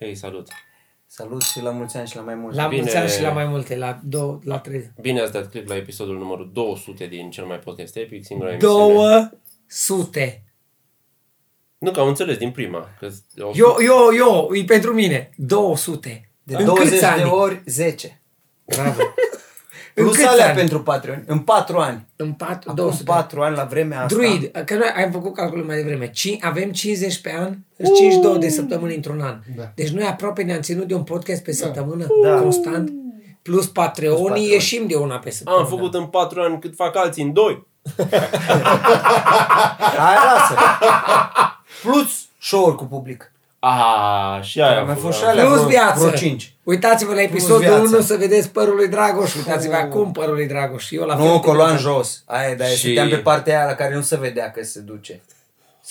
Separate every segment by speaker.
Speaker 1: Hei, salut!
Speaker 2: Salut și la mulți ani și la mai mulți
Speaker 3: La
Speaker 2: ani.
Speaker 1: Bine.
Speaker 3: mulți ani și la mai multe, la, două, la trei.
Speaker 1: Bine ați dat clip la episodul numărul 200 din cel mai podcast epic, singura emisiune.
Speaker 3: 200.
Speaker 1: Nu, că am înțeles din prima. Că o-
Speaker 3: Eu, eu, eu, e pentru mine. 200.
Speaker 2: De
Speaker 3: în
Speaker 2: 20
Speaker 3: câți ani?
Speaker 2: de ori 10.
Speaker 3: Bravo. în
Speaker 2: Plus
Speaker 3: câți
Speaker 2: alea
Speaker 3: ani?
Speaker 2: pentru Patreon. În 4 ani.
Speaker 3: În pat,
Speaker 2: Acum
Speaker 3: 200.
Speaker 2: 4 ani la vremea asta.
Speaker 3: Druid, că noi am făcut calculul mai devreme. Ci, avem 50 pe an, sunt 52 de săptămâni într-un an. Da. Deci noi aproape ne-am ținut de un podcast pe da. săptămână,
Speaker 2: Da.
Speaker 3: da. constant. Plus Patreonii,
Speaker 2: Patreon.
Speaker 3: ieșim de una pe săptămână.
Speaker 1: Am făcut în 4 ani cât fac alții în 2.
Speaker 2: Hai, lasă. Plus show-uri cu public.
Speaker 1: A, și aia.
Speaker 2: Au mai
Speaker 1: a
Speaker 2: fost și
Speaker 1: a-
Speaker 2: alea.
Speaker 3: Plus
Speaker 2: vreo-
Speaker 3: viață.
Speaker 2: vreo cinci.
Speaker 3: Uitați-vă la episodul
Speaker 2: viață. Oh.
Speaker 3: 1 să vedeți părul lui Dragoș. Uitați-vă acum părul lui Dragoș. Eu la
Speaker 2: Nu,
Speaker 3: fel.
Speaker 2: că o luam jos. Aia, dar și...
Speaker 1: Și-
Speaker 2: stăteam pe partea aia la care nu se vedea că se duce.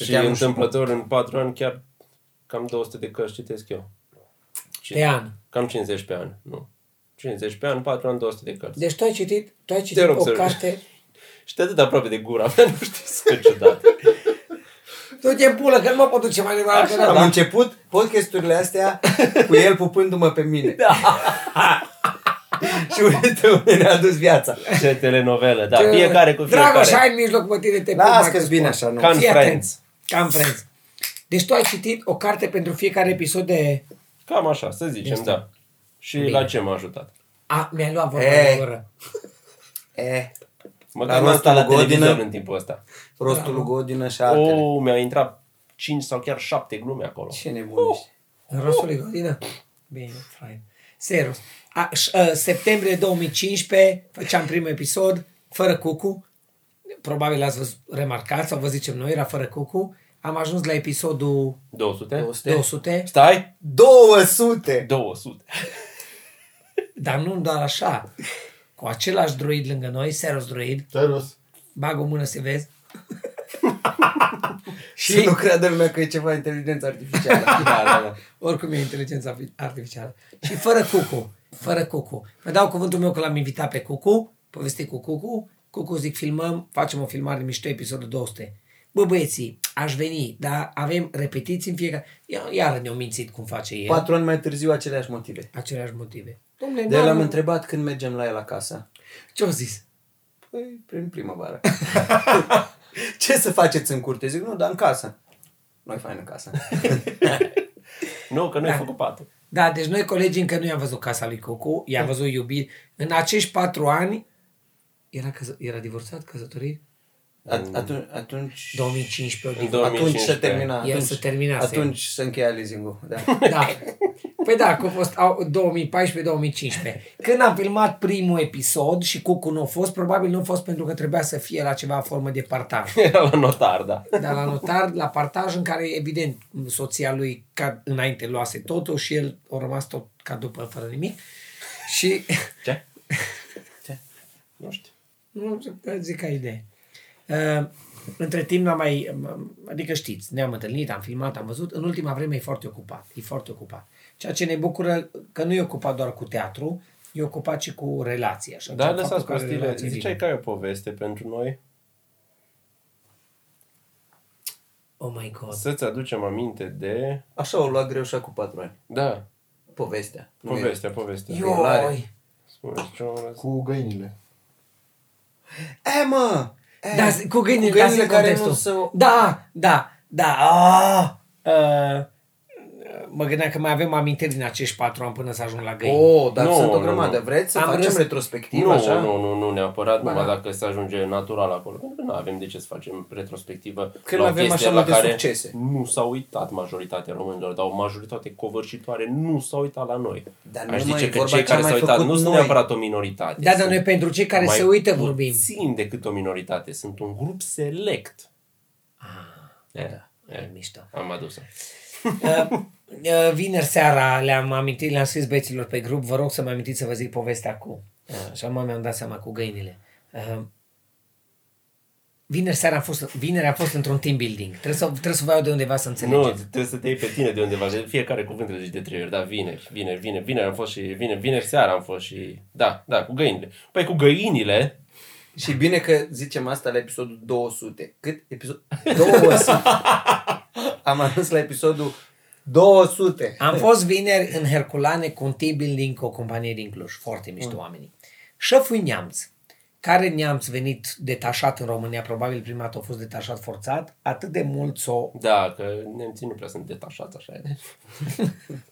Speaker 1: Și întâmplător în 4 ani chiar cam 200 de cărți citesc eu. Și
Speaker 3: Pe an.
Speaker 1: Cam 50 pe an, nu. 50 pe an, 4 ani, 200 de cărți.
Speaker 3: Deci tu ai citit, tu ai
Speaker 1: Te
Speaker 3: citit
Speaker 1: rog
Speaker 3: o
Speaker 1: să-
Speaker 3: carte...
Speaker 1: Și de atât de aproape de gura mea, nu știu să ciudat.
Speaker 3: Du-te în pulă, că nu mă pot duce mai departe.
Speaker 2: Am
Speaker 3: Da.
Speaker 2: început podcasturile astea cu el pupându-mă pe mine. Da. și uite unde ne-a dus viața.
Speaker 1: Ce telenovelă, da. Fiecare cu fiecare.
Speaker 3: Dragoș, hai în mijloc, mă tine, te
Speaker 2: Las
Speaker 3: pun,
Speaker 2: că-s
Speaker 3: dacă
Speaker 2: bine
Speaker 3: poți.
Speaker 2: așa, nu?
Speaker 1: Ca în
Speaker 3: Fii atent.
Speaker 1: Friends.
Speaker 3: Ca în Friends. Deci tu ai citit o carte pentru fiecare episod de...
Speaker 1: Cam așa, să zicem,
Speaker 3: Este.
Speaker 1: da. Și
Speaker 3: Bine.
Speaker 1: la ce m-a ajutat?
Speaker 3: A, mi-ai luat vorba
Speaker 2: E.
Speaker 3: de gură.
Speaker 2: E,
Speaker 1: Măcar
Speaker 2: La
Speaker 1: n-am stat la
Speaker 2: rostul Godină.
Speaker 1: televizor în timpul ăsta.
Speaker 3: Da,
Speaker 2: rostul lui Godină și
Speaker 3: Oh.
Speaker 2: altele.
Speaker 1: O, mi-au intrat 5 sau chiar 7 glume acolo.
Speaker 2: Ce nebun
Speaker 3: Oh.
Speaker 2: ești.
Speaker 3: În rostul lui Godină? Bine, fain. Serios. A, ș, a, septembrie 2015 făceam primul episod, fără cucu. Probabil l-ați văzut, remarcat sau vă zicem noi, era fără cucu. Am ajuns la episodul
Speaker 1: 200?
Speaker 3: 200.
Speaker 1: Stai?
Speaker 2: 200!
Speaker 1: 200.
Speaker 3: Dar nu doar așa. Cu același druid lângă noi, Seros Druid,
Speaker 4: Serios?
Speaker 3: bag o mână să vezi.
Speaker 2: Și nu creadă lumea că e ceva inteligență artificială. da, da, da.
Speaker 3: Oricum e inteligența fi- artificială. Și fără cucu. Fără cucu. Vă dau cuvântul meu că l-am invitat pe cucu, povesti cu cucu. Cucu zic filmăm, facem o filmare mișto, episodul 200. Bă băieții, aș veni, dar avem repetiții în fiecare... Ia- Iară ne-au mințit cum face el.
Speaker 2: Patru ani mai târziu aceleași motive.
Speaker 3: Aceleași motive. Dom'le,
Speaker 2: De
Speaker 3: n-am-
Speaker 2: l-am întrebat când mergem la el acasă.
Speaker 3: Ce-au zis?
Speaker 2: Păi, prin primăvară. Ce să faceți în curte? Zic, nu, dar în casă. Noi fain în casă.
Speaker 1: Nu, că nu ai făcut patru.
Speaker 3: Da, deci noi colegii încă nu i-am văzut casa lui Cocu, i-am văzut iubit. În acești patru ani, era, căsă, era divorțat, căsătorit?
Speaker 2: At- atunci, atunci,
Speaker 3: 2015 o
Speaker 1: În
Speaker 3: divorțat.
Speaker 2: atunci se
Speaker 1: 2015.
Speaker 2: termina.
Speaker 3: El
Speaker 2: Atunci,
Speaker 3: se terminase.
Speaker 2: atunci se încheia leasing-ul. Da.
Speaker 3: Da. Păi da, că a fost au- 2014-2015. Când am filmat primul episod și Cucu nu a fost, probabil nu a fost pentru că trebuia să fie la ceva formă de partaj.
Speaker 1: Era la notar, da.
Speaker 3: Dar la notar, la partaj în care, evident, soția lui ca înainte luase totul și el a rămas tot ca după, fără nimic. Și
Speaker 1: Ce? Ce? Nu știu.
Speaker 3: Nu știu, că zic ca idee. Uh, între timp n-am mai... m- Adică știți, ne-am întâlnit, am filmat, am văzut. În ultima vreme e foarte ocupat. E foarte ocupat. Ceea ce ne bucură că nu e ocupat doar cu teatru, e ocupat și cu relații. Așa,
Speaker 1: Da,
Speaker 3: Faptul
Speaker 1: lăsați
Speaker 3: că are
Speaker 1: prostiile.
Speaker 3: relații
Speaker 1: Ziceai
Speaker 3: bine.
Speaker 1: că ai o poveste pentru noi.
Speaker 3: Oh my God.
Speaker 1: Să-ți aducem aminte de...
Speaker 2: Așa o lua greu și cu patru ani.
Speaker 1: Da,
Speaker 2: Povestea. Nu e-
Speaker 1: povestea, povestea.
Speaker 2: Eu- violare.
Speaker 3: Ioi!
Speaker 1: Spune ce am răs-
Speaker 4: Cu găinile.
Speaker 2: E, Eh, mă! E,
Speaker 3: Da, zi- cu gândile,
Speaker 2: Eh, cu găinile
Speaker 3: care
Speaker 2: care nu se...
Speaker 3: Da, da, da. Ah! Uh, mă gândeam că mai avem amintiri din acești patru ani până să ajung la găini.
Speaker 2: Oh, dar
Speaker 1: Nu,
Speaker 2: sunt o
Speaker 1: nu,
Speaker 2: grămadă.
Speaker 1: nu.
Speaker 2: Vreți să
Speaker 3: Am
Speaker 2: facem
Speaker 3: râs-
Speaker 2: retrospectiv,
Speaker 1: Nu,
Speaker 2: așa?
Speaker 1: nu, nu, nu neapărat,
Speaker 3: Ba
Speaker 1: numai
Speaker 3: da.
Speaker 1: dacă se ajunge natural acolo. Pentru că nu avem de ce să facem retrospectivă.
Speaker 2: Că
Speaker 1: la
Speaker 2: nu
Speaker 1: o
Speaker 2: avem
Speaker 1: chestie
Speaker 2: așa
Speaker 1: la
Speaker 2: multe
Speaker 1: care
Speaker 2: succese.
Speaker 1: Nu s-au uitat majoritatea românilor, dar o majoritate covârșitoare nu s-au uitat la noi.
Speaker 2: Dar nu,
Speaker 1: Aș
Speaker 2: mă, e
Speaker 1: zice că
Speaker 2: vorba
Speaker 1: cei
Speaker 2: ce
Speaker 1: care
Speaker 2: am
Speaker 1: s-au
Speaker 2: mai
Speaker 1: uitat
Speaker 2: făcut
Speaker 1: nu sunt
Speaker 2: noi.
Speaker 1: neapărat o minoritate.
Speaker 3: Da, dar
Speaker 1: sunt
Speaker 3: noi pentru cei care
Speaker 1: mai
Speaker 3: se uită vorbim.
Speaker 1: puțin decât o minoritate. Sunt un grup select. Ah, da.
Speaker 3: E mișto.
Speaker 1: Am adus-o.
Speaker 3: Uh, uh, vineri seara le-am amintit, le-am scris băieților pe grup, vă rog să mă amintiți să vă zic povestea cu. Uh, și acum mi-am dat seama cu găinile. Uh, vineri seara am fost, vineri am fost într-un team building. Trebuie să, trebuie să vă iau de undeva să
Speaker 1: Nu,
Speaker 3: înțelegeți.
Speaker 1: trebuie să te iei pe tine de undeva. De Fiecare cuvânt îl zici de trei ori. Da, vineri, vineri, vineri, vineri am fost și vineri, vineri seara am fost și... Da, da, cu găinile. Păi cu găinile,
Speaker 2: Și bine că zicem asta la episodul 200. Cât? Episod 200. am ajuns la episodul 200.
Speaker 3: Am fost vineri în Herculane cu un team building cu o companie din Cluj. Foarte mișto oamenii. Șeful neamț, care neamț venit detașat în România, probabil prima dată a fost detașat forțat, atât de mult s-o...
Speaker 1: Da, că nemții nu prea sunt detașați așa. e.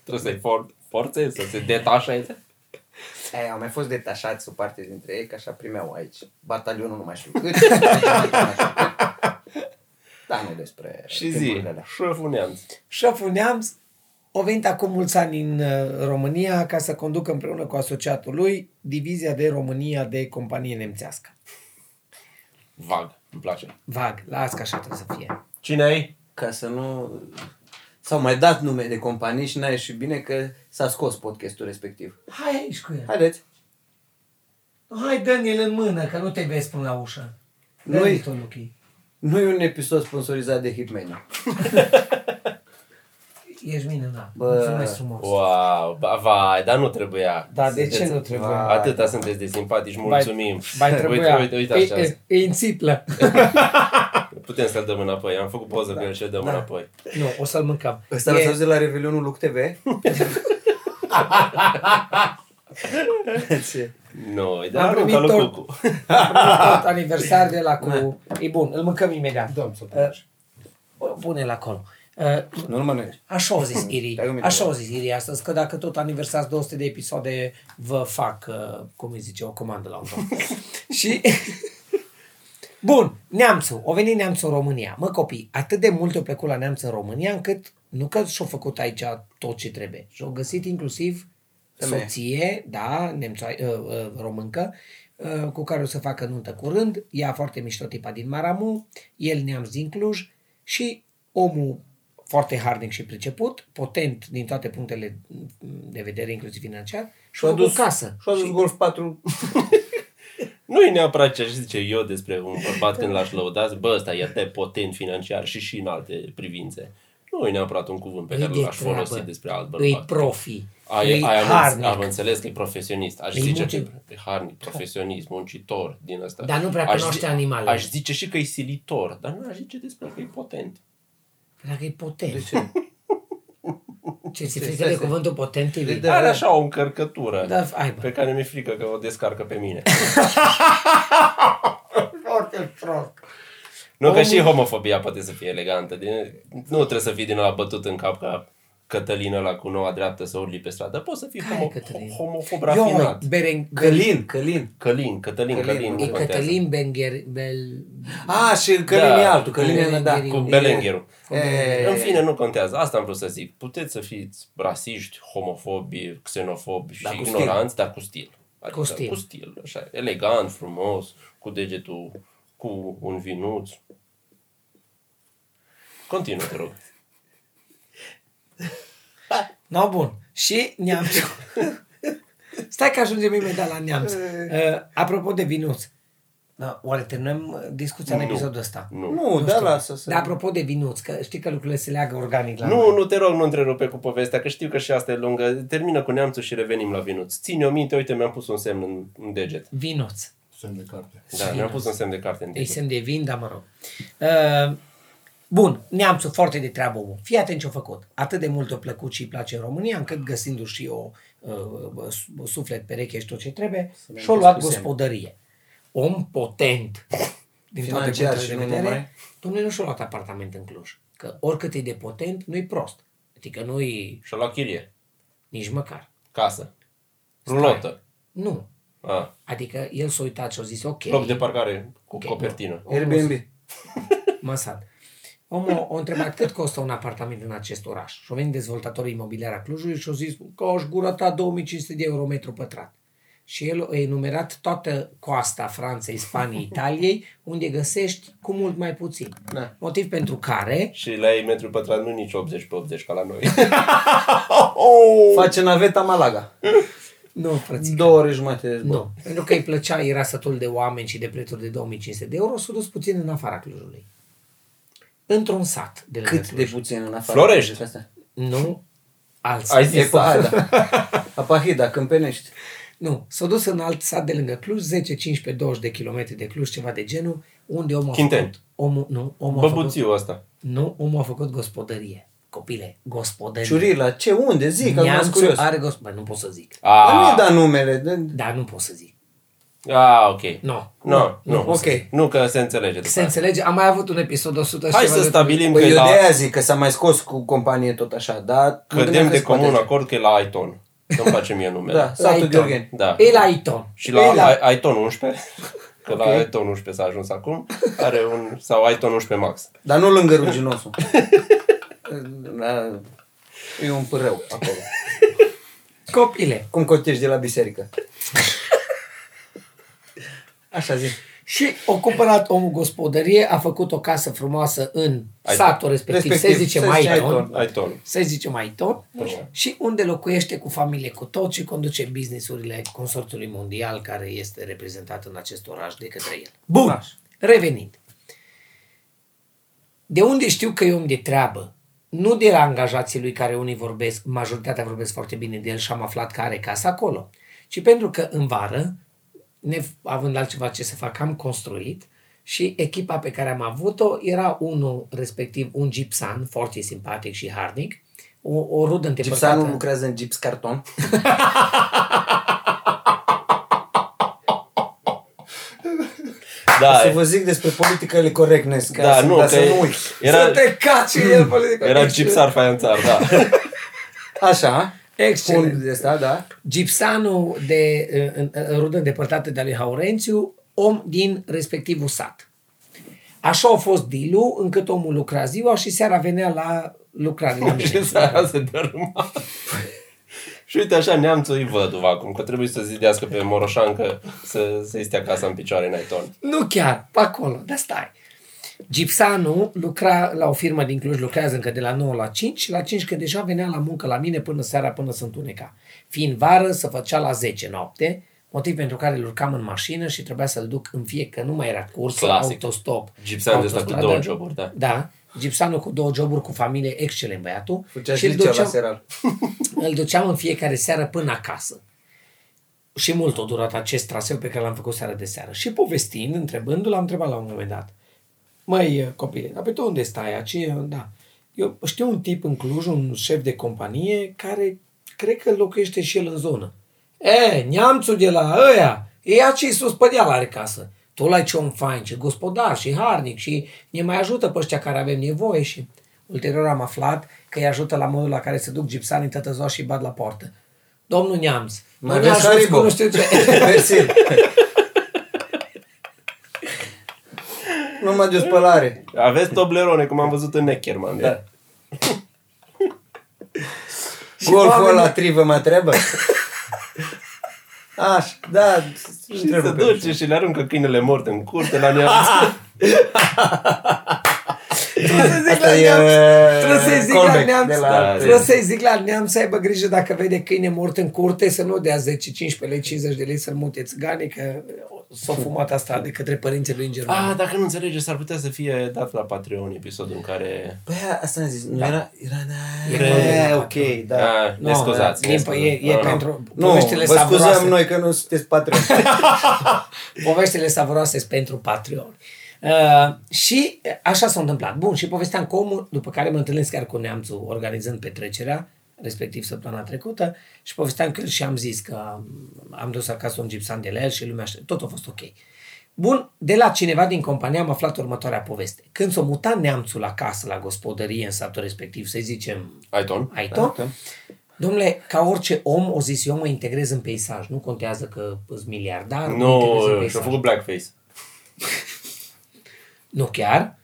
Speaker 1: Trebuie să-i for- forțezi să se detașeze.
Speaker 2: Ei, au mai fost detașați o parte dintre ei, că așa primeau aici. Batalionul nu mai știu cât. da, nu despre
Speaker 1: Și zi,
Speaker 2: timpurile alea.
Speaker 1: șeful neamț.
Speaker 3: Șeful neamț a venit acum mulți ani în uh, România ca să conducă împreună cu asociatul lui divizia de România de companie nemțească.
Speaker 1: Vag, îmi place.
Speaker 3: Vag, las că așa trebuie să fie.
Speaker 1: Cine ai?
Speaker 2: Ca să nu... S-au mai dat nume de companii și n-a ieșit bine că s-a scos podcastul respectiv.
Speaker 3: Hai aici cu el.
Speaker 2: Haideți!
Speaker 3: Hai, dă-ne în mână, că nu te vezi până la ușă.
Speaker 2: Noi-
Speaker 3: Noi... Tu, Luchi.
Speaker 2: Nu e un episod sponsorizat de Hitmania.
Speaker 3: Ești minunat.
Speaker 2: Bă.
Speaker 3: Mulțumesc frumos.
Speaker 1: Wow, ba- vai, dar nu trebuia.
Speaker 3: Dar de
Speaker 1: Sunteți-
Speaker 3: ce nu trebuia?
Speaker 1: Atâta sunteți de simpatici, mulțumim.
Speaker 3: Mai trebuia.
Speaker 1: Uite, uite, uite așa.
Speaker 3: E, e, e în țiplă.
Speaker 1: Putem să-l dăm înapoi. Am făcut poză cu el și îl
Speaker 3: Da.
Speaker 1: dăm înapoi.
Speaker 3: nu, o să-l mâncăm.
Speaker 2: Ăsta l-ați auzit la Revelionul Luc TV? Ce?
Speaker 1: Noi,
Speaker 3: Am
Speaker 1: dar Da, nu
Speaker 3: primit
Speaker 1: ca lui
Speaker 3: tort.
Speaker 1: Cucu.
Speaker 3: tot aniversar de la cu...
Speaker 1: Da.
Speaker 3: E bun, îl mâncăm imediat.
Speaker 2: Dăm să
Speaker 3: Uh, Pune-l acolo. Uh,
Speaker 2: Nu, nu mănânci.
Speaker 3: Așa au zis Iri,
Speaker 2: Dai un minut.
Speaker 3: așa au zis Iri astăzi, că dacă tot aniversați 200 de episoade, vă fac, uh, cum îi zice, o comandă la un Și... Bun, neamțul. O venit neamțul în România. Mă copii, atât de mult o plăcut la neamț în România, încât nu că și-au făcut aici tot ce trebuie. Și-au găsit inclusiv
Speaker 2: Femeie.
Speaker 3: soție, da, nemțoai, uh, uh, româncă, uh, cu care o să facă nuntă curând. Ea foarte mișto tipa din Maramu, el neamț din Cluj și omul foarte harnic și priceput, potent din toate punctele de vedere, inclusiv financiar, și-a făcut casă.
Speaker 2: Și-a dus Golf 4.
Speaker 1: Nu e neapărat ce aș zice eu despre un bărbat când l-aș lăuda, bă, ăsta e atât de potent financiar și și în alte privințe. Nu e neapărat un cuvânt pe
Speaker 3: Îi
Speaker 1: care
Speaker 3: de
Speaker 1: l-aș folosi
Speaker 3: treabă.
Speaker 1: despre alt
Speaker 3: Îi
Speaker 1: bărbat.
Speaker 3: profi,
Speaker 1: Ai,
Speaker 3: îi
Speaker 1: ai, am,
Speaker 3: harnic,
Speaker 1: am înțeles că e profesionist. Aș
Speaker 3: Îi
Speaker 1: zice
Speaker 3: munci-
Speaker 1: că e harnic, profesionist, muncitor din asta.
Speaker 3: Dar nu prea
Speaker 1: Aș
Speaker 3: cunoaște
Speaker 1: zi-
Speaker 3: animalele.
Speaker 1: Aș zice și că e silitor, dar nu aș zice despre el că e potent.
Speaker 3: dacă e potent.
Speaker 2: De ce?
Speaker 3: Ce ți
Speaker 2: Ce
Speaker 3: frică
Speaker 2: Deci stai
Speaker 3: de
Speaker 2: să-
Speaker 3: cuvântul potent? e bine.
Speaker 2: Da,
Speaker 1: Are
Speaker 2: da.
Speaker 1: așa o încărcătură
Speaker 3: Da, ai, bă.
Speaker 1: pe care mi-e frică că o descarcă pe mine.
Speaker 3: Foarte prost.
Speaker 1: Nu, că și homofobia poate să fie elegantă. Din, nu trebuie să fii din ăla bătut în cap ca Cătălin ăla cu noua dreaptă să urli pe stradă. Poți să fii
Speaker 3: Care
Speaker 1: homo-
Speaker 3: Cătălin?
Speaker 1: homofob
Speaker 3: Eu,
Speaker 1: rafinat.
Speaker 3: Beren...
Speaker 2: Călin, Călin.
Speaker 1: Călin, Cătălin,
Speaker 2: Călin,
Speaker 1: Călin.
Speaker 2: nu
Speaker 1: nu
Speaker 3: E
Speaker 1: contează.
Speaker 3: Cătălin Benger... Bel...
Speaker 2: A, și Călin
Speaker 1: Da.
Speaker 2: e altul. Călin e, da.
Speaker 3: Călin
Speaker 1: Cu
Speaker 3: E-
Speaker 1: Belengheru.
Speaker 2: E-
Speaker 1: În fine, nu contează. Asta am vrut să zic. Puteți să fiți rasiști, homofobi, xenofobi și
Speaker 2: Dar cu stil.
Speaker 1: ignoranți, dar cu stil. Adică
Speaker 3: Cu stil.
Speaker 1: Cu stil, așa. Elegant, frumos, cu degetul, cu un vinuț. Continuă, te rog.
Speaker 3: No, bun. Și neamțul. Stai că ajungem imediat la neamț. Uh, apropo de vinuț. Da, oare terminăm uh, discuția în
Speaker 1: Nu.
Speaker 3: episodul ăsta?
Speaker 1: Nu.
Speaker 2: Nu, da,
Speaker 3: știu.
Speaker 2: lasă să...
Speaker 3: Dar apropo de vinuț, că știi că lucrurile se leagă organic
Speaker 2: Da.
Speaker 3: la noi.
Speaker 1: Nu, nu te rog, nu întrerupe cu povestea, că știu că și asta e lungă. Termină cu neamțul și revenim la vinuț. Ține o minte, uite, mi-am pus un semn în, în deget.
Speaker 3: Vinuț.
Speaker 4: Semn de carte.
Speaker 1: Da, mi-am pus un semn de carte în
Speaker 3: Îi
Speaker 1: deget.
Speaker 3: Deci semn de vin, dar mă rog. Uh, bun, neamțul foarte de treabă omul. Fii atent ce-a făcut. Atât de mult o plăcut și îi place în România, încât găsindu-și și eu uh, su- suflet, pereche și tot ce trebuie, și-a
Speaker 2: ne
Speaker 3: luat
Speaker 2: închis cu
Speaker 3: gospodărie. Om potent. Din toate
Speaker 2: Financiar
Speaker 3: punctele
Speaker 2: și
Speaker 3: de
Speaker 2: nu numai.
Speaker 3: vedere, domnule nu și-a luat apartament în Cluj. Că oricât e de potent, nu-i prost. Adică nu-i
Speaker 1: Și-o la chirie.
Speaker 3: nici măcar.
Speaker 1: Casă. Rulotă.
Speaker 3: Nu.
Speaker 1: A,
Speaker 3: Adică el s-a uitat și a zis, ok,
Speaker 1: loc de parcare cu copertină.
Speaker 2: Airbnb.
Speaker 3: Masad. Omul o întrebat cât costă un apartament în acest oraș. Și au venit dezvoltatorii imobiliari a Clujului și au zis că aș gura ta 2500 de euro metru pătrat. Și el a enumerat toată coasta Franței, Spaniei, Italiei, unde găsești cu mult mai puțin.
Speaker 2: Da.
Speaker 3: Motiv pentru care
Speaker 1: Și la ei metru pătrat nu nici 80 pe 80 ca la noi.
Speaker 2: Face naveta Malaga.
Speaker 3: nu, frății,
Speaker 2: Două ore jumate de zbor.
Speaker 3: nu. Pentru că îi plăcea, era sătul de oameni și de prețuri de 2500 de euro, s-a dus puțin în afara Clujului. Într-un sat. De lângă
Speaker 2: Cât
Speaker 3: Cluj.
Speaker 2: de puțin în afară.
Speaker 1: Florești.
Speaker 2: de asta.
Speaker 3: Nu, alții.
Speaker 1: Ai zis
Speaker 2: Epa,
Speaker 1: asta.
Speaker 2: da. Apahida, Câmpenești.
Speaker 3: Nu, s-a dus în alt sat de lângă Cluj, 10, 15, 20 de kilometri de Cluj, ceva de genul, unde omul a
Speaker 1: Chinten.
Speaker 3: făcut omul, nu, omul a făcut,
Speaker 1: Băbuțiu ăsta.
Speaker 3: nu, omul a făcut gospodărie. Copile, gospodărie.
Speaker 2: Ciurila, ce, unde, zic, acum sunt
Speaker 3: Neamțul
Speaker 2: curios.
Speaker 3: are gospodărie. Nu pot să zic.
Speaker 2: Dar
Speaker 1: A,
Speaker 2: nu-i da numele, de...
Speaker 3: Da, nu pot să zic.
Speaker 1: a ok.
Speaker 3: Nu.
Speaker 1: Nu, nu.
Speaker 2: ok.
Speaker 1: Nu că se înțelege. după
Speaker 3: Se
Speaker 1: aia.
Speaker 3: înțelege, am mai avut un episod 100 și
Speaker 1: Hai
Speaker 3: ceva
Speaker 1: să
Speaker 3: de-
Speaker 1: stabilim că, da,
Speaker 2: Păi
Speaker 1: e
Speaker 2: eu
Speaker 1: la,
Speaker 2: de aia zic că s-a mai scos cu companie tot așa, dar...
Speaker 1: cădem de comun acord că e la Aiton. Să-mi facem eu numele.
Speaker 2: Da,
Speaker 3: La
Speaker 2: satul
Speaker 3: Iton.
Speaker 2: Gheorgheni.
Speaker 1: Da.
Speaker 3: E la Iton.
Speaker 1: Și la,
Speaker 2: Ei, la-
Speaker 1: Ai- Aiton 11, că la Aiton 11 s-a ajuns acum, are un, sau Aiton 11 Max.
Speaker 2: Dar nu lângă ruginosul. La- e un pârâu acolo.
Speaker 3: Copile.
Speaker 2: Cum cotești de la biserică. Așa zic.
Speaker 3: Și o cumpărat omul gospodărie, a făcut o casă frumoasă în
Speaker 1: Ai-
Speaker 3: satul respectiv,
Speaker 2: respectiv,
Speaker 3: să zicem
Speaker 2: să zicem
Speaker 3: Aiton,
Speaker 2: Aiton.
Speaker 1: Aiton.
Speaker 3: să zicem Aiton, și unde locuiește cu familie, cu tot și conduce businessurile consorțiului mondial care este reprezentat în acest oraș de către el. Bun,
Speaker 2: Așa.
Speaker 3: revenind. De unde știu că e om de treabă? Nu de la angajații lui care unii vorbesc, majoritatea vorbesc foarte bine de el și am aflat că are casa acolo, ci pentru că în vară, ne, având altceva ce să fac, am construit și echipa pe care am avut-o era unul, respectiv un gipsan, foarte simpatic și harnic, o, o rudă
Speaker 2: Gipsanul
Speaker 3: îndepărtată.
Speaker 2: lucrează în gips carton.
Speaker 1: Da,
Speaker 2: Să
Speaker 1: e-
Speaker 2: vă zic despre politically correctness, ca
Speaker 1: da,
Speaker 2: să,
Speaker 1: nu,
Speaker 2: dar
Speaker 1: că
Speaker 2: să nu
Speaker 1: e-
Speaker 2: uit.
Speaker 1: era,
Speaker 3: caci el, politic.
Speaker 1: era gipsar faianțar, da.
Speaker 2: Așa.
Speaker 3: Excelent.
Speaker 2: Bun, de asta, da.
Speaker 3: Gipsanul de uh, în- în rudă îndepărtată de-a lui Haurențiu, om din respectivul sat. Așa a fost dilu, încât omul lucra ziua și seara venea la lucrare. La mine.
Speaker 1: Și seara se dărâma. Și uite așa neamțul îi văduv acum, că trebuie să zidească pe Moroșan că să, să-i stea casa în picioare în Aiton.
Speaker 3: Nu chiar, pe acolo, dar stai. Gipsanu lucra la o firmă din Cluj, lucrează încă de la 9 la 5 și la 5 că deja venea la muncă la mine până seara, până se întuneca. Fiind vară, se făcea la 10 noapte, motiv pentru care îl urcam în mașină și trebuia să-l duc în fie, că nu mai era cursă,
Speaker 1: Clasic.
Speaker 3: autostop.
Speaker 1: Gipsan de ăsta cu
Speaker 3: autostradă.
Speaker 1: două joburi, da.
Speaker 3: Da, gipsanul cu două joburi, cu familie, excelent băiatul.
Speaker 2: Făcea
Speaker 3: Și
Speaker 2: și
Speaker 3: îl
Speaker 2: liceu la
Speaker 3: duceam-
Speaker 2: seral.
Speaker 3: îl duceam în fiecare seară până acasă. Și mult a durat acest traseu pe care l-am făcut seara de seară. Și povestind, întrebându-l, am întrebat la un moment dat. Măi, copile, dar pe tu unde stai? Aci, da. Eu știu un tip în Cluj, un șef de companie, care cred că locuiește și el în zonă. E, neamțul de la ăia, e aici sus pe deal are casă. Tu l-ai ce om fain, ce gospodar și harnic și ne mai ajută pe ăștia care avem nevoie și... Ulterior am aflat că îi ajută la modul la care se duc gipsanii toată ziua și îi bat la portă. Domnul Neamț,
Speaker 2: Mai
Speaker 3: nu ne
Speaker 2: aveți
Speaker 3: ajuți cu
Speaker 2: Haribo?
Speaker 3: nu știu ce.
Speaker 2: Mersi. Nu mă de spălare.
Speaker 1: Aveți Toblerone, cum am văzut în Neckerman. Da.
Speaker 2: Golful
Speaker 3: oamenii-
Speaker 2: ăla trivă mă întreabă? Aș, da,
Speaker 1: Și se
Speaker 2: întrerupe.
Speaker 1: duce și le aruncă câinele mort în curte la neamț.
Speaker 2: Asta e
Speaker 3: Trebuie să-i zic la
Speaker 2: callback
Speaker 3: neamț,
Speaker 2: uh, de la
Speaker 1: Da,
Speaker 2: alte-
Speaker 1: da.
Speaker 3: trebuie să-i zic la neamț să aibă grijă dacă vede câine mort în curte să nu dea 10, 15 lei, 50 de lei să-l mute țiganii, că s-a fumat asta de către părinții lui în Germania.
Speaker 1: Ah, dacă nu înțelegeți, s-ar putea să fie dat la Patreon episodul în care...
Speaker 2: Băi, asta am zis, nu era, era,
Speaker 3: Era-
Speaker 2: Da. era, era, ok, da.
Speaker 1: Ah, ne scuzați.
Speaker 3: e,
Speaker 1: ne
Speaker 3: e,
Speaker 1: scuzați.
Speaker 3: e
Speaker 1: Ah,
Speaker 3: pentru
Speaker 2: Nu,
Speaker 3: poveștile
Speaker 2: vă
Speaker 3: savuroase.
Speaker 2: scuzăm noi că nu sunteți patroni.
Speaker 3: Poveștile savuroase sunt pentru Patreon. Uh, și uh, așa s-a întâmplat. Bun, și povesteam cu omul, după care mă întâlnesc chiar cu neamțul organizând petrecerea, respectiv săptămâna trecută, și povesteam cu el și am zis că um, am dus acasă un gipsan de la el și lumea așa, tot a fost ok. Bun, de la cineva din companie am aflat următoarea poveste. Când s-a mutat neamțul acasă, la gospodărie, în satul respectiv, să zicem
Speaker 1: Aiton?
Speaker 3: ai tot. Domnule, ca orice om, o zis eu, mă integrez în peisaj. Nu contează că îți miliardar, mă integrez în
Speaker 1: Nu, și-a
Speaker 3: peisaj.
Speaker 1: făcut blackface.
Speaker 3: Nu chiar.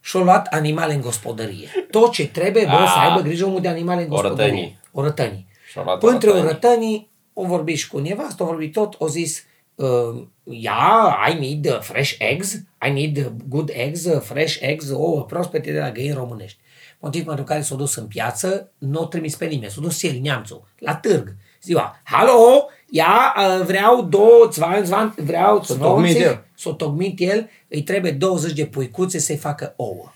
Speaker 3: Și-au luat animale în gospodărie. Tot ce trebuie, bă,
Speaker 1: Ah.
Speaker 3: să aibă grijă omul de animale în gospodărie.
Speaker 1: Orătănii.
Speaker 3: Orătănii.
Speaker 1: Și-au luat
Speaker 3: Pântre
Speaker 1: orătănii.
Speaker 3: orătănii, o vorbit și cu nevastă, o vorbit tot, o zis, uh, yeah, I need uh, fresh eggs, I need uh, good eggs, uh, fresh eggs, ouă proaspete de la găini românești. Motiv pentru care s-a dus în piață, nu a trimis pe nimeni, s-a dus el, neamțul, la târg. Ziua, halo, ia, uh, vreau două, țvan, țvan, vreau
Speaker 2: tocmit el.
Speaker 3: S-o tocmit el, îi trebuie 20 de puicuțe să-i facă ouă.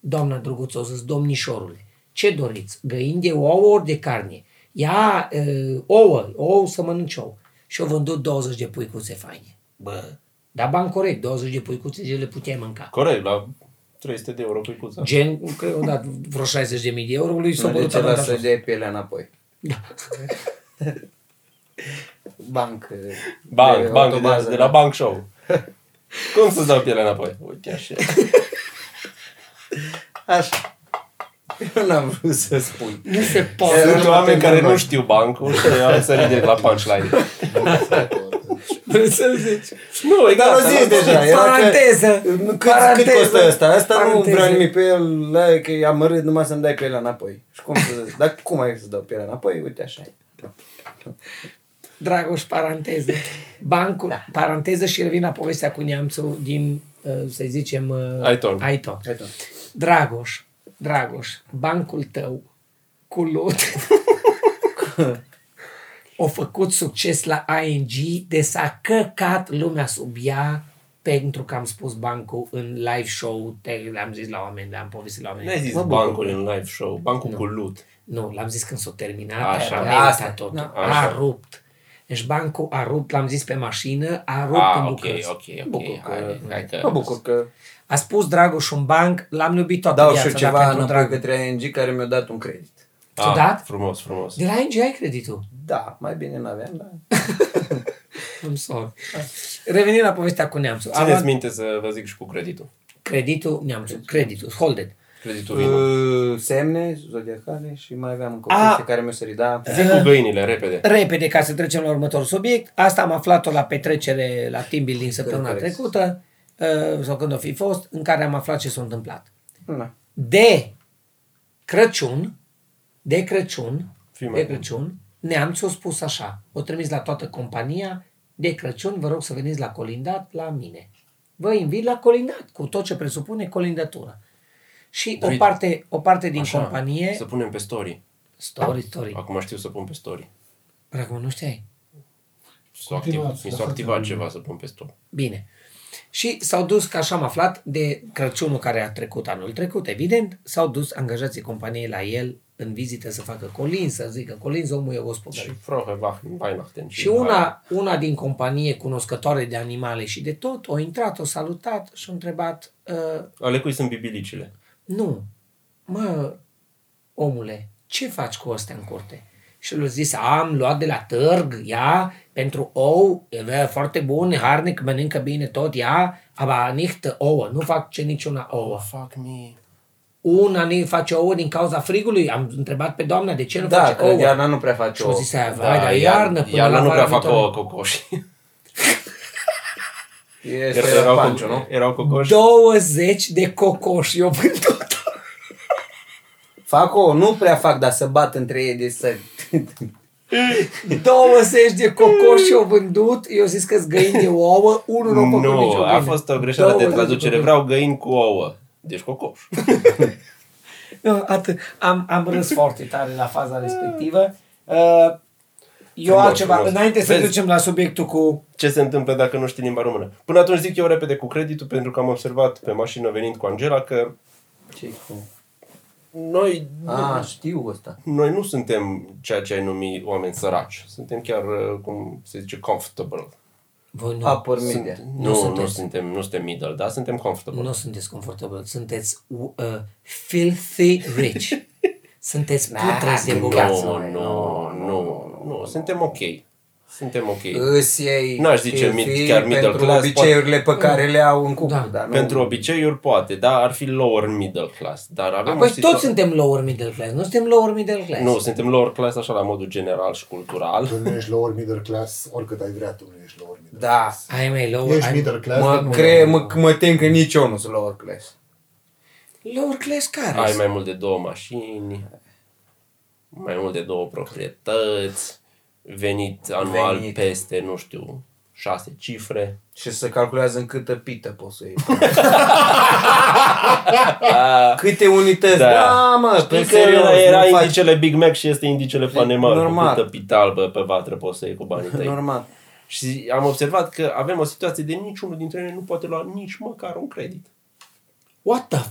Speaker 3: Doamna Druguț, o zis, domnișorule, ce doriți? Găini de ouă ori de carne? Ia uh, ouă, ouă să mănânci ouă. Și-o vândut 20 de puicuțe faine. Bă, da bani corect, 20 de puicuțe de le puteai mânca.
Speaker 1: Corect, la 300 de euro cuicuța.
Speaker 3: Gen, cred că au dat vreo 60.000 de euro, lui s-a
Speaker 2: Nu de
Speaker 3: părut
Speaker 2: ceva
Speaker 3: avantajos.
Speaker 2: să dea pielea înapoi.
Speaker 1: Banc,
Speaker 2: Banc. de
Speaker 1: de banc,
Speaker 2: autobază,
Speaker 1: de, de
Speaker 2: da.
Speaker 1: la bank show. Cum să-ți dau pielea înapoi? Uite așa.
Speaker 2: Așa. Eu n-am vrut să spun.
Speaker 3: Nu se
Speaker 2: Era
Speaker 3: poate.
Speaker 1: Sunt
Speaker 2: numai
Speaker 1: oameni
Speaker 2: pentru
Speaker 1: care
Speaker 2: noi.
Speaker 1: nu știu bancul și au sărit direct la punchline.
Speaker 3: Vrei să zici.
Speaker 1: Nu, e
Speaker 2: Dar
Speaker 1: gata.
Speaker 2: o zis
Speaker 1: nu-
Speaker 2: deja. era că-
Speaker 3: Paranteză.
Speaker 2: Cât, cât
Speaker 3: Paranteză.
Speaker 2: costă asta? Asta nu
Speaker 3: Paranteză.
Speaker 2: vreau nimic pe el, la e că e amărât numai să-mi dai pielea înapoi. Și cum să zic? Dar cum ai să dau pielea înapoi? Uite așa. e.
Speaker 3: Dragoș, paranteză. Bancul, da. paranteză și revin la povestea cu neamțul din, uh, să zicem... uh,
Speaker 1: Aiton.
Speaker 3: Aiton.
Speaker 2: Hai tu.
Speaker 3: Dragoș, Dragoș, bancul tău cu lut a făcut succes la ING de s-a căcat lumea sub ea pentru că am spus bancul în live show, te, am zis la oameni, am povestit la oameni.
Speaker 1: N-ai zis
Speaker 3: Mă bucur.
Speaker 1: bancul în live show, bancul cu lut.
Speaker 3: Nu, l-am zis când s-a terminat,
Speaker 1: Așa.
Speaker 3: așa, era
Speaker 2: Asta,
Speaker 3: asta, tot.
Speaker 2: da.
Speaker 1: Așa.
Speaker 3: A rupt. Deci bancul a rupt, l-am zis pe mașină, a rupt
Speaker 1: Ah,
Speaker 3: în
Speaker 1: ok,
Speaker 3: bucăți.
Speaker 1: ok, ok.
Speaker 3: Bucur că-
Speaker 1: Hai, hai că...
Speaker 2: Mă bucur că
Speaker 3: A spus Dragoș un banc, l-am iubit toată
Speaker 2: dau și
Speaker 3: viața,
Speaker 2: eu
Speaker 3: dar
Speaker 2: ceva
Speaker 3: pentru
Speaker 2: înapoi
Speaker 3: Dragoș.
Speaker 2: către ING care mi-a dat un credit.
Speaker 1: Ah,
Speaker 3: dat?
Speaker 1: Frumos, frumos.
Speaker 3: De la ING ai creditul.
Speaker 2: Da, mai bine n-aveam, da. dar...
Speaker 3: I'm sorry. Revenim la povestea cu neamțul. A luat
Speaker 1: Țineți minte să vă zic și cu creditul.
Speaker 3: creditul neamțul, creditul, holded.
Speaker 1: Creditul vină.
Speaker 2: Uh, semne, zodiacale și mai aveam încă
Speaker 3: A.
Speaker 2: o chestie care mi-o sări, da.
Speaker 1: Zic cu găinile, repede.
Speaker 3: Repede, ca să trecem la următorul subiect, asta am aflat-o la petrecere la team building săptămâna
Speaker 2: Corect.
Speaker 3: trecută, uh, sau când o fi fost, în care am aflat ce s-a întâmplat.
Speaker 2: Na.
Speaker 3: De Crăciun, de Crăciun,
Speaker 1: Fii mai
Speaker 3: de
Speaker 1: bun.
Speaker 3: Crăciun, neamțul a spus așa, o trimis la toată compania, de Crăciun vă rog să veniți la colindat la mine. Vă invit la colindat, cu tot ce presupune colindătura. Și o
Speaker 1: Uite.
Speaker 3: parte, o parte din Așa, companie...
Speaker 1: Să punem pe story.
Speaker 3: Story, story.
Speaker 1: Acum știu să pun pe story.
Speaker 3: Până acum nu știai?
Speaker 1: S-a activat, mi s-a activat ceva să pun pe story.
Speaker 3: Bine. Și s-au dus, ca așa am aflat, de Crăciunul care a trecut anul trecut, evident, s-au dus angajații companiei la el în vizită să facă colin, să zică colin, omul e gospodar.
Speaker 1: Și Frohe Weihnachten.
Speaker 3: Și una, una din companie cunoscătoare de animale și de tot, o intrat, o salutat și a întrebat, "Ă,
Speaker 1: Ale cui sunt bibilicile?
Speaker 3: nu, mă, omule, ce faci cu astea în curte? Și lui zis, am luat de la târg, ia, pentru ou, e ve- foarte bun, harnic, mănâncă bine tot, ia, aba nicht ouă, nu fac ce niciuna ouă.
Speaker 1: Fuck me.
Speaker 3: Una ne face ouă din cauza frigului, am întrebat pe doamna, de ce nu
Speaker 2: Da,
Speaker 3: face
Speaker 2: că
Speaker 3: ouă?
Speaker 2: iarna nu prea face
Speaker 3: Și au
Speaker 2: o...
Speaker 3: zis aia, vai, dar iarnă, până
Speaker 1: iarna Da,
Speaker 3: la
Speaker 1: nu
Speaker 3: vara
Speaker 1: prea fac
Speaker 3: viitoare."
Speaker 1: o cocoși.
Speaker 2: Este
Speaker 1: erau,
Speaker 2: era
Speaker 1: co-
Speaker 2: panciu, nu?
Speaker 1: erau cocoși.
Speaker 3: 20 de cocoși, eu vând tot.
Speaker 2: Fac o, nu prea fac, dar să bat între ei de să...
Speaker 3: 20 de cocoși au vândut, eu zis că-s găini de ouă, unul nu a făcut nicio
Speaker 1: Nu,
Speaker 3: bine.
Speaker 1: a fost o greșeală de
Speaker 3: 20
Speaker 1: traducere.
Speaker 3: cocoși.
Speaker 1: Vreau găini cu ouă. Deci cocoș.
Speaker 3: Nu, atât. Am, am râs foarte tare la faza respectivă. Uh, Eu
Speaker 1: Frumos,
Speaker 3: altceva,
Speaker 1: frumos.
Speaker 3: înainte să
Speaker 1: Vezi?
Speaker 3: ducem la subiectul cu...
Speaker 1: ce se întâmplă dacă nu știi limba română. Până atunci zic eu repede cu creditul, pentru că am observat pe mașină venind cu Angela că
Speaker 2: ce cu...
Speaker 1: noi,
Speaker 2: A, știu ăsta.
Speaker 1: noi nu suntem ceea ce ai numi oameni săraci. Suntem chiar, uh, cum se zice, comfortable.
Speaker 3: Voi nu,
Speaker 2: Upper
Speaker 1: Da, Sunt-
Speaker 2: media.
Speaker 1: nu, nu, suntem. nu suntem, nu suntem middle, dar suntem comfortable.
Speaker 3: nu sunteți confortabil, sunteți uh, filthy rich. sunteți putrezi de
Speaker 2: nu.
Speaker 3: bogați.
Speaker 1: nu, nu, nu, nu, suntem ok. Suntem ok.
Speaker 2: Îs ei
Speaker 1: N-aș zice
Speaker 2: ei
Speaker 1: mid-
Speaker 2: fi
Speaker 1: chiar middle
Speaker 2: pentru
Speaker 1: class,
Speaker 2: obiceiurile pe care le au în cuplu,
Speaker 3: Da.
Speaker 2: dar nu...
Speaker 1: Pentru obiceiuri poate, da, ar fi lower middle class, dar avem o
Speaker 3: Păi
Speaker 1: situație-
Speaker 3: toți suntem lower middle class, nu suntem lower middle class.
Speaker 1: Nu, suntem lower class așa la modul general și cultural.
Speaker 4: Tu nu ești lower middle class, oricât ai vrea, tu nu ești lower middle
Speaker 2: Da.
Speaker 3: Ai mai lower,
Speaker 4: class. Ești
Speaker 3: ai-
Speaker 4: middle class, dar
Speaker 2: Mă,
Speaker 4: nu
Speaker 2: cre-
Speaker 4: ești
Speaker 2: mă, mă tem că nici eu nu sunt lower class.
Speaker 3: Lower class care?
Speaker 1: Ai mai mult de două mașini, mai mult de două proprietăți, venit anual
Speaker 2: Venit.
Speaker 1: venit. peste, nu știu, șase cifre.
Speaker 2: Și să calculează în câtă pită poți să iei. Câte unități. Da,
Speaker 1: Da.
Speaker 2: mă,
Speaker 1: Știi
Speaker 2: pe
Speaker 1: că era,
Speaker 2: serios,
Speaker 1: era
Speaker 2: nu faci
Speaker 1: indicele Big Mac și este indicele Panema.
Speaker 2: normal.
Speaker 1: Normal. Cu câtă pitalbă pe vatră poți să iei cu banii tăi.
Speaker 2: normal.
Speaker 1: Și am observat că avem o situație de niciunul dintre noi nu poate lua nici măcar un credit.
Speaker 3: What the? f-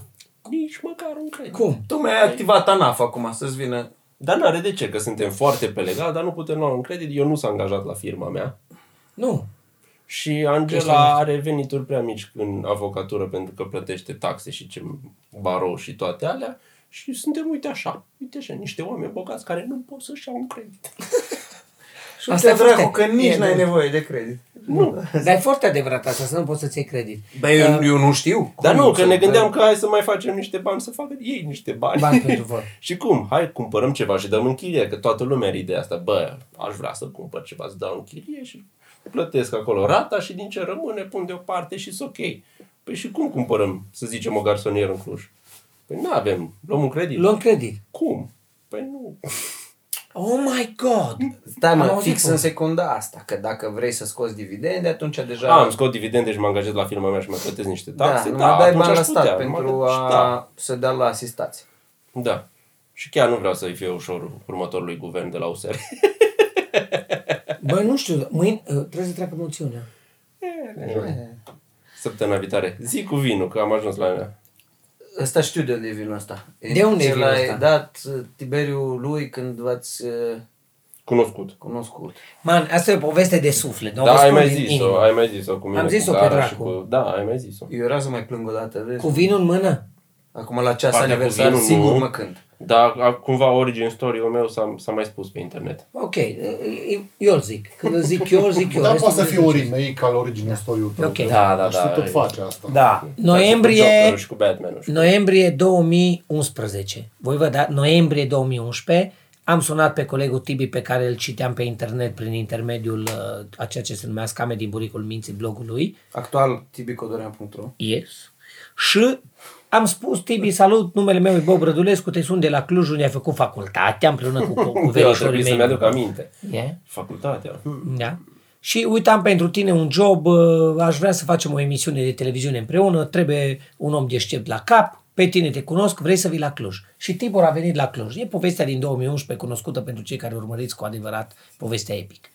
Speaker 1: Nici măcar un credit.
Speaker 3: Cum?
Speaker 2: Tu mi-ai activat ANAF acum să-ți vină.
Speaker 1: Dar nu are de ce, că suntem foarte pe legal, dar nu putem lua un credit. Eu nu s-am angajat la firma mea.
Speaker 3: Nu.
Speaker 1: Și Angela are venituri prea mici în avocatură pentru că plătește taxe și ce barou și toate alea. Și suntem, uite așa, uite așa, niște oameni bogați care nu pot să-și iau un credit.
Speaker 2: Și asta
Speaker 3: e
Speaker 2: dracu, că
Speaker 3: foarte-
Speaker 2: nici
Speaker 3: e,
Speaker 2: n-ai
Speaker 3: nu.
Speaker 2: nevoie de credit.
Speaker 1: Nu.
Speaker 3: Dar e foarte adevărat asta, să nu poți să-ți iei credit.
Speaker 2: Bă, eu, eu Da. nu știu.
Speaker 1: Dar
Speaker 2: Cum
Speaker 1: nu, că
Speaker 2: să-
Speaker 1: ne gândeam că hai să mai facem niște bani, să facă ei niște bani.
Speaker 3: Bani pentru voi.
Speaker 1: și cum? Hai, cumpărăm ceva și dăm în chirie, că toată lumea are ideea asta. Bă, aș vrea să cumpăr ceva, să dau în chirie și plătesc acolo rata și din ce rămâne pun deoparte și sunt ok. Păi și cum cumpărăm, să zicem, o garsonieră în Cluj? Păi nu avem, luăm un credit.
Speaker 3: Luăm credit.
Speaker 1: Cum? Păi nu.
Speaker 3: Oh my god!
Speaker 2: Stai
Speaker 3: Am
Speaker 2: mă,
Speaker 3: auzit
Speaker 2: fix
Speaker 3: cum.
Speaker 2: în secunda asta, că dacă vrei să scoți dividende, atunci deja...
Speaker 1: Da. Am scot dividende și mă angajez la firma mea și mai plătesc niște taxe.
Speaker 2: da,
Speaker 1: Da,
Speaker 2: numai dai
Speaker 1: atunci
Speaker 2: bani la
Speaker 1: aș putea.
Speaker 2: stat
Speaker 1: numai
Speaker 2: pentru
Speaker 1: că-
Speaker 2: a
Speaker 1: Da.
Speaker 2: să dea la asistați.
Speaker 1: Da. Și chiar nu vreau să-i fie ușor următorului guvern de la USR.
Speaker 3: Bă, nu știu, mâine uh, trebuie să treacă moțiunea.
Speaker 1: Săptămâna viitoare. Zi cu vinul, că am ajuns la ea.
Speaker 2: Ăsta știu de unde e vinul ăsta.
Speaker 3: De unde e
Speaker 2: Ce
Speaker 3: vinul
Speaker 2: l-ai
Speaker 3: ăsta?
Speaker 2: dat uh, Tiberiu lui când v-ați uh,
Speaker 1: Cunoscut.
Speaker 2: cunoscut.
Speaker 3: Man, asta e o poveste de suflet. o vă
Speaker 1: Da, ai
Speaker 3: spun
Speaker 1: mai
Speaker 3: din
Speaker 1: zis-o,
Speaker 3: inimă.
Speaker 1: ai mai zis-o cu mine,
Speaker 3: Am
Speaker 1: cu
Speaker 3: zis-o pe
Speaker 1: Gara
Speaker 3: dracu.
Speaker 1: și cu... Da, ai mai zis-o.
Speaker 2: Eu era să mai plâng o dată, vezi?
Speaker 3: Cu vinul în mână?
Speaker 2: Acum la ceas
Speaker 1: Partea cu
Speaker 2: aniversar,
Speaker 1: vinul,
Speaker 2: sigur
Speaker 1: nu.
Speaker 2: mă cânt.
Speaker 1: Da, a- cumva origin story-ul meu s-a, s-a mai spus pe internet.
Speaker 3: Ok, uh, eu îl zic. Când îl zic eu, îl zic eu.
Speaker 4: Dar
Speaker 3: Restul
Speaker 4: Da, poate să
Speaker 3: voi
Speaker 4: fie
Speaker 3: ziceți.
Speaker 4: un remake al original story-ul tău.
Speaker 3: Ok.
Speaker 1: Da, da,
Speaker 4: Și
Speaker 1: da,
Speaker 4: tot
Speaker 1: e-
Speaker 4: face asta.
Speaker 2: Da.
Speaker 1: Da, și cu
Speaker 3: Noiembrie,
Speaker 1: Jokerul și cu Batman și...
Speaker 3: noiembrie 2011. Voi vă da, noiembrie 2011 am sunat pe colegul Tibi pe care îl citeam pe internet prin intermediul uh, a ceea ce se numea Scame din buricul minții blogului.
Speaker 2: Actual tibicodorean.ro
Speaker 3: Yes. Și am spus, Tibi, salut, numele meu e Bob Rădulescu, te sun de la Cluj unde ai făcut facultatea împreună cu, cu, cu
Speaker 1: cu Eu trebuie
Speaker 3: verișorii
Speaker 1: să-mi
Speaker 3: mei.
Speaker 1: aduc aminte.
Speaker 3: Yeah.
Speaker 1: Facultatea.
Speaker 3: Da. Și uitam pentru tine un job, uh, aș vrea să facem o emisiune de televiziune împreună, trebuie un om deștept la cap, pe tine te cunosc, vrei să vii la Cluj. Și Tibor a venit la Cluj. E povestea din 2011 cunoscută pentru cei care urmăriți cu adevărat povestea epic.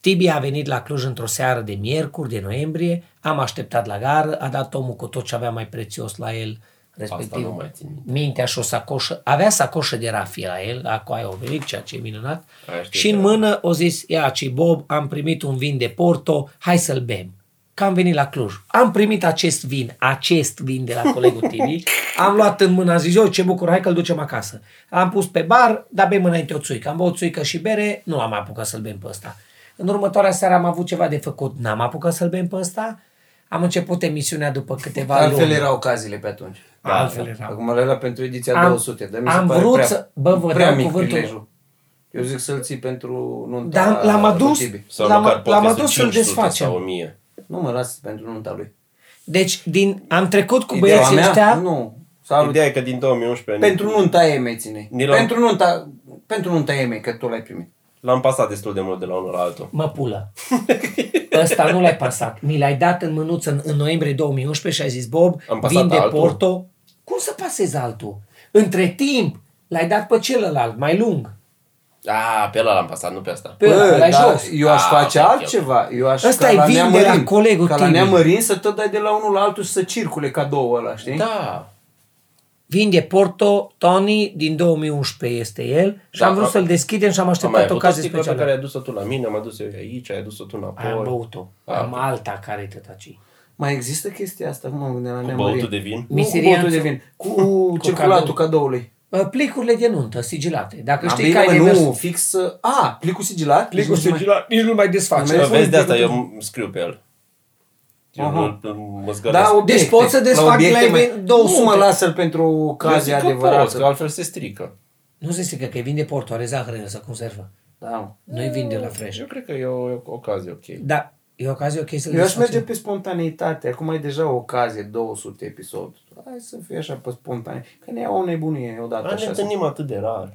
Speaker 3: Tibi a venit la Cluj într-o seară de miercuri, de noiembrie, am așteptat la gară, a dat omul cu tot ce avea mai prețios la el, respectiv
Speaker 1: nu mai țin minte.
Speaker 3: mintea și o sacoșă. Avea sacoșă de rafie la el, acolo aia o venit, ceea ce e minunat.
Speaker 1: Aia știu
Speaker 3: Și în
Speaker 1: că-
Speaker 3: mână o zis, ia ci Bob, am primit un vin de Porto, hai să-l bem. Că am venit la Cluj. Am primit acest vin, acest vin de la colegul Tibi. Am luat în mână, am zis, eu ce bucur, hai că-l ducem acasă. Am pus pe bar, dar bem înainte o țuică. Am băut țuică și bere, nu am apucat să-l bem pe ăsta. În următoarea seară am avut ceva de făcut, n-am apucat să-l bem pe ăsta. Am început emisiunea după câteva
Speaker 2: Altfel
Speaker 3: luni.
Speaker 2: erau ocaziile pe atunci.
Speaker 3: Da, altfel erau.
Speaker 2: Acum le era pentru ediția
Speaker 3: Am-
Speaker 2: 200, dar mi se
Speaker 3: am
Speaker 2: pare
Speaker 3: vrut
Speaker 2: prea,
Speaker 3: să- bă, vă
Speaker 2: prea
Speaker 3: dau
Speaker 2: mic
Speaker 3: cuvântul.
Speaker 2: prilejul. Eu zic să-l ții pentru nunta
Speaker 3: Dar l-am
Speaker 2: lui
Speaker 3: adus,
Speaker 2: Tibi.
Speaker 1: Sau
Speaker 3: L-am-
Speaker 1: măcar
Speaker 3: l-am
Speaker 1: poate
Speaker 3: adus
Speaker 1: să
Speaker 3: să-l
Speaker 1: 500
Speaker 3: desfacem.
Speaker 1: sau 1000.
Speaker 2: Nu mă las pentru nunta lui.
Speaker 3: Deci din, am trecut cu
Speaker 2: Ideea
Speaker 3: băieții
Speaker 2: mea?
Speaker 3: ăștia.
Speaker 2: Nu. Salut.
Speaker 1: Ideea e că din 2011
Speaker 2: Pentru nunta Emei ține.
Speaker 1: Ni l-am-
Speaker 2: Pentru nunta, pentru nunta Emei, că tu l-ai primit.
Speaker 1: l-am pasat destul de mult de la unul la altul.
Speaker 3: Mă pulă. Ăsta nu l-ai pasat. Mi l-ai dat în mânuță în, în noiembrie 2011 și ai zis, Bob,
Speaker 1: Am pasat
Speaker 3: vin de
Speaker 1: altul?
Speaker 3: Porto. Cum să pasezi altul? Între timp, l-ai dat pe celălalt, mai lung.
Speaker 1: A, pe ăla l-am pasat, nu pe asta.
Speaker 3: Pe ăla, l-ai
Speaker 2: da,
Speaker 3: jos.
Speaker 2: eu aș
Speaker 1: Ah,
Speaker 2: face
Speaker 1: ok, ok.
Speaker 2: altceva. Eu aș
Speaker 3: Ăsta
Speaker 2: ca
Speaker 3: e
Speaker 2: la
Speaker 3: vin de la
Speaker 2: neamărin.
Speaker 3: colegul
Speaker 2: Ca la
Speaker 3: Tibi.
Speaker 2: neamărin să tot dai de la unul la altul și să circule cadou ăla, știi?
Speaker 1: Da.
Speaker 3: Vin de Porto, Tony, din 2011 este el și
Speaker 1: Da,
Speaker 3: am vrut
Speaker 1: am-
Speaker 3: să-l deschidem și am
Speaker 1: Am mai
Speaker 3: așteptat
Speaker 1: avut
Speaker 3: ocazie
Speaker 1: o sticlă pe
Speaker 3: specială.
Speaker 1: care ai adus-o tu la mine, am adus-o eu aici, ai adus-o tu înapoi.
Speaker 3: Aia am băut-o. Am alta care e tătaci.
Speaker 2: Mai există chestia asta? Cum mă gândeam la neamărin?
Speaker 1: Băutul de vin.
Speaker 2: Nu cu
Speaker 3: Miserianță.
Speaker 2: băutul de vin. Cu circulatul
Speaker 3: cadou.
Speaker 2: cadoului.
Speaker 3: Bă, Plicurile de nuntă, sigilate. Dacă
Speaker 2: Știi
Speaker 3: știi că ai
Speaker 2: nu,
Speaker 3: divers...
Speaker 2: fix... uh, A, plicul sigilat?
Speaker 3: Plicul
Speaker 2: Deci nu mai-
Speaker 3: sigilat, nici nu mai desfaci.
Speaker 2: Am mai-
Speaker 1: Vezi, de asta eu îmi scriu pe el. Eu
Speaker 2: Aha.
Speaker 1: nu- mă zgălesc.
Speaker 2: Da, obiecte.
Speaker 3: Deci poți să
Speaker 2: La
Speaker 3: desfac
Speaker 2: obiecte
Speaker 3: la
Speaker 2: mai-
Speaker 3: 200.
Speaker 2: Nu mă lasă pentru ocazie
Speaker 1: Eu zic că poți, că
Speaker 2: adevărată.
Speaker 1: altfel se strică.
Speaker 3: Nu se strică, că e vin de Porto, are zahăr în el, să conservă.
Speaker 2: Da, mă.
Speaker 3: Nu-i vin de la fresh.
Speaker 1: Eu cred că e o, e o ocazie ok.
Speaker 3: Da, e ocazie ok să-l
Speaker 2: Eu aș
Speaker 3: desfacem.
Speaker 2: merge pe spontaneitate. Acum ai deja o ocazie, 200 episod. Hai să fie așa pe spontane. Că ne iau o nebunie odată
Speaker 1: Dar ne
Speaker 2: așa.
Speaker 1: întâlnim atât de rar.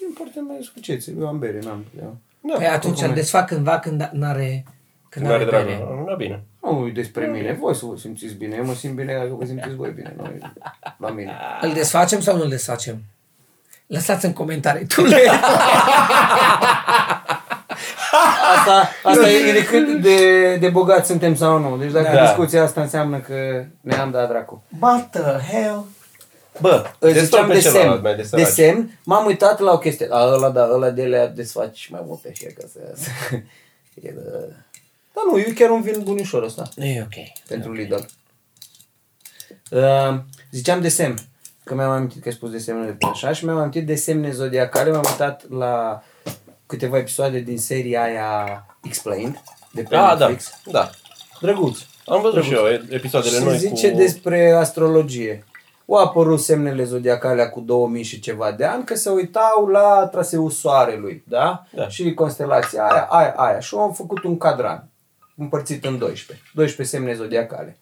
Speaker 2: Nu importă mai scuceți. Eu am bere, n-am. eu-
Speaker 1: Da,
Speaker 3: Păi atunci
Speaker 2: oricum
Speaker 3: îl
Speaker 2: e.
Speaker 3: desfac cândva când n-are... Când
Speaker 1: nu are
Speaker 3: n-are
Speaker 1: dragă.
Speaker 3: bere.
Speaker 1: Nu, bine.
Speaker 2: Nu, e despre mine. Voi să vă simțiți bine. Eu mă simt bine dacă vă simțiți voi bine. Nu, e la mine.
Speaker 3: Îl desfacem sau nu îl desfacem? Lăsați în comentarii. Tu le...
Speaker 2: Asta, asta e de cât de, de bogat suntem sau nu. Deci dacă
Speaker 1: Da.
Speaker 2: da. discuția asta înseamnă că ne-am dat dracu.
Speaker 3: What the hell?
Speaker 1: Bă,
Speaker 2: Îl
Speaker 1: desfac
Speaker 2: ziceam
Speaker 1: pe
Speaker 2: de
Speaker 1: celălalt,
Speaker 2: semn.
Speaker 1: mai de
Speaker 2: De,
Speaker 1: săraci.
Speaker 2: semn. M-am uitat la o chestie. A, ăla, da, ăla de le desfaci mai mult pe fiecare ca să iasă. E, da. Dar nu, e chiar un vin bunișor ăsta.
Speaker 3: Nu e ok.
Speaker 2: Pentru Lidl. Uh, ziceam de semn. Că mi-am amintit că ai spus de semnele pe așa și mi-am amintit de semne zodiacale. M-am uitat la câteva episoade din seria aia Explained. De pe
Speaker 1: Ah, da,
Speaker 2: Netflix.
Speaker 1: da.
Speaker 2: Drăguț.
Speaker 1: Am văzut și eu episoadele
Speaker 2: Și
Speaker 1: noi
Speaker 2: zice
Speaker 1: cu...
Speaker 2: despre astrologie. Au apărut semnele zodiacale cu 2000 și ceva de ani că se uitau la traseul soarelui, da?
Speaker 1: Da.
Speaker 2: Și constelația aia, aia, aia. Și au făcut un cadran împărțit în 12. 12 semne zodiacale.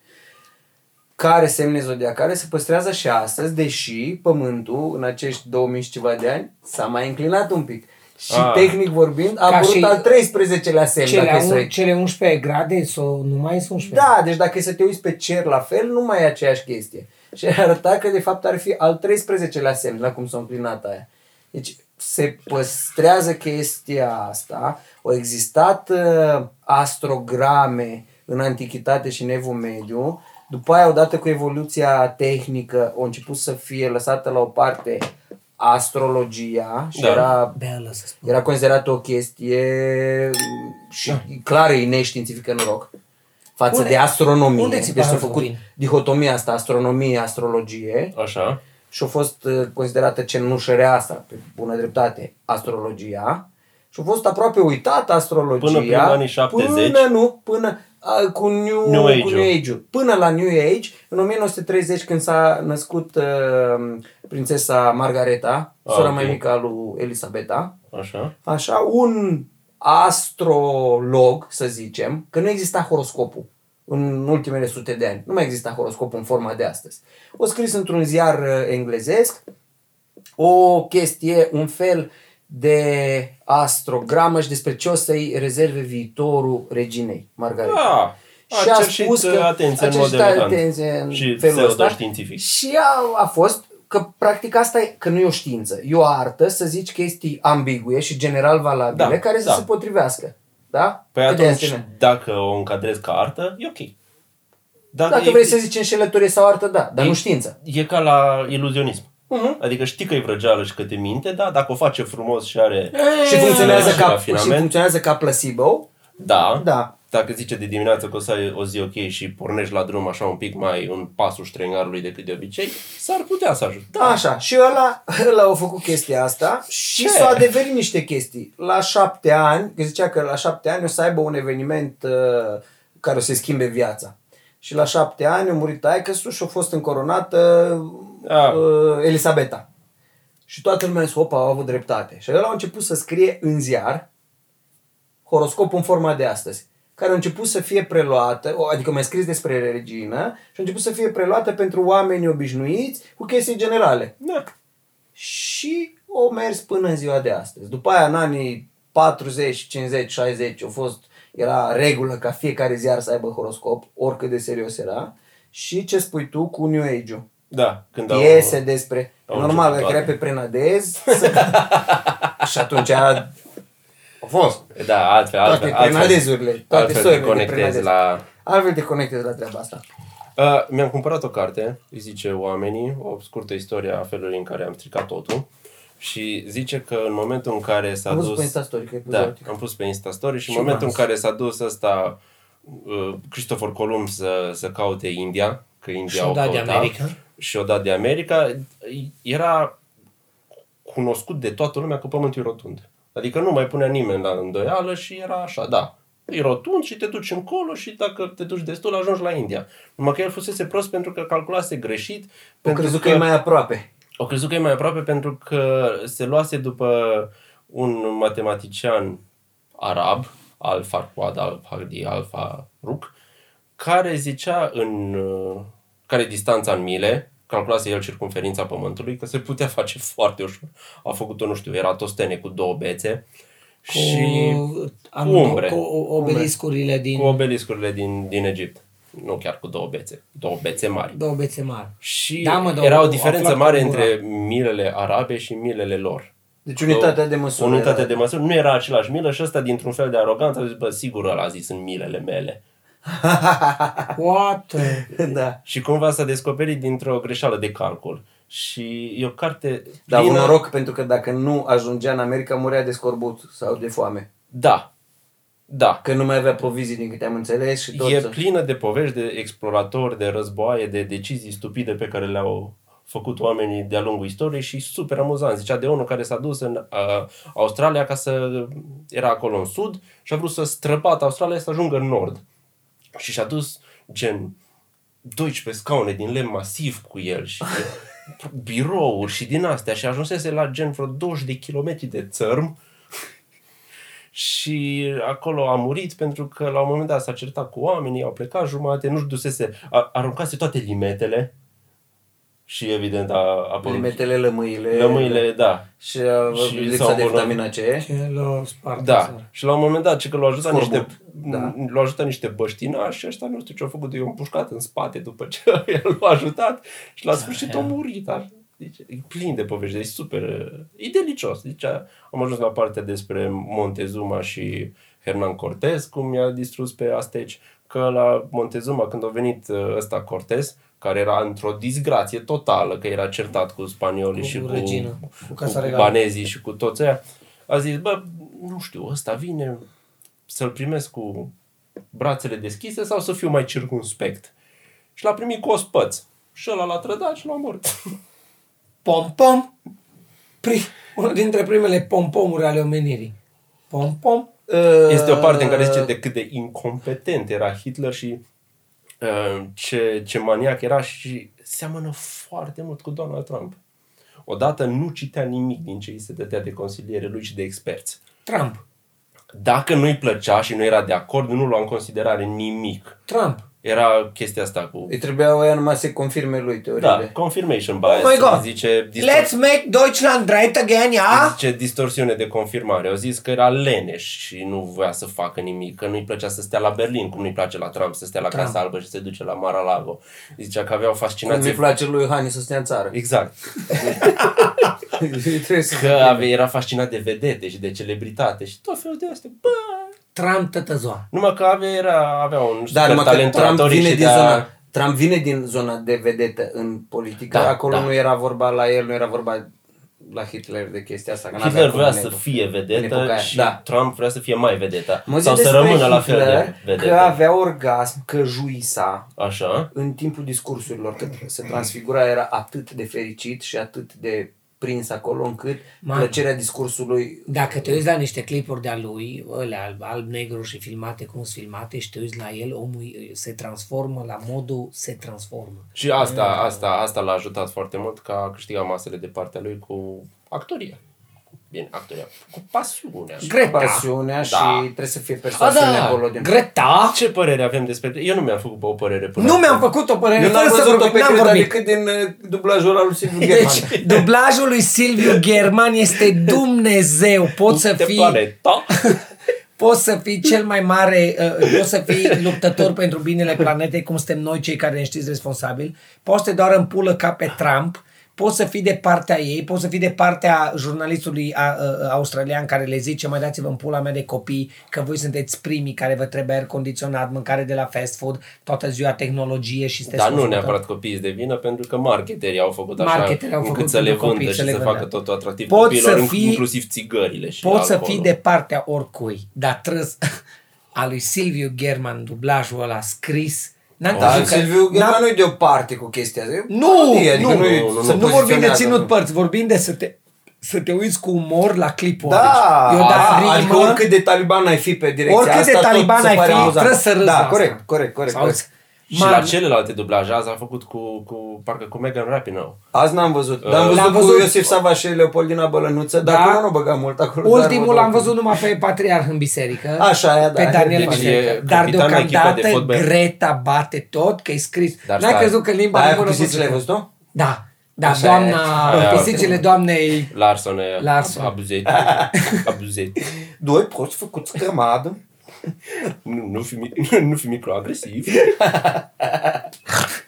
Speaker 2: Care semne zodiacale se păstrează și astăzi, deși Pământul în acești 2000 și ceva de ani s-a mai înclinat un pic. Și
Speaker 1: Ah.
Speaker 2: tehnic vorbind, a
Speaker 3: Ca
Speaker 2: apărut
Speaker 3: și
Speaker 2: al 13-lea semn. dacă
Speaker 3: Cele,
Speaker 2: e să
Speaker 3: un, cele 11 grade sau nu mai sunt 11?
Speaker 2: da, deci dacă e să te uiți pe cer la fel, nu mai e aceeași chestie. Și ar arăta că de fapt ar fi al 13-lea semn, la cum s-a înclinat aia. Deci se păstrează chestia asta. Au existat uh, astrograme în antichitate și în evul mediu. După aia, odată cu evoluția tehnică, au început să fie lăsată la o parte astrologia și
Speaker 1: Da.
Speaker 2: da. era
Speaker 3: Bea, lăsă spun.
Speaker 2: era considerată o chestie și
Speaker 1: Ah.
Speaker 2: da. clar e neștiințifică în roc față
Speaker 3: Unde-
Speaker 2: de astronomie.
Speaker 3: unde ți
Speaker 2: deci
Speaker 3: pare
Speaker 2: s-a
Speaker 3: că
Speaker 2: făcut
Speaker 3: vine?
Speaker 2: dihotomia asta, astronomie, astrologie
Speaker 1: Așa.
Speaker 2: și a fost uh, considerată cenușărea asta, pe bună dreptate, astrologia și a fost aproape uitată astrologia
Speaker 1: Până prin anii 70.
Speaker 2: până nu, până a, cu New,
Speaker 1: New
Speaker 2: New,
Speaker 1: Age-ul.
Speaker 2: Age-ul. New Age-ul. Până la New Age, în 1930 când s-a născut uh, prințesa Margareta,
Speaker 1: Ah,
Speaker 2: sora
Speaker 1: ok.
Speaker 2: mai mică a lui Elisabeta,
Speaker 1: Așa.
Speaker 2: așa, un astrolog, să zicem, că nu exista horoscopul în ultimele sute de ani. Nu mai exista horoscopul în forma de astăzi. O scris într-un ziar uh, englezesc o chestie, un fel de astrogramă și despre ce o să-i rezerve viitorul reginei Margareta.
Speaker 1: Da. A cerșit atenție în
Speaker 2: a
Speaker 1: mod
Speaker 2: cerșit
Speaker 1: elegant.
Speaker 2: atenție
Speaker 1: Și
Speaker 2: în felul ăsta.
Speaker 1: pseudo-științific.
Speaker 2: Și a, a fost că practic asta e, că nu e o știință, e o artă să zici chestii ambigue și general valabile
Speaker 1: Da,
Speaker 2: da, care să
Speaker 1: da.
Speaker 2: se potrivească. Da?
Speaker 1: Păi
Speaker 2: Că de-aia
Speaker 1: atunci,
Speaker 2: ține.
Speaker 1: dacă o încadrezi ca artă, e ok. Dacă,
Speaker 2: Dacă
Speaker 1: e,
Speaker 2: vrei să zici înșelătorie sau artă, da, dar
Speaker 1: e-
Speaker 2: nu știință.
Speaker 1: E ca la iluzionism.
Speaker 2: Mhm.
Speaker 1: Adică știi că e vrăjeală și că te minte, dar dacă o face frumos și are...
Speaker 2: Și funcționează,
Speaker 1: și
Speaker 2: ca, da, și
Speaker 1: rafinament.
Speaker 2: funcționează ca placebo.
Speaker 1: Da.
Speaker 2: Da.
Speaker 1: Dacă zice de dimineață că o să ai o zi ok și pornești la drum așa un pic mai în pasul ștrengarului decât de obicei, s-ar putea să ajungi.
Speaker 2: Da, așa. Și ăla, ăla a făcut chestia asta
Speaker 1: Ce?
Speaker 2: și s-au adeverit niște chestii. La șapte ani, că zicea că la șapte ani o să aibă un eveniment uh, care o să schimbe viața. Și la șapte ani a murit taică și a fost încoronată
Speaker 1: Ah.
Speaker 2: uh, Elisabeta. Și toată lumea a zis, opa, au avut dreptate. Și el a început să scrie în ziar horoscopul în forma de astăzi, care a început să fie preluată, o, adică mi-a scris despre regină și a început să fie preluată pentru oamenii obișnuiți cu chestii generale.
Speaker 1: Da.
Speaker 2: Și o mers până în ziua de astăzi. După aia, în anii 40, 50, 60, a fost, era regulă ca fiecare ziar să aibă horoscop, oricât de serios era. Și ce spui tu cu New Age-ul?
Speaker 1: Da. Când au-
Speaker 2: piese despre...
Speaker 1: au
Speaker 2: normal,
Speaker 1: început
Speaker 2: că era
Speaker 1: toate.
Speaker 2: pe prenadez și atunci a fost.
Speaker 1: Da, altfel,
Speaker 2: Toate
Speaker 1: altfel. altfel-
Speaker 2: prenadezurile, toate
Speaker 1: altfel te
Speaker 2: soiurile de
Speaker 1: conectezi
Speaker 2: prenadez.
Speaker 1: la
Speaker 2: Altfel te conectezi la treaba asta.
Speaker 1: Uh, mi-am cumpărat o carte, îi zice oamenii, o scurtă istorie a felului în care am stricat totul și zice că în momentul în care s-a
Speaker 2: Am
Speaker 1: dus...
Speaker 2: văzut pe Instastory că ai pus
Speaker 1: da,
Speaker 2: erotic.
Speaker 1: am pus pe Instastory și în
Speaker 2: Și
Speaker 1: momentul în
Speaker 2: m-am
Speaker 1: care s-a dus ăsta uh, Christopher Columb să, să caute India, că India
Speaker 3: Și-o
Speaker 1: o
Speaker 3: dat de
Speaker 1: căuta,
Speaker 3: America.
Speaker 1: Și o dat de America, era cunoscut de toată lumea că pământul e rotund. Adică nu mai punea nimeni la îndoială și era așa, da. E rotund și te duci încolo și dacă te duci destul ajungi la India. Numai că el fusese prost pentru că calculase greșit.
Speaker 2: Am
Speaker 1: pentru
Speaker 2: crezut că e mai aproape.
Speaker 1: o crezut că e mai aproape pentru că se luase după un matematician arab, al Farquad, al Hagdi, al Faruq, care zicea în uh, care e distanța în mile, calculase el circumferința Pământului, că se putea face foarte ușor. A făcut-o, nu știu, eratostene cu două bețe
Speaker 3: Cu,
Speaker 1: și
Speaker 3: am,
Speaker 1: umbre.
Speaker 3: cu obeliscurile din
Speaker 1: cu obeliscurile din, din Egipt. Nu chiar cu două bețe, două bețe mari.
Speaker 3: două bețe mari.
Speaker 1: Și
Speaker 3: Da, mă, dar
Speaker 1: era o
Speaker 3: au
Speaker 1: diferență
Speaker 3: aflat
Speaker 1: mare
Speaker 3: în gura.
Speaker 1: între milele arabe și milele lor.
Speaker 2: Deci unitatea de măsură.
Speaker 1: Unitatea
Speaker 2: era.
Speaker 1: de măsură nu era același milă și ăsta dintr-un fel de aroganță a zis, bă, sigur ăla a zis în milele mele.
Speaker 3: What?
Speaker 2: da.
Speaker 1: Și cumva s-a descoperit dintr-o greșeală de calcul. Și e o carte...
Speaker 2: Dar un
Speaker 1: plină-
Speaker 2: noroc pentru că dacă nu ajungea în America, murea de scorbut sau de foame.
Speaker 1: Da. Da.
Speaker 2: Că nu mai avea provizii din câte am înțeles și tot.
Speaker 1: E
Speaker 2: să-
Speaker 1: plină de povești de exploratori, de războaie, de decizii stupide pe care le-au făcut oamenii de-a lungul istoriei și super amuzant. Zicea de unul care s-a dus în uh, Australia ca să era acolo în sud și a vrut să străbată Australia să ajungă în nord. Și și-a dus gen 12 scaune din lemn masiv cu el și birouri și din astea și ajunsese la gen vreo 20 de kilometri de țărm și acolo a murit pentru că la un moment dat s-a certat cu oamenii, au plecat jumate, nu-și dusese, a, aruncase toate limetele și evident a apărut
Speaker 2: Limetele, lămâile,
Speaker 1: lămâile, da,
Speaker 2: și, uh,
Speaker 1: și
Speaker 2: lipsa
Speaker 1: s-au
Speaker 2: de
Speaker 1: îmbolnăvit.
Speaker 2: vitamina C. Pe
Speaker 3: Celor spart.
Speaker 1: Da. Și la un moment dat, ce că l-au ajutat,
Speaker 2: Scorbut.
Speaker 1: niște,
Speaker 2: Da.
Speaker 1: da. l-au ajutat niște băștinași și ăștia nu știu ce au făcut, i-au împușcat în spate după ce l-au ajutat și la sfârșit a murit. Ar, deci, e plin de povești, e super, e delicios. Deci a- am ajuns la partea despre Montezuma și Hernan Cortez, cum i-a distrus pe Asteci, că la Montezuma, când a venit ă, ăsta Cortez, care era într-o disgrație totală, că era certat cu spaniolii
Speaker 3: Cu
Speaker 1: și cu,
Speaker 3: regina, cu
Speaker 1: cu,
Speaker 3: Casa
Speaker 1: cu
Speaker 3: Regală.
Speaker 1: danezii și cu toți aia, a zis, bă, nu știu, ăsta vine să-l primesc cu brațele deschise sau să fiu mai circunspect. Și l-a primit cu o spăț. Și ăla l-a trădat și l-a omorât.
Speaker 3: Pom, pom. Pri- unul dintre primele pompomuri ale omenirii. Pom, pom. Uh,
Speaker 1: Este o parte în care zice de cât de incompetent era Hitler și uh, ce, ce maniac era și seamănă foarte mult cu Donald Trump. Odată nu citea nimic din ce îi se dădea de consiliere lui și de experți.
Speaker 3: Trump.
Speaker 1: Dacă nu-i plăcea și nu era de acord, nu lua în considerare nimic.
Speaker 3: Trump.
Speaker 1: Era chestia asta cu...
Speaker 2: Îi trebuia aia numai să confirme lui
Speaker 1: Da,
Speaker 2: teoriile.
Speaker 1: confirmation bias.
Speaker 3: Oh my God.
Speaker 1: Zice,
Speaker 3: Let's
Speaker 1: distor-
Speaker 3: make Deutschland great again, yeah?
Speaker 1: zice distorsiune de confirmare. Au zis că era leneș și nu voia să facă nimic, că nu-i plăcea să stea la Berlin, cum nu-i place la Trump, să stea la
Speaker 3: Trump.
Speaker 1: Casa Albă și să se duce la Mar-a-Lago. Zicea că avea o
Speaker 2: Cum îi
Speaker 1: fascinație...
Speaker 2: place lui Hani să stea în țară.
Speaker 1: Exact.
Speaker 2: Trebuie să...
Speaker 1: Că avea, era fascinat de vedete și de celebritate și tot felul de astea. Bă!
Speaker 3: Trump tătăzoa.
Speaker 1: Numai că avea, era, avea un
Speaker 2: Da,
Speaker 1: super
Speaker 2: numai că
Speaker 1: talent
Speaker 2: Trump
Speaker 1: oratoric
Speaker 2: vine
Speaker 1: și
Speaker 2: din
Speaker 1: de a-
Speaker 2: zona... Trump vine din zona de vedetă în politică.
Speaker 1: Da,
Speaker 2: Acolo
Speaker 1: da.
Speaker 2: nu era vorba la el, nu era vorba la Hitler de chestia asta. Că n-avea
Speaker 1: Hitler
Speaker 2: cum
Speaker 1: vrea
Speaker 2: în
Speaker 1: să
Speaker 2: epoca-
Speaker 1: fie
Speaker 2: în epoca
Speaker 1: vedetă
Speaker 2: aia.
Speaker 1: și
Speaker 2: Da.
Speaker 1: Trump vrea să fie mai vedetă.
Speaker 2: Mă zic
Speaker 1: Sau să
Speaker 2: despre
Speaker 1: rămână la fel de
Speaker 2: Hitler,
Speaker 1: vedetă.
Speaker 2: Că avea orgasm, că juisa
Speaker 1: Așa.
Speaker 2: în timpul discursurilor, că se transfigura, era atât de fericit și atât de prins acolo încât
Speaker 3: Mamă.
Speaker 2: plăcerea discursului
Speaker 3: Dacă te uiți la niște clipuri de-a lui, ălea alb, alb-negru și filmate cum sunt filmate și te uiți la el, omul e- se transformă la modul se transformă.
Speaker 1: Și asta, asta, asta l-a ajutat foarte mult că a câștigat masele de partea lui cu actoria. Cu- Bine, actoria. Cu pasiunea.
Speaker 3: Greta.
Speaker 2: pasiunea și
Speaker 1: Da.
Speaker 2: trebuie să fie
Speaker 3: A,
Speaker 2: persoane
Speaker 3: da,
Speaker 2: acolo din
Speaker 3: Greta.
Speaker 1: Ce părere avem despre... Eu nu mi-am făcut o părere până
Speaker 3: Nu
Speaker 1: acum.
Speaker 3: mi-am făcut o părere.
Speaker 2: Eu n-am
Speaker 3: fără să
Speaker 2: văzut-o
Speaker 3: vorbim,
Speaker 2: pe
Speaker 3: n-am
Speaker 2: Greta
Speaker 3: vorbit.
Speaker 2: decât din uh, dublajul ăla lui Silviu Gherman.
Speaker 3: Deci, dublajul lui Silviu German este Dumnezeu. Poți să
Speaker 1: Te
Speaker 3: fii,
Speaker 1: planeta.
Speaker 3: poți să fii cel mai mare, uh, poți să fii luptător pentru binele planetei, cum suntem noi cei care ne știți responsabili. Poți să te doar în pulă ca pe Trump. Poți să fii de partea ei, poți să fii de partea jurnalistului a, a, a, australian care le zice mai dați-vă în pula mea de copii că voi sunteți primii care vă trebuie aer condiționat, mâncare de la fast food, toată ziua tehnologie și sunteți
Speaker 1: Dar nu
Speaker 3: confruntați-
Speaker 1: neapărat copiii de vină, pentru că marketerii au făcut așa
Speaker 3: Marketerii au
Speaker 1: încât
Speaker 3: făcut
Speaker 1: să le
Speaker 3: pentru copii,
Speaker 1: vândă și
Speaker 3: să le
Speaker 1: să
Speaker 3: vândă.
Speaker 1: facă totul atractiv
Speaker 3: Poți
Speaker 1: copiilor,
Speaker 3: să
Speaker 1: în-
Speaker 3: fii-
Speaker 1: inclusiv țigările și
Speaker 3: Poți să
Speaker 1: alcoolul.
Speaker 3: fii de partea oricui, dar trăs a lui Silviu German, dublajul ăla scris, n-am
Speaker 2: Da,
Speaker 3: crezut că...
Speaker 2: Silviu Gherman
Speaker 3: n-am-
Speaker 2: nu e deoparte cu chestia asta. E
Speaker 3: Nu,
Speaker 2: parodie, adică
Speaker 3: nu, nu,
Speaker 2: e-
Speaker 1: nu,
Speaker 2: se
Speaker 3: nu, nu vorbim de
Speaker 2: poziționează,
Speaker 3: ținut
Speaker 2: nu.
Speaker 3: părți, vorbim de să te, să te uiți cu umor la clipul
Speaker 2: Da,
Speaker 3: deci, eu
Speaker 2: a,
Speaker 3: da
Speaker 2: adică
Speaker 3: rimă,
Speaker 2: oricât de taliban ai fi pe direcția
Speaker 3: oricât
Speaker 2: asta,
Speaker 3: de
Speaker 2: tot
Speaker 3: taliban
Speaker 2: se
Speaker 3: ai
Speaker 2: pare
Speaker 3: fi,
Speaker 2: amuzant.
Speaker 3: trebuie să râzi
Speaker 2: Da,
Speaker 3: la asta.
Speaker 2: corect, corect, corect.
Speaker 3: Sau-
Speaker 2: corect.
Speaker 1: Și
Speaker 3: Man,
Speaker 1: la celelalte dublaje azi a făcut cu, cu parcă cu Megan Rapinoe.
Speaker 2: Azi n-am văzut, dar am
Speaker 1: L-am
Speaker 2: văzut, cu
Speaker 3: văzut-
Speaker 2: Iosif Sava și Leopoldina Bălănuță, dar
Speaker 3: Da.
Speaker 2: acolo nu băga mult acolo. dar
Speaker 3: Ultimul
Speaker 2: văd
Speaker 3: l-am
Speaker 2: acum.
Speaker 3: văzut numai pe Patriarh în biserică.
Speaker 2: Așa e, da,
Speaker 3: Pe Daniel
Speaker 2: e
Speaker 3: în
Speaker 1: e
Speaker 3: biserică. Dar
Speaker 1: capitanul echipei de
Speaker 3: deocamdată
Speaker 1: fotbal.
Speaker 3: Greta bate tot, că e scris.
Speaker 1: Dar
Speaker 3: N-ai
Speaker 1: stai.
Speaker 3: crezut că limba
Speaker 2: Aia cu
Speaker 3: română-
Speaker 2: pisicile ai văzut-o?
Speaker 3: Da, da,
Speaker 2: Așa
Speaker 3: doamna,
Speaker 1: e. Aia-
Speaker 3: pisicile doamnei
Speaker 1: Larson e
Speaker 3: Larson.
Speaker 1: abuzet. abuzet.
Speaker 2: Doi proști făcuți grămadă.
Speaker 1: Nu, nu, fi, mi- nu fi microagresiv.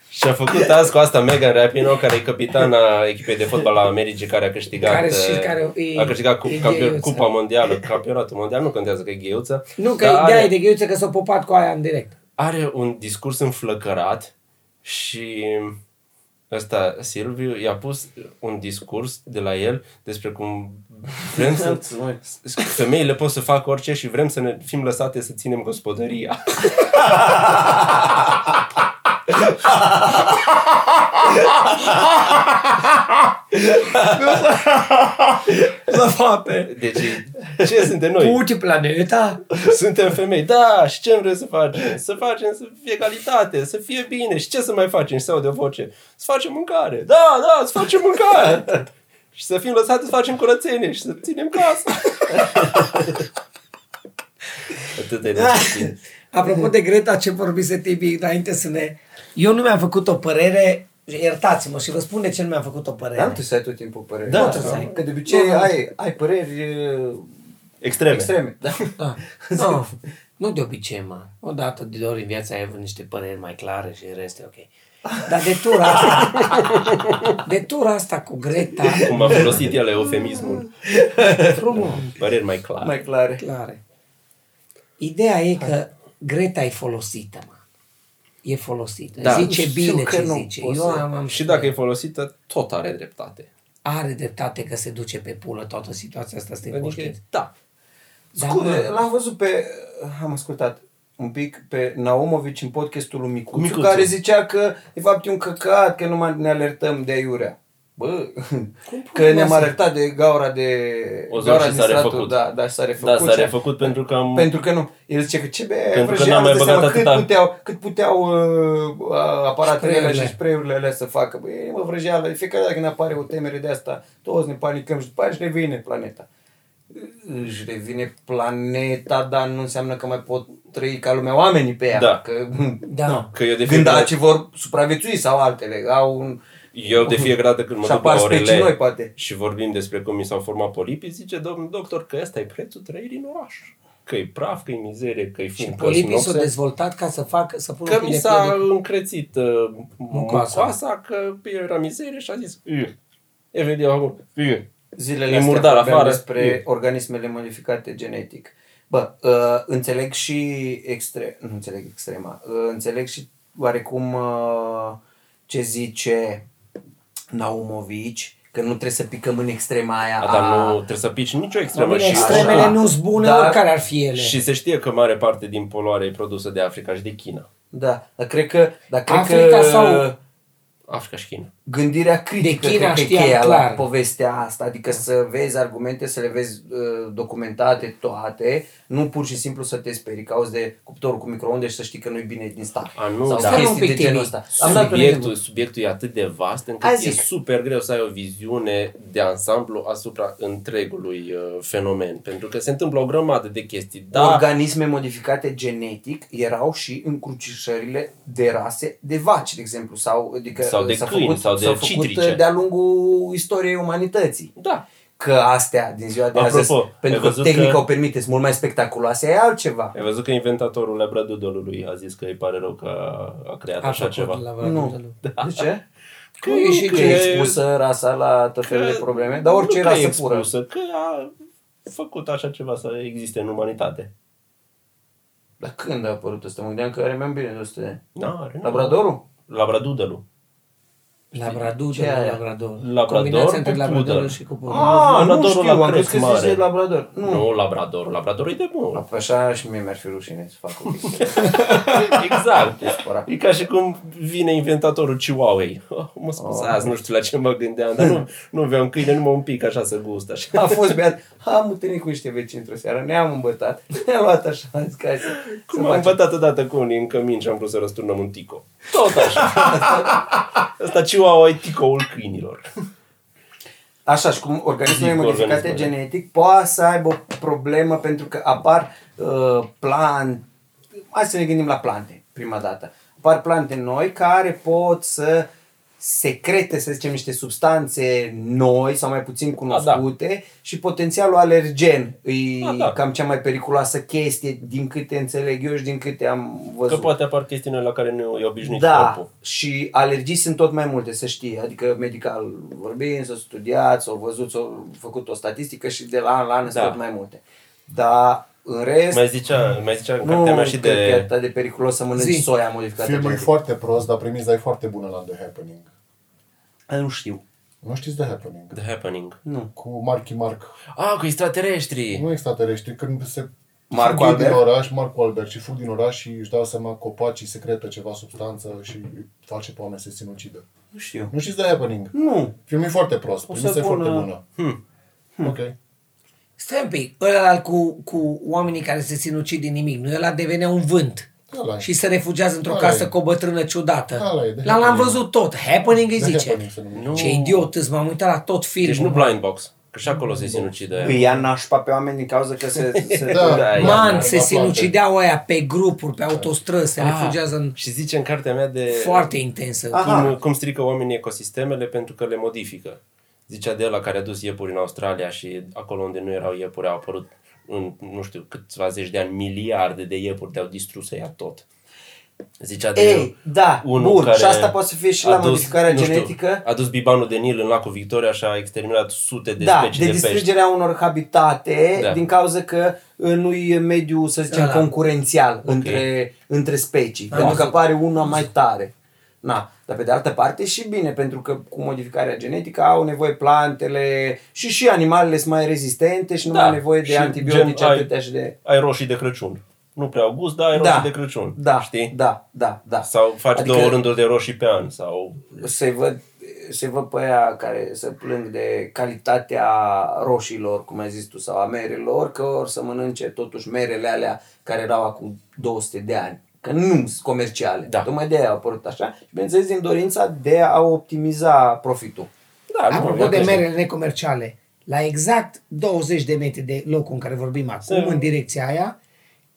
Speaker 1: și a făcut azi cu asta Megan Rapinoe, care e capitana echipei de fotbal a Americii, care a câștigat,
Speaker 3: Care și
Speaker 1: eh,
Speaker 3: care e-
Speaker 1: a câștigat cu,
Speaker 3: e
Speaker 1: campio-
Speaker 3: gheiuță.
Speaker 1: cupa mondială, campionatul mondial, nu contează că e gheuță.
Speaker 3: Nu, că
Speaker 2: Da,
Speaker 1: dar
Speaker 3: ideea
Speaker 1: are-
Speaker 3: e de ghiuță că s-a popat cu aia în direct.
Speaker 1: are un discurs înflăcărat și ăsta, Silviu, i-a pus un discurs de la el despre cum Vrem să...
Speaker 2: Alții, măi.
Speaker 1: Femeile pot să facă orice și vrem să ne fim lăsate să ținem gospodăria.
Speaker 3: La fate.
Speaker 1: Deci, ce suntem
Speaker 2: Păi.
Speaker 1: noi?
Speaker 3: Pute planeta.
Speaker 1: Suntem femei. Da, și ce vrem să facem? Să facem să fie calitate, să fie bine. Și ce să mai facem? Și să audă voce. Să facem mâncare. Da, da, să facem mâncare. și să fim lăsate să facem curățenie și să ținem casa. Atât de nepuțin.
Speaker 3: Apropo de Greta, ce vorbise Tibi înainte să ne... Eu nu mi-am făcut o părere, iertați-mă și vă spun de ce nu mi-am făcut o părere.
Speaker 2: Dar nu Da, tu să ai tot timpul păreri.
Speaker 1: Da,
Speaker 2: Nu trebuie
Speaker 1: da.
Speaker 2: să ai, Că de obicei
Speaker 3: Nu, nu.
Speaker 2: ai, ai păreri eh,
Speaker 1: Extreme.
Speaker 2: extreme. Da.
Speaker 3: Ah.
Speaker 5: Da. Nu, nu de obicei, mă. O dată de două ori în viața ai avut niște păreri mai clare și rest e ok.
Speaker 3: Dar de tura asta, de tura asta cu Greta,
Speaker 1: Cum a folosit el eufemismul.
Speaker 3: frumos,
Speaker 1: Păreri mai clare.
Speaker 2: Mai clare.
Speaker 3: clare. Ideea e că Greta e folosită, mă. E folosită.
Speaker 1: Da.
Speaker 3: Da, zice
Speaker 2: Știu
Speaker 3: bine
Speaker 2: că
Speaker 3: ce
Speaker 2: nu
Speaker 3: zice.
Speaker 2: pot
Speaker 3: Eu
Speaker 2: să-
Speaker 3: am, am
Speaker 1: Și dacă e folosită, tot are dreptate.
Speaker 3: Are dreptate că se duce pe pulă toată situația asta, suntem
Speaker 1: Adică,
Speaker 3: conștienți.
Speaker 1: da.
Speaker 3: Dar
Speaker 2: Scuze,
Speaker 3: mă-
Speaker 2: l-am văzut pe, am ascultat un pic pe Naumovici în podcastul lui Micuțu,
Speaker 1: Micuțu.
Speaker 2: care zicea că de fapt e un căcat, că nu mai ne alertăm de aiurea. Bă, că
Speaker 3: pula
Speaker 2: ne-am
Speaker 3: mea să-
Speaker 2: alertat de gaura de...
Speaker 1: O
Speaker 2: gaura
Speaker 1: zi și
Speaker 2: de
Speaker 1: s-a
Speaker 2: stratul,
Speaker 1: refăcut.
Speaker 2: Da, da, și s-a refăcut.
Speaker 1: Da, s-a
Speaker 2: și-
Speaker 1: refăcut pentru că am...
Speaker 2: Pentru că nu. El zice că ce be,
Speaker 1: Pentru că
Speaker 2: vrăjeală,
Speaker 1: n-am mai
Speaker 2: îți dai seama
Speaker 1: băgat
Speaker 2: cât
Speaker 1: atâta.
Speaker 2: puteau, cât puteau uh, aparatele alea
Speaker 3: Spreurile.
Speaker 2: și spreurile alea să facă. Bă, e, mă vrăjeală, de fiecare dată când apare o temere de asta, toți ne panicăm și după aia își revine planeta. Își revine planeta, dar nu înseamnă că mai pot trăi ca lumea oamenii pe ea.
Speaker 1: Da.
Speaker 2: Că,
Speaker 3: Da.
Speaker 1: Că eu de
Speaker 2: Când
Speaker 1: fiecare-
Speaker 2: ce vor supraviețui sau altele, au un...
Speaker 1: Eu de fiecare dată când mă
Speaker 2: Și
Speaker 1: duc la
Speaker 2: apar
Speaker 1: orele
Speaker 2: specii noi, poate.
Speaker 1: și vorbim despre cum mi s-au format polipii, zice domnul doctor că ăsta e prețul trăirii în oraș. Că e praf, că e mizerie, că e
Speaker 3: Și
Speaker 1: fum, că
Speaker 3: polipii s-au
Speaker 1: sinopse.
Speaker 3: dezvoltat ca să facă, să pună
Speaker 1: Că
Speaker 3: un pic
Speaker 1: mi
Speaker 3: de
Speaker 1: s-a
Speaker 3: piele.
Speaker 1: încrețit uh,
Speaker 3: Mucoasa.
Speaker 1: mucoasa, că eu era mizerie și a zis "Ugh." Evident, eu acum "Ugh."
Speaker 2: zilele
Speaker 1: E
Speaker 2: astea
Speaker 1: murdar
Speaker 2: vorbeam
Speaker 1: afară.
Speaker 2: despre
Speaker 1: E.
Speaker 2: organismele modificate genetic. Bă, uh, înțeleg și extre... nu înțeleg extrema, uh, înțeleg și oarecum uh, ce zice Naumovici, că nu trebuie să picăm în extrema aia. Ah,
Speaker 1: A, Ah, dar
Speaker 2: a-
Speaker 1: nu trebuie să pici nicio
Speaker 3: Bine,
Speaker 1: extremă. Și,
Speaker 3: extremele
Speaker 2: Așa.
Speaker 3: nu sunt bune,
Speaker 2: Dar-
Speaker 3: oricare ar fi ele.
Speaker 1: și se știe că mare parte din poluare e produsă de Africa și de China.
Speaker 2: Da, dar cred că... Dar cred
Speaker 3: Africa
Speaker 2: că,
Speaker 3: sau-
Speaker 1: Africa și China.
Speaker 2: Gândirea critică,
Speaker 3: De China
Speaker 2: cred că e
Speaker 3: știam
Speaker 2: cheia
Speaker 3: clar. Da.
Speaker 2: la povestea asta, adică să vezi argumente, să le vezi uh, documentate toate, nu pur și simplu să te sperii că auzi de cuptorul cu microunde și să știi că nu-i bine din start.
Speaker 1: A, nu,
Speaker 2: sau
Speaker 1: da.
Speaker 3: Stai un
Speaker 2: chestii
Speaker 3: pic,
Speaker 2: de genul
Speaker 3: Timi.
Speaker 2: ăsta. Am dat un exemplu.
Speaker 1: Subiectul, subiectul e atât de vast încât
Speaker 2: Hai
Speaker 1: e
Speaker 2: zic.
Speaker 1: super greu să ai o viziune de ansamblu asupra întregului uh, fenomen. Pentru că se întâmplă o grămadă de chestii.
Speaker 2: Da.
Speaker 1: Dar
Speaker 2: Organisme modificate genetic erau și încrucișările de rase de vaci, de exemplu, sau, adică,
Speaker 1: Sau de
Speaker 2: s-a
Speaker 1: câini,
Speaker 2: făcut,
Speaker 1: sau de
Speaker 2: s-au făcut uh,
Speaker 1: citrice.
Speaker 2: de-a lungul istoriei umanității.
Speaker 1: Da.
Speaker 2: Că astea din ziua de
Speaker 1: Apropo,
Speaker 2: azi,
Speaker 1: ai
Speaker 2: pentru că
Speaker 1: văzut
Speaker 2: tehnica
Speaker 1: că-
Speaker 2: o permite, sunt mult mai spectaculoase, e altceva.
Speaker 1: ai văzut că inventatorul Labradudolului a zis că îi pare rău că a, a creat așa
Speaker 3: făcut
Speaker 1: ceva.
Speaker 3: la
Speaker 2: Nu. Da. De ce?
Speaker 1: Că,
Speaker 3: e și
Speaker 2: Că e expusă rasa la tot felul de probleme, dar orice
Speaker 1: nu că e
Speaker 2: rasă pură.
Speaker 1: expusă, Că a făcut așa ceva să existe în umanitate.
Speaker 2: Dar când a apărut ăsta? Mă gândeam că are mai bine de 100 de ani.
Speaker 1: Nu, are, nu.
Speaker 2: Labradorul?
Speaker 1: Labradudolul.
Speaker 3: Labrador,
Speaker 2: Ce aia?
Speaker 3: Labrador.
Speaker 1: Labrador
Speaker 3: Combinația între
Speaker 1: cu
Speaker 3: labradorul
Speaker 1: pudel.
Speaker 3: și cu pudel.
Speaker 2: Ah, nu
Speaker 1: Labradorul
Speaker 2: știu,
Speaker 1: la
Speaker 2: am crezut
Speaker 1: crest
Speaker 2: că zice
Speaker 1: mare.
Speaker 2: labrador.
Speaker 1: Nu,
Speaker 2: Nu.
Speaker 1: labradorul. Labradorul e de bun.
Speaker 2: Așa și mie mi-ar fi rușine să fac o chestie.
Speaker 1: exact.
Speaker 2: Despărat.
Speaker 1: E ca și cum vine inventatorul Chihuahuei. Oh, mă scuzați, nu știu la ce mă gândeam, dar nu, nu aveam câine numai un pic așa să gust. Așa.
Speaker 2: A fost beat. Am întâlnit cu niște vecini într-o seară, ne-am îmbătat, ne-am luat așa, am zis că hai să,
Speaker 1: Cum
Speaker 2: să
Speaker 1: am
Speaker 2: facem.
Speaker 1: bătat odată cu unii în cămin și am vrut să răsturnăm un tico. Tot așa. Asta Chihuahua e ticoul câinilor.
Speaker 2: Așa și cum organismele
Speaker 1: Zic,
Speaker 2: modificate
Speaker 1: organismele.
Speaker 2: genetic poate să aibă o problemă pentru că apar uh, plan... Hai să ne gândim la plante prima dată. Apar plante noi care pot să secrete, să zicem, niște substanțe noi sau mai puțin cunoscute da. și potențialul alergen e
Speaker 1: A,
Speaker 2: da.
Speaker 1: da.
Speaker 2: cam cea mai periculoasă chestie din câte înțeleg eu și din câte am văzut.
Speaker 1: Că poate apar chestii noi la care nu e obișnuit
Speaker 2: Da,
Speaker 1: corpul.
Speaker 2: și alergii sunt tot mai multe, să știi. Adică medical vorbind, s-o studiat, s-o văzut, s-o făcut o statistică și de la an la an da. sunt
Speaker 1: Da.
Speaker 2: tot mai multe. Dar în rest,
Speaker 1: Mai zicea, mai zicea în
Speaker 2: nu
Speaker 1: cartea mea și
Speaker 2: cred că e
Speaker 1: de...
Speaker 2: atât de periculos să mănânci
Speaker 3: Zi.
Speaker 2: soia modificată.
Speaker 4: Filmul e
Speaker 2: genetic.
Speaker 4: foarte prost, dar premiza e foarte bună la The Happening.
Speaker 2: Nu știu.
Speaker 4: Nu știți The Happening?
Speaker 1: The Happening.
Speaker 2: Da. Nu.
Speaker 4: Cu Marky Mark.
Speaker 1: Ah, cu extraterestrii!
Speaker 4: Nu extraterestri, când se
Speaker 2: Marco
Speaker 4: fug ei din
Speaker 2: Albert?
Speaker 4: oraș, Marco Albert, și fug din oraș și își dau seama copacii secretă ceva substanță și face pe oameni să se sinucidă.
Speaker 2: Nu știu.
Speaker 4: Nu știți The Happening?
Speaker 2: Nu.
Speaker 4: Filmul e foarte prost,
Speaker 2: să
Speaker 4: primița e foarte
Speaker 2: pună- Hmm.
Speaker 4: bună. Ok.
Speaker 3: Stai un pic, ăla cu, cu oamenii care se sinucid din nimic, nu ăla devenea un vânt.
Speaker 4: Ăla-i.
Speaker 3: Și se refugiază într-o
Speaker 4: Ăla-i.
Speaker 3: casă cu o bătrână ciudată.
Speaker 4: Ăla-i, de
Speaker 3: La l-am
Speaker 4: happening.
Speaker 3: văzut tot. Happening îi
Speaker 4: De
Speaker 3: zice.
Speaker 4: Happening se numește.
Speaker 3: Ce idiot, îți m-am uitat la tot filmul.
Speaker 1: Deci nu Blind Box, că și acolo se sinucide aia.
Speaker 2: Îi ia nașpa pe oameni din cauza că se... se
Speaker 4: Da.
Speaker 1: Da,
Speaker 3: Man,
Speaker 1: da,
Speaker 3: se
Speaker 4: da,
Speaker 3: sinucideau aia pe grupuri, pe autostrăzi,
Speaker 1: Ah.
Speaker 3: se refugiază în...
Speaker 1: Și zice în cartea mea de
Speaker 3: Foarte intensă.
Speaker 2: Ah. Aha.
Speaker 1: cum, cum strică oamenii ecosistemele pentru că le modifică. Zicea de la care a dus iepuri în Australia și acolo unde nu erau iepuri au apărut în, nu știu, câțiva zeci de ani, miliarde de iepuri te-au distrus ea tot. Zicea de
Speaker 2: Ei, da,
Speaker 1: unul
Speaker 2: bun,
Speaker 1: care
Speaker 2: și asta poate să fie și
Speaker 1: a
Speaker 2: la
Speaker 1: dus,
Speaker 2: modificarea
Speaker 1: nu știu,
Speaker 2: genetică.
Speaker 1: A dus bibanul de Nil în lacul Victoria și a exterminat sute de
Speaker 2: da,
Speaker 1: specii
Speaker 2: de
Speaker 1: de, pești.
Speaker 2: distrugerea unor habitate
Speaker 1: Da.
Speaker 2: din cauza că uh, nu e mediu, să zicem,
Speaker 3: Da.
Speaker 2: concurențial între, între specii. pentru că apare una mai tare. Na, dar pe de altă parte și bine, pentru că cu modificarea genetică au nevoie plantele și și animalele sunt mai rezistente și nu
Speaker 1: Da,
Speaker 2: mai au nevoie de
Speaker 1: și
Speaker 2: antibiotice
Speaker 1: gen ai-
Speaker 2: atâtea și de...
Speaker 1: Ai roșii de Crăciun. Nu prea au gust, dar ai roșii de Crăciun.
Speaker 2: da,
Speaker 1: știi?
Speaker 2: da, da, da.
Speaker 1: Sau faci adică... două rânduri de roșii pe an. Sau...
Speaker 2: se văd se văd pe aia care se plâng de calitatea roșilor, cum ai zis tu, sau a merelor, că or să mănânce totuși merele alea care erau acum 200 de ani. Că nu sunt comerciale.
Speaker 1: Da.
Speaker 2: Tocmai de aia au apărut așa. Și bineînțeles din dorința de a optimiza profitul.
Speaker 1: Da, nu,
Speaker 3: Apropo de
Speaker 1: iată,
Speaker 3: merele necomerciale, la exact 20 de metri de locul în care vorbim acum,
Speaker 1: Să-
Speaker 3: în direcția aia,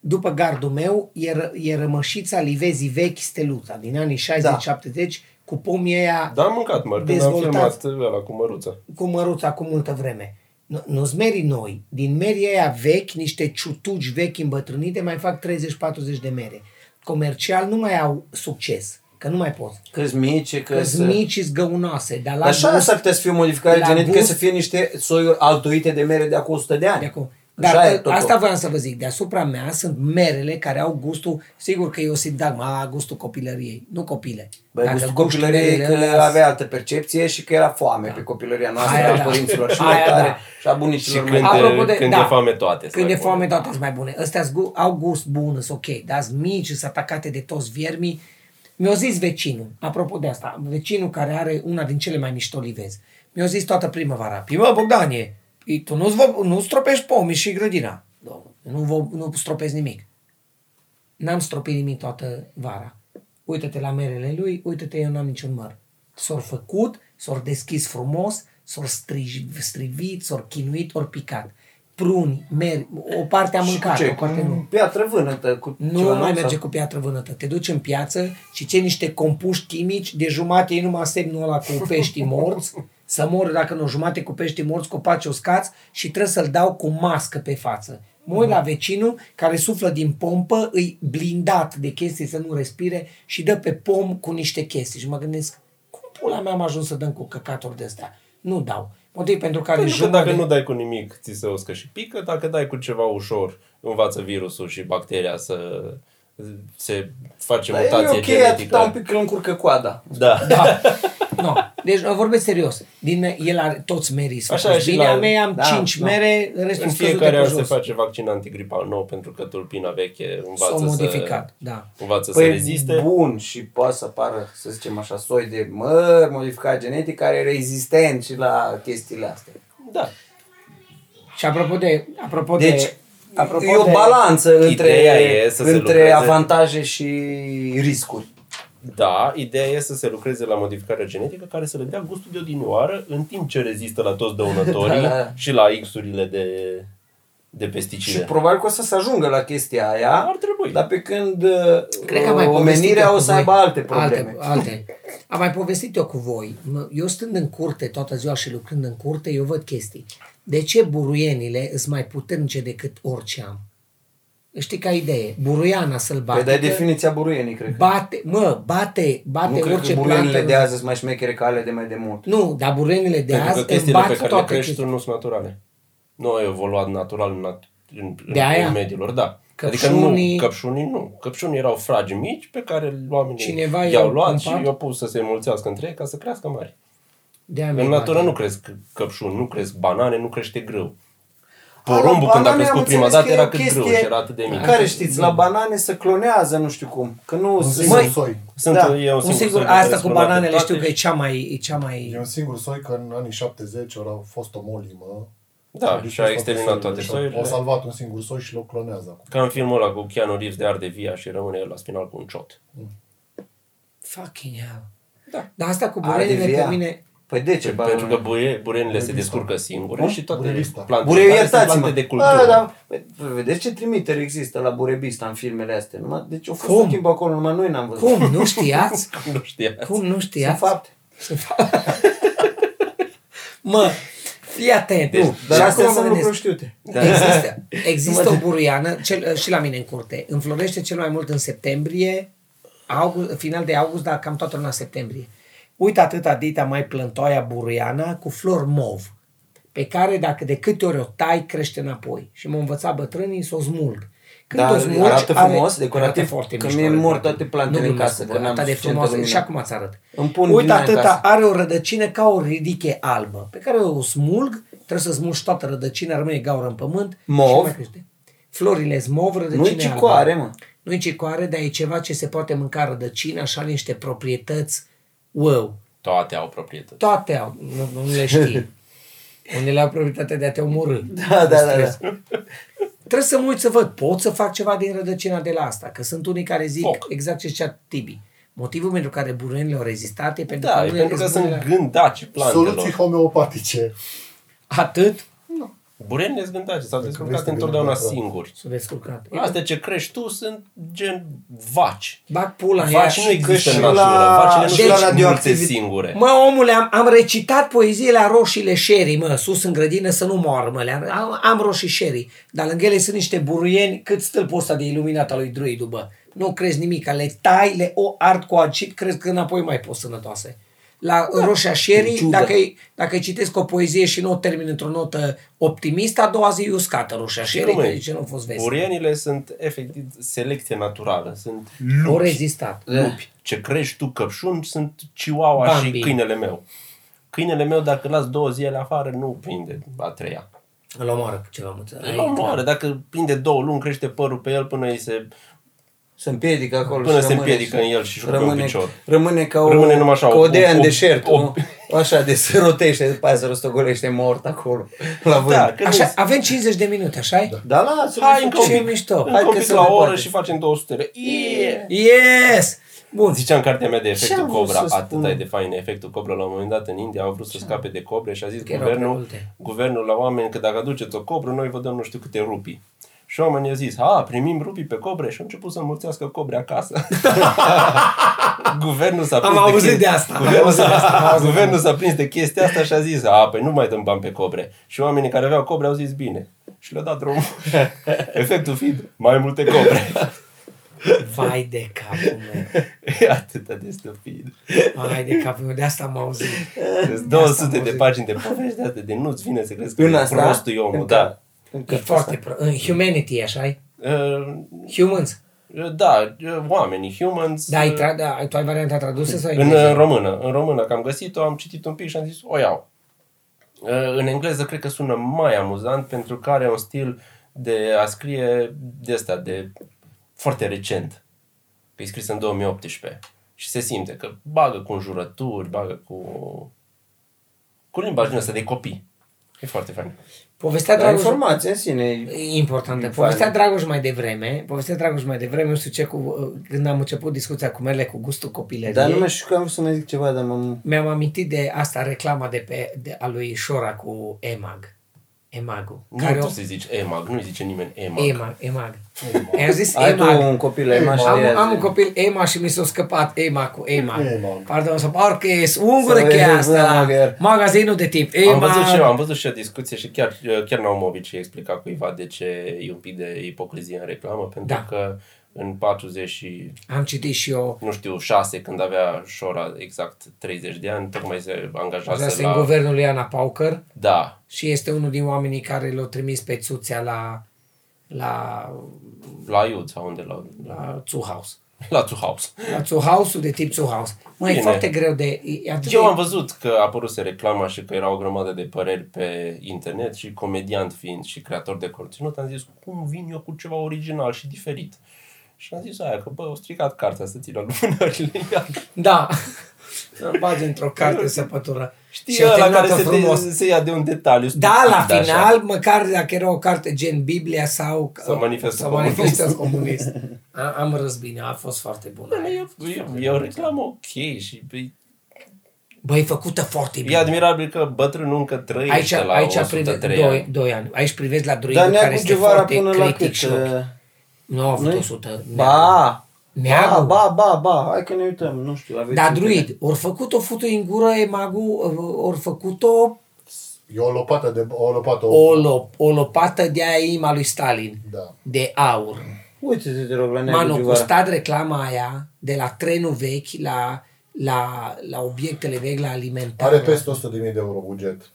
Speaker 3: după gardul meu, e, ră, e rămășița livezii vechi steluța din anii 60-70
Speaker 2: Da.
Speaker 3: cu pomii aia
Speaker 1: Da, am mâncat măr, când am
Speaker 3: Dezvoltat.
Speaker 1: filmat ăla cu măruța.
Speaker 3: cu măruța cu multă vreme. Nu- Nu-ți meri noi. Din merii aia vechi, niște ciutuci vechi îmbătrânite, mai fac 30-40 de mere. Comercial nu mai au succes, că nu mai pot.
Speaker 2: Că-s mici, că
Speaker 3: Că-s mici, s găunoase, dar la
Speaker 2: Dar așa
Speaker 3: gust-
Speaker 2: s-ar putea să fie o modificare
Speaker 3: la
Speaker 2: genetică,
Speaker 3: gust-
Speaker 2: să fie niște soiuri altoite de mere de acum 100 de ani.
Speaker 3: De acum.
Speaker 2: Așa
Speaker 3: Dar
Speaker 2: e totul.
Speaker 3: asta voiam să vă zic, deasupra mea sunt merele care au gustul, sigur că e o sintagmă, a, gustul copilăriei, nu copile.
Speaker 2: Băi,
Speaker 3: Dacă
Speaker 2: gustul
Speaker 3: gustul
Speaker 2: copilăriei că
Speaker 3: merelor
Speaker 2: avea altă percepție și că era foame pe copilăria noastră,
Speaker 3: Aia
Speaker 2: aia,
Speaker 3: da.
Speaker 2: a părinților și
Speaker 3: Aia
Speaker 2: mai tare,
Speaker 3: da.
Speaker 2: și a bunicilor
Speaker 1: Și
Speaker 2: mai
Speaker 1: când-
Speaker 2: tare.
Speaker 3: Apropo de,
Speaker 1: când
Speaker 3: da,
Speaker 1: e foame, toate sunt
Speaker 3: Când e
Speaker 1: mai bune.
Speaker 3: foame toate sunt mai bune. Astea au gust bun, sunt ok, dar sunt mici, sunt atacate de toți viermii. Mi-a zis vecinul, apropo de asta, vecinul care are una din cele mai mișto livezi, mi-a zis toată primăvara, primă Bogdanie, i- tu nu-ți, vă, nu stropești pomii și grădina. Domnule, Nu, vă, nu stropezi nimic. N-am stropit nimic toată vara. Uită-te la merele lui, uită-te, eu n-am niciun măr. S-or făcut, s-or deschis frumos, s-or strij- strivit, s-or chinuit, or picat. Pruni, meri, o parte am
Speaker 2: Și cu
Speaker 3: mâncat,
Speaker 2: ce?
Speaker 3: o parte nu.
Speaker 2: Cu piatră vânătă, cu
Speaker 3: Nu
Speaker 2: ceva,
Speaker 3: mai merge
Speaker 2: Sau-
Speaker 3: cu piatră vânătă. Te duci în piață și ții niște compuși chimici, de jumate e numai semnul ăla cu peștii morți, să mor dacă nu, jumate cu peștii morți, copaci uscați și trebuie să-l dau cu mască pe față. Mă
Speaker 1: Da.
Speaker 3: uit la vecinul care suflă din pompă, îi blindat de chestii să nu respire și dă pe pom cu niște chestii. Și mă gândesc, cum pula mea am ajuns să dăm cu căcaturi de astea? Nu dau. Motiv pentru care
Speaker 1: Pentru că
Speaker 3: jumătate...
Speaker 1: dacă Păi nu dai cu nimic, ți se uscă și pică. Dacă dai cu ceva ușor, învață virusul și bacteria să se face
Speaker 2: Dar
Speaker 1: mutație
Speaker 2: Păi e ok,
Speaker 1: genetică.
Speaker 2: atâta un pic că îl încurcă coada.
Speaker 1: Da.
Speaker 3: Da. No. Deci vorbesc serios. Din, el are toți merii
Speaker 1: Așa
Speaker 3: Așa
Speaker 1: e și
Speaker 3: bine, la,
Speaker 1: la-
Speaker 3: mea am
Speaker 2: da,
Speaker 3: 5
Speaker 2: da.
Speaker 3: mere, restul
Speaker 1: În
Speaker 3: scăzute
Speaker 1: fiecare
Speaker 3: pe
Speaker 1: an
Speaker 3: jos.
Speaker 1: se face vaccin antigripal nou pentru că tulpina veche învață
Speaker 3: S-a
Speaker 1: să,
Speaker 3: modificat, da.
Speaker 1: învață
Speaker 2: Păi
Speaker 1: să reziste.
Speaker 2: bun și poate să apară, să zicem așa, soi de măr, modificat genetic, care e rezistent și la chestiile astea.
Speaker 1: Da.
Speaker 3: Și apropo de... Apropo
Speaker 2: Deci,
Speaker 3: de,
Speaker 2: apropo e o balanță
Speaker 1: Ideea
Speaker 2: între,
Speaker 1: e să se
Speaker 2: între
Speaker 1: lucreze.
Speaker 2: avantaje și riscuri.
Speaker 1: Da, ideea e să se lucreze la modificarea genetică care să le dea gustul de odinioară în timp ce rezistă la toți dăunătorii
Speaker 2: Da, da.
Speaker 1: și la X-urile de, de
Speaker 2: Și
Speaker 1: pesticide.
Speaker 2: probabil că o să se ajungă la chestia aia.
Speaker 1: Ar trebui.
Speaker 2: Dar pe când uh,
Speaker 3: Cred că am mai povestit
Speaker 2: omenirea
Speaker 3: eu
Speaker 2: o
Speaker 3: cu
Speaker 2: să
Speaker 3: voi.
Speaker 2: aibă alte probleme. Păi,
Speaker 3: Alte, alte. Am mai povestit eu cu voi. Mă- Eu stând în curte toată ziua și lucrând în curte, eu văd chestii. De ce buruienile sunt mai puternice decât orice am? Știi ca idee, buruiana
Speaker 2: Păi
Speaker 3: sălbatică
Speaker 2: dar e definiția buruienii, cred.
Speaker 3: bate, mă, bate, bate
Speaker 2: Nu cred
Speaker 3: orice
Speaker 2: că buruienile
Speaker 3: plantă-
Speaker 2: de azi sunt mai șmechere ca ale de mai de mult.
Speaker 3: Nu, dar burenele de
Speaker 1: Pentru că
Speaker 3: azi îmi
Speaker 1: chestiile pe
Speaker 3: bat
Speaker 1: care le
Speaker 3: toate
Speaker 1: crești
Speaker 3: chestiile.
Speaker 1: tu nu sunt naturale. Nu au evoluat natural în, nat- în, în
Speaker 3: De aia?
Speaker 1: în mediilor, da.
Speaker 3: Căpșunii-
Speaker 1: Adică nu, căpșunii nu. Căpșunii erau fragi mici pe care oamenii
Speaker 3: Cineva
Speaker 1: i-au
Speaker 3: i-au
Speaker 1: luat
Speaker 3: pompat?
Speaker 1: și i-au pus să se mulțească între ei ca să crească mari.
Speaker 3: De-aia
Speaker 1: În
Speaker 3: mi-e
Speaker 1: natură
Speaker 2: da.
Speaker 3: bani.
Speaker 1: nu cresc căpșuni, nu cresc banane, nu crește grâu.
Speaker 2: A, la
Speaker 1: Porumbul când a
Speaker 2: banane am
Speaker 1: crescut prima
Speaker 2: înțeles
Speaker 1: dată
Speaker 2: că e
Speaker 1: era
Speaker 2: o
Speaker 1: cât grâu și
Speaker 2: chestie
Speaker 1: era atât de mic.
Speaker 2: Care știți, la banane se clonează nu știu cum. Că nu
Speaker 4: Un
Speaker 2: se...
Speaker 4: singur soi.
Speaker 1: Sunt,
Speaker 2: Da.
Speaker 1: e
Speaker 3: Un singur,
Speaker 1: soi care
Speaker 3: asta
Speaker 1: sunt
Speaker 3: cu
Speaker 1: clonate
Speaker 3: bananele
Speaker 1: toate
Speaker 3: știu că e
Speaker 1: și-
Speaker 3: cea mai... E cea
Speaker 4: E
Speaker 3: mai...
Speaker 4: un singur soi că în anii 70 ori au fost o molimă. Adică
Speaker 1: Da, și a exterminat
Speaker 4: soiurile
Speaker 1: toate
Speaker 4: și
Speaker 1: soiurile.
Speaker 4: Au salvat un singur soi și l-o clonează acum.
Speaker 1: Ca în filmul ăla cu Keanu Reeves de arde via și rămâne el la spinal cu un ciot.
Speaker 3: Fucking hell.
Speaker 1: Da.
Speaker 3: Dar asta cu
Speaker 2: Are de
Speaker 3: burenile
Speaker 2: via.
Speaker 3: pe mine...
Speaker 2: Păi de ce? Bă,
Speaker 1: Pentru că bure, burenile se descurcă singure și toate
Speaker 4: Burevista.
Speaker 1: plantele
Speaker 2: Bureu,
Speaker 1: care sunt plante
Speaker 2: iertați-mă. da.
Speaker 1: de cultură.
Speaker 2: Bă, dar, bă, vedeți ce trimiteri există la Burebista în filmele astea. Numai, deci au fost
Speaker 3: Cum?
Speaker 2: tot timpul acolo, numai noi n-am văzut.
Speaker 3: Cum? Nu știați?
Speaker 1: Nu știa.
Speaker 3: Cum nu
Speaker 2: Sunt
Speaker 3: știați?
Speaker 2: fapte.
Speaker 3: Mă, fii atent.
Speaker 1: Deci,
Speaker 3: nu.
Speaker 2: Dar
Speaker 3: Și
Speaker 2: astea sunt
Speaker 3: acum mă
Speaker 2: lucruri
Speaker 3: gândesc.
Speaker 2: știute.
Speaker 3: Există, există o buruiană cel, și la mine în curte. Înflorește cel mai mult în septembrie, august, final de august, dar cam toată luna septembrie. Uite atâta dita mai plântoaia buruiana cu flori mov, pe care dacă de câte ori o tai, crește înapoi. Și m-au învățat bătrânii să o smulg. Când
Speaker 2: Dar
Speaker 3: o smulgi,
Speaker 2: arată
Speaker 3: are-
Speaker 2: frumos, decorativ,
Speaker 3: arată foarte
Speaker 2: că
Speaker 3: mișto,
Speaker 2: mi-e
Speaker 3: arată.
Speaker 2: mor toate plantele
Speaker 3: Nu
Speaker 2: în
Speaker 3: glumesc,
Speaker 2: casă,
Speaker 3: că
Speaker 2: că n-am
Speaker 3: atât de
Speaker 2: suficientă
Speaker 3: frumoase.
Speaker 2: lumină.
Speaker 3: Și acum îți arăt.
Speaker 2: Îmi pun
Speaker 3: Uite
Speaker 2: lumina în
Speaker 3: atâta,
Speaker 2: casă.
Speaker 3: are o rădăcină ca o ridiche albă, pe care o smulg, trebuie să smulgi toată rădăcina, rămâne gaură în pământ.
Speaker 2: Mov?
Speaker 3: și mai crește. Florile sunt mov, rădăcina
Speaker 2: Nu-i
Speaker 3: e albă.
Speaker 2: cicoare, mă.
Speaker 3: Nu-i cicoare, dar e ceva ce se poate mânca rădăcina, așa niște proprietăți. Wow!
Speaker 1: Toate au proprietăți.
Speaker 3: Toate au, nu, nu le știi. Unele au proprietatea de a te omorâ.
Speaker 2: Da, da, da, da.
Speaker 3: Trebuie să mă uit să văd, pot să fac ceva din rădăcina de la asta, că sunt unii care zic
Speaker 1: Foc.
Speaker 3: Foc. exact ce zicea Tibi. Motivul pentru care buruienile au rezistat e pentru
Speaker 1: Da,
Speaker 3: că,
Speaker 1: e
Speaker 3: nu
Speaker 1: pentru că
Speaker 3: ele
Speaker 1: sunt gândaci
Speaker 4: Soluții
Speaker 1: plantelor.
Speaker 4: homeopatice.
Speaker 3: atât
Speaker 1: Burenile sunt gândaci,
Speaker 2: Păi
Speaker 1: s-au descurcat
Speaker 4: este
Speaker 1: întotdeauna
Speaker 2: da.
Speaker 4: gândatul.
Speaker 1: singuri.
Speaker 3: sunt descurcat.
Speaker 1: Astea ce crești tu sunt gen vaci.
Speaker 3: Bag pula în ea.
Speaker 1: Vaci nu există
Speaker 2: și
Speaker 1: în
Speaker 2: la-
Speaker 1: natură. Vacile nu
Speaker 2: și la
Speaker 1: sunt multe
Speaker 2: radioactivi-
Speaker 1: singure.
Speaker 3: Mă, omule, am, am recitat poezie la roșiile șerii, mă, sus în grădină să nu moară, mă, le-am- am, am roșii șerii. Dar lângă ele sunt niște buruieni cât stâlpul ăsta de iluminat al lui Druidu, bă. Nu crezi nimic, le tai, le o ard cu acid, crezi că înapoi mai poți sănătoase. La da. roșia
Speaker 2: în
Speaker 3: șerii,
Speaker 2: ciuda.
Speaker 3: dacă, dacă citesc o poezie și nu o termin într-o notă optimistă, a doua zi e uscată roșia șerii, că zice nu a fost vezi.
Speaker 1: Burienile sunt efectiv selecție naturală. Sunt
Speaker 3: O rezistat.
Speaker 2: Da.
Speaker 1: lupi. Ce crești tu căpșuni sunt chihuahua
Speaker 3: Bambi.
Speaker 1: și câinele meu. Câinele meu, dacă las două zile afară, nu prinde a treia.
Speaker 3: Îl omoară cu ceva mă
Speaker 1: Îl
Speaker 2: Păi, da.
Speaker 1: omoară. Dacă prinde două luni, crește părul pe el până îi se...
Speaker 2: Se împiedică acolo
Speaker 1: Până
Speaker 2: și
Speaker 1: se
Speaker 2: rămâne
Speaker 1: împiedică
Speaker 2: și-
Speaker 1: în el și își rupe un
Speaker 2: rămâne,
Speaker 1: picior.
Speaker 2: rămâne ca o,
Speaker 1: Rămâne numai așa,
Speaker 2: ca
Speaker 1: o-
Speaker 2: o, dea
Speaker 1: o-
Speaker 2: în
Speaker 1: o-
Speaker 2: deșert,
Speaker 1: o-
Speaker 2: nu? așa de se rotește, după aia se rostogolește mort acolo, la vânt.
Speaker 1: Da, că
Speaker 3: Așa,
Speaker 1: nu-i-
Speaker 3: avem 50 de minute, așa Da.
Speaker 2: Da, la, să
Speaker 1: Hai,
Speaker 2: nu
Speaker 1: încă
Speaker 2: știu
Speaker 1: un
Speaker 2: ce-
Speaker 1: pic,
Speaker 3: mișto.
Speaker 1: încă
Speaker 2: Hai
Speaker 1: un
Speaker 2: că
Speaker 1: pic
Speaker 2: se
Speaker 1: la
Speaker 2: mai
Speaker 1: o oră
Speaker 2: poate.
Speaker 1: și facem 200 de... Yeah!
Speaker 3: Yes! Bun.
Speaker 1: Ziceam în cartea mea de efectul
Speaker 2: am vrut
Speaker 1: Cobra,
Speaker 2: să
Speaker 1: atât e
Speaker 2: spun?
Speaker 1: de fain efectul Cobra. La un moment dat în India au vrut să scape de cobre și a zis
Speaker 3: Că erau prea
Speaker 1: guvernul,
Speaker 3: multe.
Speaker 1: guvernul la oameni că dacă aduceți o cobră, noi vă dăm nu știu câte rupii. Și oamenii au zis, a, primim rupii pe cobre și au început să înmulțească cobre acasă. guvernul s-a
Speaker 3: Am
Speaker 1: prins
Speaker 3: auzit
Speaker 1: chesti-
Speaker 3: de asta. Am
Speaker 1: Guvernul
Speaker 3: auzit de asta,
Speaker 1: s-a, guvernul s-a prins de chestia asta și a zis, a, păi nu mai dăm bani pe cobre. Și oamenii care aveau cobre au zis, bine. Și le-a dat drumul. Efectul fiind, mai multe cobre.
Speaker 3: Vai de capul meu.
Speaker 1: e atât de stupid.
Speaker 3: Vai de capul meu. De asta am auzit.
Speaker 1: Sunt 200 de pagini de povești de astea, de nu-ți vine să crezi că
Speaker 2: În
Speaker 1: e
Speaker 2: asta?
Speaker 1: prostul e omul,
Speaker 2: În
Speaker 1: da.
Speaker 3: E foarte pro... În humanity, așa -i?
Speaker 1: Uh,
Speaker 3: Humans.
Speaker 1: Da, uh, oamenii, humans,
Speaker 3: Da, ai
Speaker 1: uh,
Speaker 3: tra... da, tu ai varianta tradusă sau
Speaker 1: în
Speaker 3: engleză?
Speaker 1: uh, română. În română, că am găsit-o, am citit un pic și am zis, o iau. Uh, În engleză cred că sună mai amuzant pentru că are un stil de a scrie de asta, de foarte recent. Că e scris în 2018 și se simte că bagă cu înjurături, bagă cu cu limbaj din ăsta de copii. E foarte fain.
Speaker 3: Povestea
Speaker 2: Dar
Speaker 3: Dragoș...
Speaker 2: informația în sine e-
Speaker 3: E importantă. Povestea Dragoș mai devreme, povestea Dragoș mai devreme, nu știu ce, cu, uh, când am început discuția cu mele cu gustul copilăriei.
Speaker 2: Dar nu mai știu că am vrut să mai zic ceva, dar m-am...
Speaker 3: Mi-am amintit de asta, reclama de pe de, a lui Șora cu Emag. Emagul.
Speaker 1: Nu
Speaker 3: Care
Speaker 1: tu
Speaker 3: o...
Speaker 1: să zici EMAG, nu-i zice nimeni EMAG.
Speaker 3: Emag. Emag. Am zis
Speaker 2: Ai tu
Speaker 3: Emag.
Speaker 2: un copil la imagine de azi.
Speaker 3: Am, am un copil Emma și mi s-a scăpat Emma cu Emma.
Speaker 4: Emma.
Speaker 3: Pardon, să parcă e ungură
Speaker 2: Să
Speaker 3: che
Speaker 2: vezi, da,
Speaker 3: asta.
Speaker 2: maghiar.
Speaker 3: Magazinul de tip
Speaker 1: Am
Speaker 3: Emma.
Speaker 1: văzut și eu, am văzut și o discuție și chiar, chiar Naumovici explica cuiva de ce e un pic de ipocrizie în reclamă, pentru
Speaker 3: Da.
Speaker 1: că în 40 și,
Speaker 3: Am citit și eu.
Speaker 1: nu știu, 6, când avea Șora exact 30 de ani, tocmai se angajase
Speaker 3: Asta în
Speaker 1: la...
Speaker 3: guvernul lui Ana Paucăr
Speaker 1: Da,
Speaker 3: și este unul din oamenii care l-au trimis pe Țuțea la, la,
Speaker 1: la Iud sau unde la...
Speaker 3: la Țuhaus.
Speaker 1: La Two House.
Speaker 3: La Zuhause de tip Zuhause. Mă, e
Speaker 1: Bine.
Speaker 3: foarte greu de... E, e atât
Speaker 1: Eu
Speaker 3: de-
Speaker 1: am văzut că a apăruse reclama și că era o grămadă de păreri pe internet și comediant fiind și creator de conținut, am zis cum vin eu cu ceva original și diferit. Și am zis aia că bă, au stricat cartea să țină lumânările. Ia.
Speaker 3: Da. Să bagi într-o carte săpătură.
Speaker 1: Știi
Speaker 3: Și ai
Speaker 1: ăla care
Speaker 3: terminat-o
Speaker 1: se,
Speaker 3: frumos.
Speaker 1: de, se ia de un detaliu. stupid,
Speaker 3: Da, la
Speaker 1: așa.
Speaker 3: final, măcar dacă era o carte gen Biblia sau...
Speaker 1: Sau Manifestul
Speaker 3: sau
Speaker 1: Comunist.
Speaker 3: Manifestul comunist. A, am răzbine, a fost foarte
Speaker 2: Da,
Speaker 3: bună.
Speaker 1: Bă, E, e, e o reclamă ok și e-
Speaker 3: Băi, făcută foarte bine.
Speaker 1: e admirabil că bătrânul încă trăiește
Speaker 3: Mm. aici,
Speaker 1: la
Speaker 3: aici
Speaker 1: 103
Speaker 3: privești doi,
Speaker 1: ani.
Speaker 3: doi ani. Aici privești la
Speaker 2: Dar
Speaker 3: Druidul care
Speaker 2: Neagu
Speaker 3: este
Speaker 2: Gevara
Speaker 3: foarte
Speaker 2: până la cât?
Speaker 3: critic și ochi.
Speaker 2: uh,
Speaker 3: Nu a avut
Speaker 2: nu-i?
Speaker 3: 100.
Speaker 2: Ba, ba,
Speaker 1: Da.
Speaker 3: Neagu.
Speaker 2: ba, ba, ba, hai că ne uităm, nu știu. aveți
Speaker 3: Dar
Speaker 2: internet.
Speaker 3: druid, ori făcut-o futui în gură, emagul, ori făcut-o
Speaker 4: E o lopată de... O lopată...
Speaker 3: o, lop, o lopată de aia inima lui Stalin,
Speaker 4: Da.
Speaker 3: de aur.
Speaker 2: Uite-te, te rog, la Neagu
Speaker 3: Manu,
Speaker 2: Gevara.
Speaker 3: costat reclama aia de la trenul vechi la, la, la obiectele vechi, la alimentare.
Speaker 4: Are peste 100.000 de euro buget.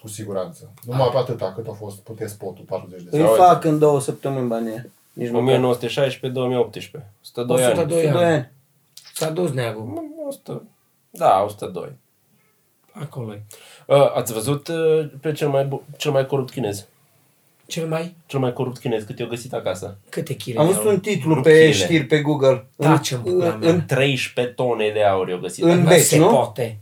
Speaker 4: Cu siguranță. Numai pe atâta cât a fost, puteți spotul, 40 de
Speaker 2: Îi
Speaker 4: euro.
Speaker 2: fac în două săptămâni banii Nici măcar.
Speaker 1: 1916-2018. 102 ani.
Speaker 3: 102
Speaker 2: Doi
Speaker 3: ani.
Speaker 2: ani.
Speaker 3: S-a dus neagul.
Speaker 1: 100. Da, 102.
Speaker 3: Acolo
Speaker 1: Uh, ați văzut uh, pe cel mai, bu- cel mai corupt chinez?
Speaker 3: Cel mai?
Speaker 1: Cel mai corupt chinez cât eu găsit acasă.
Speaker 3: Câte chile
Speaker 2: Am
Speaker 3: de
Speaker 2: văzut
Speaker 3: aur?
Speaker 2: un titlu
Speaker 1: Rupchile.
Speaker 2: pe știri pe Google.
Speaker 3: Da, ce-mi pula
Speaker 2: în,
Speaker 3: mea.
Speaker 2: în,
Speaker 1: 13 tone de aur eu găsit.
Speaker 2: În-
Speaker 1: În...
Speaker 3: Nu
Speaker 2: bec,
Speaker 3: se
Speaker 2: nu?
Speaker 3: poate.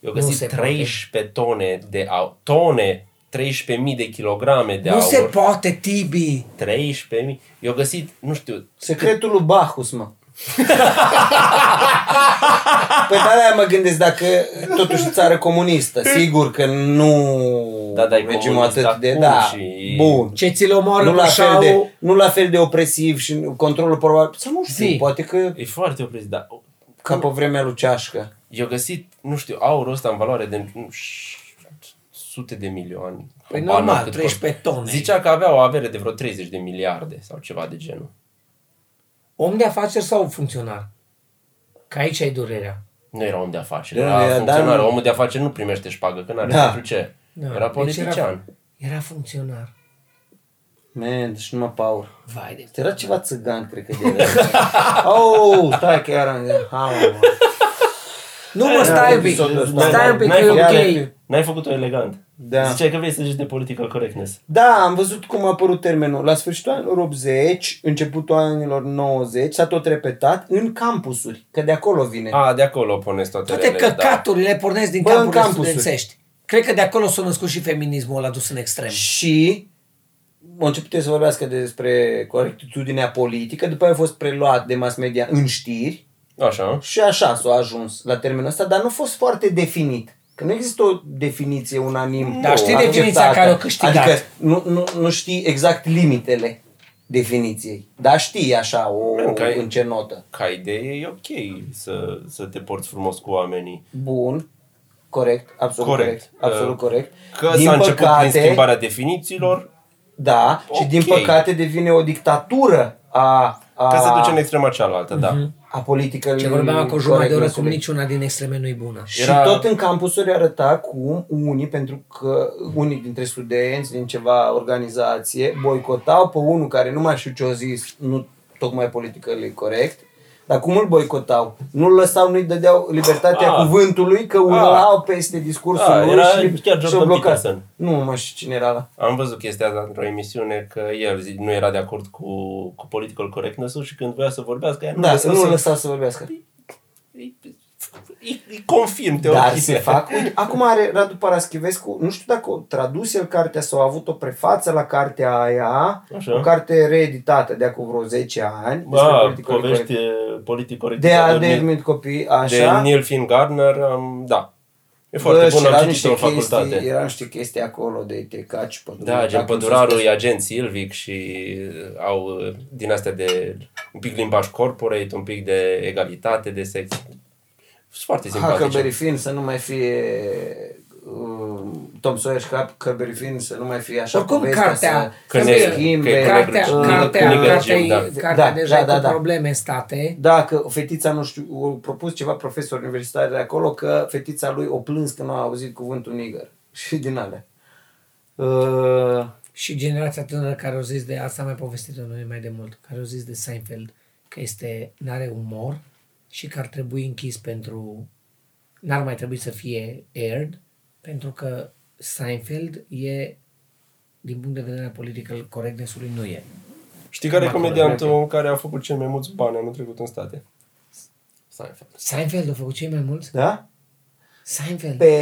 Speaker 1: Eu
Speaker 3: nu se
Speaker 1: găsit
Speaker 3: poate.
Speaker 1: 13 tone de aur. Tone! 13.000 de kilograme de
Speaker 3: nu
Speaker 1: aur.
Speaker 3: se poate, Tibi.
Speaker 1: 13.000. Eu găsit, nu știu,
Speaker 2: Secretul lui Bacchus, mă. Păi da, aia mă gândesc dacă totuși e țară comunistă. Sigur că nu
Speaker 1: Da, dar e
Speaker 2: regimul
Speaker 1: comunist
Speaker 2: atât de...
Speaker 1: acum
Speaker 2: Da,
Speaker 1: și-
Speaker 2: bun.
Speaker 3: Ce ți-l omoară
Speaker 2: Nu la, fel
Speaker 3: pășaul?
Speaker 2: de, nu la fel de opresiv și controlul probabil. Sau nu știu,
Speaker 3: Zi.
Speaker 2: poate că
Speaker 1: e foarte oprit, dar
Speaker 2: ca pe vremea lui Ceașcă.
Speaker 1: eu găsit, nu știu, aurul ăsta în valoare de nu, ș- sute de milioane.
Speaker 3: Păi
Speaker 1: Habar n-am
Speaker 3: normal,
Speaker 1: cât
Speaker 3: 13
Speaker 1: costă.
Speaker 3: tone.
Speaker 1: Zicea că avea o avere de vreo 30 de miliarde sau ceva de genul.
Speaker 3: Om de afaceri sau funcționar? Că aici ai durerea.
Speaker 1: Nu era om de afaceri,
Speaker 2: Da,
Speaker 1: era
Speaker 2: era
Speaker 1: funcționar.
Speaker 2: Dan-
Speaker 1: Omul de afaceri nu primește șpagă, că n-are
Speaker 2: Da.
Speaker 1: pentru ce. Era politician.
Speaker 3: Deci era, era funcționar.
Speaker 2: Man, deci numai Paul.
Speaker 3: Vai de...
Speaker 2: Era ceva țăgan, cred că de Oh, stai că iar am... Ha, mă.
Speaker 3: Nu mă stai un pic, stai un pic că
Speaker 1: N-ai
Speaker 3: e
Speaker 1: făcut-
Speaker 3: ok.
Speaker 1: N-ai făcut-o elegant.
Speaker 2: Da.
Speaker 1: Ziceai că vrei să zici de political correctness.
Speaker 2: Da, am văzut cum a apărut termenul. La sfârșitul anilor 80, începutul anilor 90, s-a tot repetat în campusuri, că de acolo vine.
Speaker 1: A, de acolo puneți toate,
Speaker 3: Toate
Speaker 1: relele, da.
Speaker 3: căcaturile pornesc din
Speaker 2: da. Bă, în
Speaker 3: campurile
Speaker 2: campusuri.
Speaker 3: studențești. Cred că de acolo s-a născut și feminismul ăla dus în extrem.
Speaker 2: Și au început să vorbească despre corectitudinea politică, după aia a fost preluat de mass media în știri
Speaker 1: Da. Așa.
Speaker 2: și așa s-a ajuns la termenul ăsta, dar nu a fost foarte definit. Că nu există o definiție unanim.
Speaker 3: Dar Da, știi
Speaker 2: acceptată.
Speaker 3: definiția care o câștigat.
Speaker 2: Adică nu, nu, nu știi exact limitele definiției, dar știi așa o,
Speaker 1: Bun, că ai-
Speaker 2: în ce notă.
Speaker 1: Ca idee e ok să, să te porți frumos cu oamenii.
Speaker 2: Bun. Corect, absolut corect.
Speaker 1: Corect.
Speaker 2: corect absolut
Speaker 1: Uh,
Speaker 2: corect.
Speaker 1: Că s-a început prin schimbarea definițiilor,
Speaker 2: Da,
Speaker 1: Ok.
Speaker 2: și din păcate devine o dictatură a, a, Mhm.
Speaker 1: ca să duce în extrema cealaltă, da.
Speaker 2: a politică.
Speaker 3: Ce vorbeam acum jumătate de oră, cum niciuna din extreme nu-i bună.
Speaker 2: Și
Speaker 1: Era-
Speaker 2: Era... tot în campusuri arăta cum unii, pentru că unii dintre studenți din ceva organizație, boicotau pe unul care nu mai știu ce a zis, nu tocmai politică e corect, dar cum îl boicotau? Nu-l lăsau, nu-i dădeau libertatea
Speaker 1: Ah.
Speaker 2: ah. cuvântului, că îl
Speaker 1: Ah.
Speaker 2: au peste discursul
Speaker 1: Ah,
Speaker 2: lui
Speaker 1: era
Speaker 2: și
Speaker 1: chiar
Speaker 2: și-o
Speaker 1: Jordan
Speaker 2: blocat.
Speaker 1: Peterson.
Speaker 2: Nu mai știu cine era la.
Speaker 1: Am văzut chestia asta într-o emisiune că el zi, nu era de acord cu, cu political correctness și când voia să vorbească, ea nu
Speaker 2: Da,
Speaker 1: lăsa
Speaker 2: nu
Speaker 1: să-
Speaker 2: îl lăsau să vorbească.
Speaker 1: Îi- îi confirm
Speaker 2: Dar
Speaker 1: teoria.
Speaker 2: se fac. Uite, acum are Radu Paraschivescu, nu știu dacă a tradus el cartea sau a avut o prefață la cartea aia,
Speaker 1: Așa.
Speaker 2: o carte reeditată de acum vreo 10 ani, despre
Speaker 1: Da,
Speaker 2: politicul
Speaker 1: povești
Speaker 2: corect.
Speaker 1: politic corect.
Speaker 2: de Adermit Copii,
Speaker 1: de
Speaker 2: așa.
Speaker 1: Neil Finn Gardner, um, da. E foarte
Speaker 2: și
Speaker 1: bun,
Speaker 2: erau
Speaker 1: am citit-o în
Speaker 2: niște
Speaker 1: facultate.
Speaker 2: Chestii, erau niște chestii acolo de te caci pe
Speaker 1: Da, gen pădurarul e agent Silvic și uh, au uh, din astea de un pic limbaj corporate, un pic de egalitate de sex. Sunt foarte
Speaker 2: Huckleberry
Speaker 1: simpatice.
Speaker 2: Finn să nu mai fie uh, Tom Sawyer și Huckleberry Finn să nu mai fie așa
Speaker 3: Oricum,
Speaker 2: povestea să
Speaker 3: cartea,
Speaker 1: Că
Speaker 2: se
Speaker 1: ne-
Speaker 2: schimbe.
Speaker 1: că e
Speaker 3: cartea,
Speaker 1: negru-
Speaker 3: cartea,
Speaker 1: negru-
Speaker 3: cartea, e-
Speaker 1: da.
Speaker 3: cartea
Speaker 2: Da,
Speaker 3: deja
Speaker 2: da,
Speaker 3: e
Speaker 2: da,
Speaker 3: cu
Speaker 2: da.
Speaker 3: probleme în state.
Speaker 2: Da, că fetița, nu știu, a propus ceva profesor universitar de acolo că fetița lui o plâns că nu a auzit cuvântul nigger. Și din alea. Uh,
Speaker 3: Și generația tânără care au zis de asta am mai povestit noi mai de mult, care au zis de Seinfeld, că este, n-are umor și că ar trebui închis pentru... N-ar mai trebui să fie aired, pentru că Seinfeld e, din punct de vedere al political correctness-ului, nu e.
Speaker 1: Știi care e
Speaker 3: Macro,
Speaker 1: comediantul care a făcut cel mai mulți bani anul trecut în state? Seinfeld.
Speaker 3: Seinfeld a făcut cei mai mulți?
Speaker 2: Da?
Speaker 3: Seinfeld.
Speaker 2: Pe,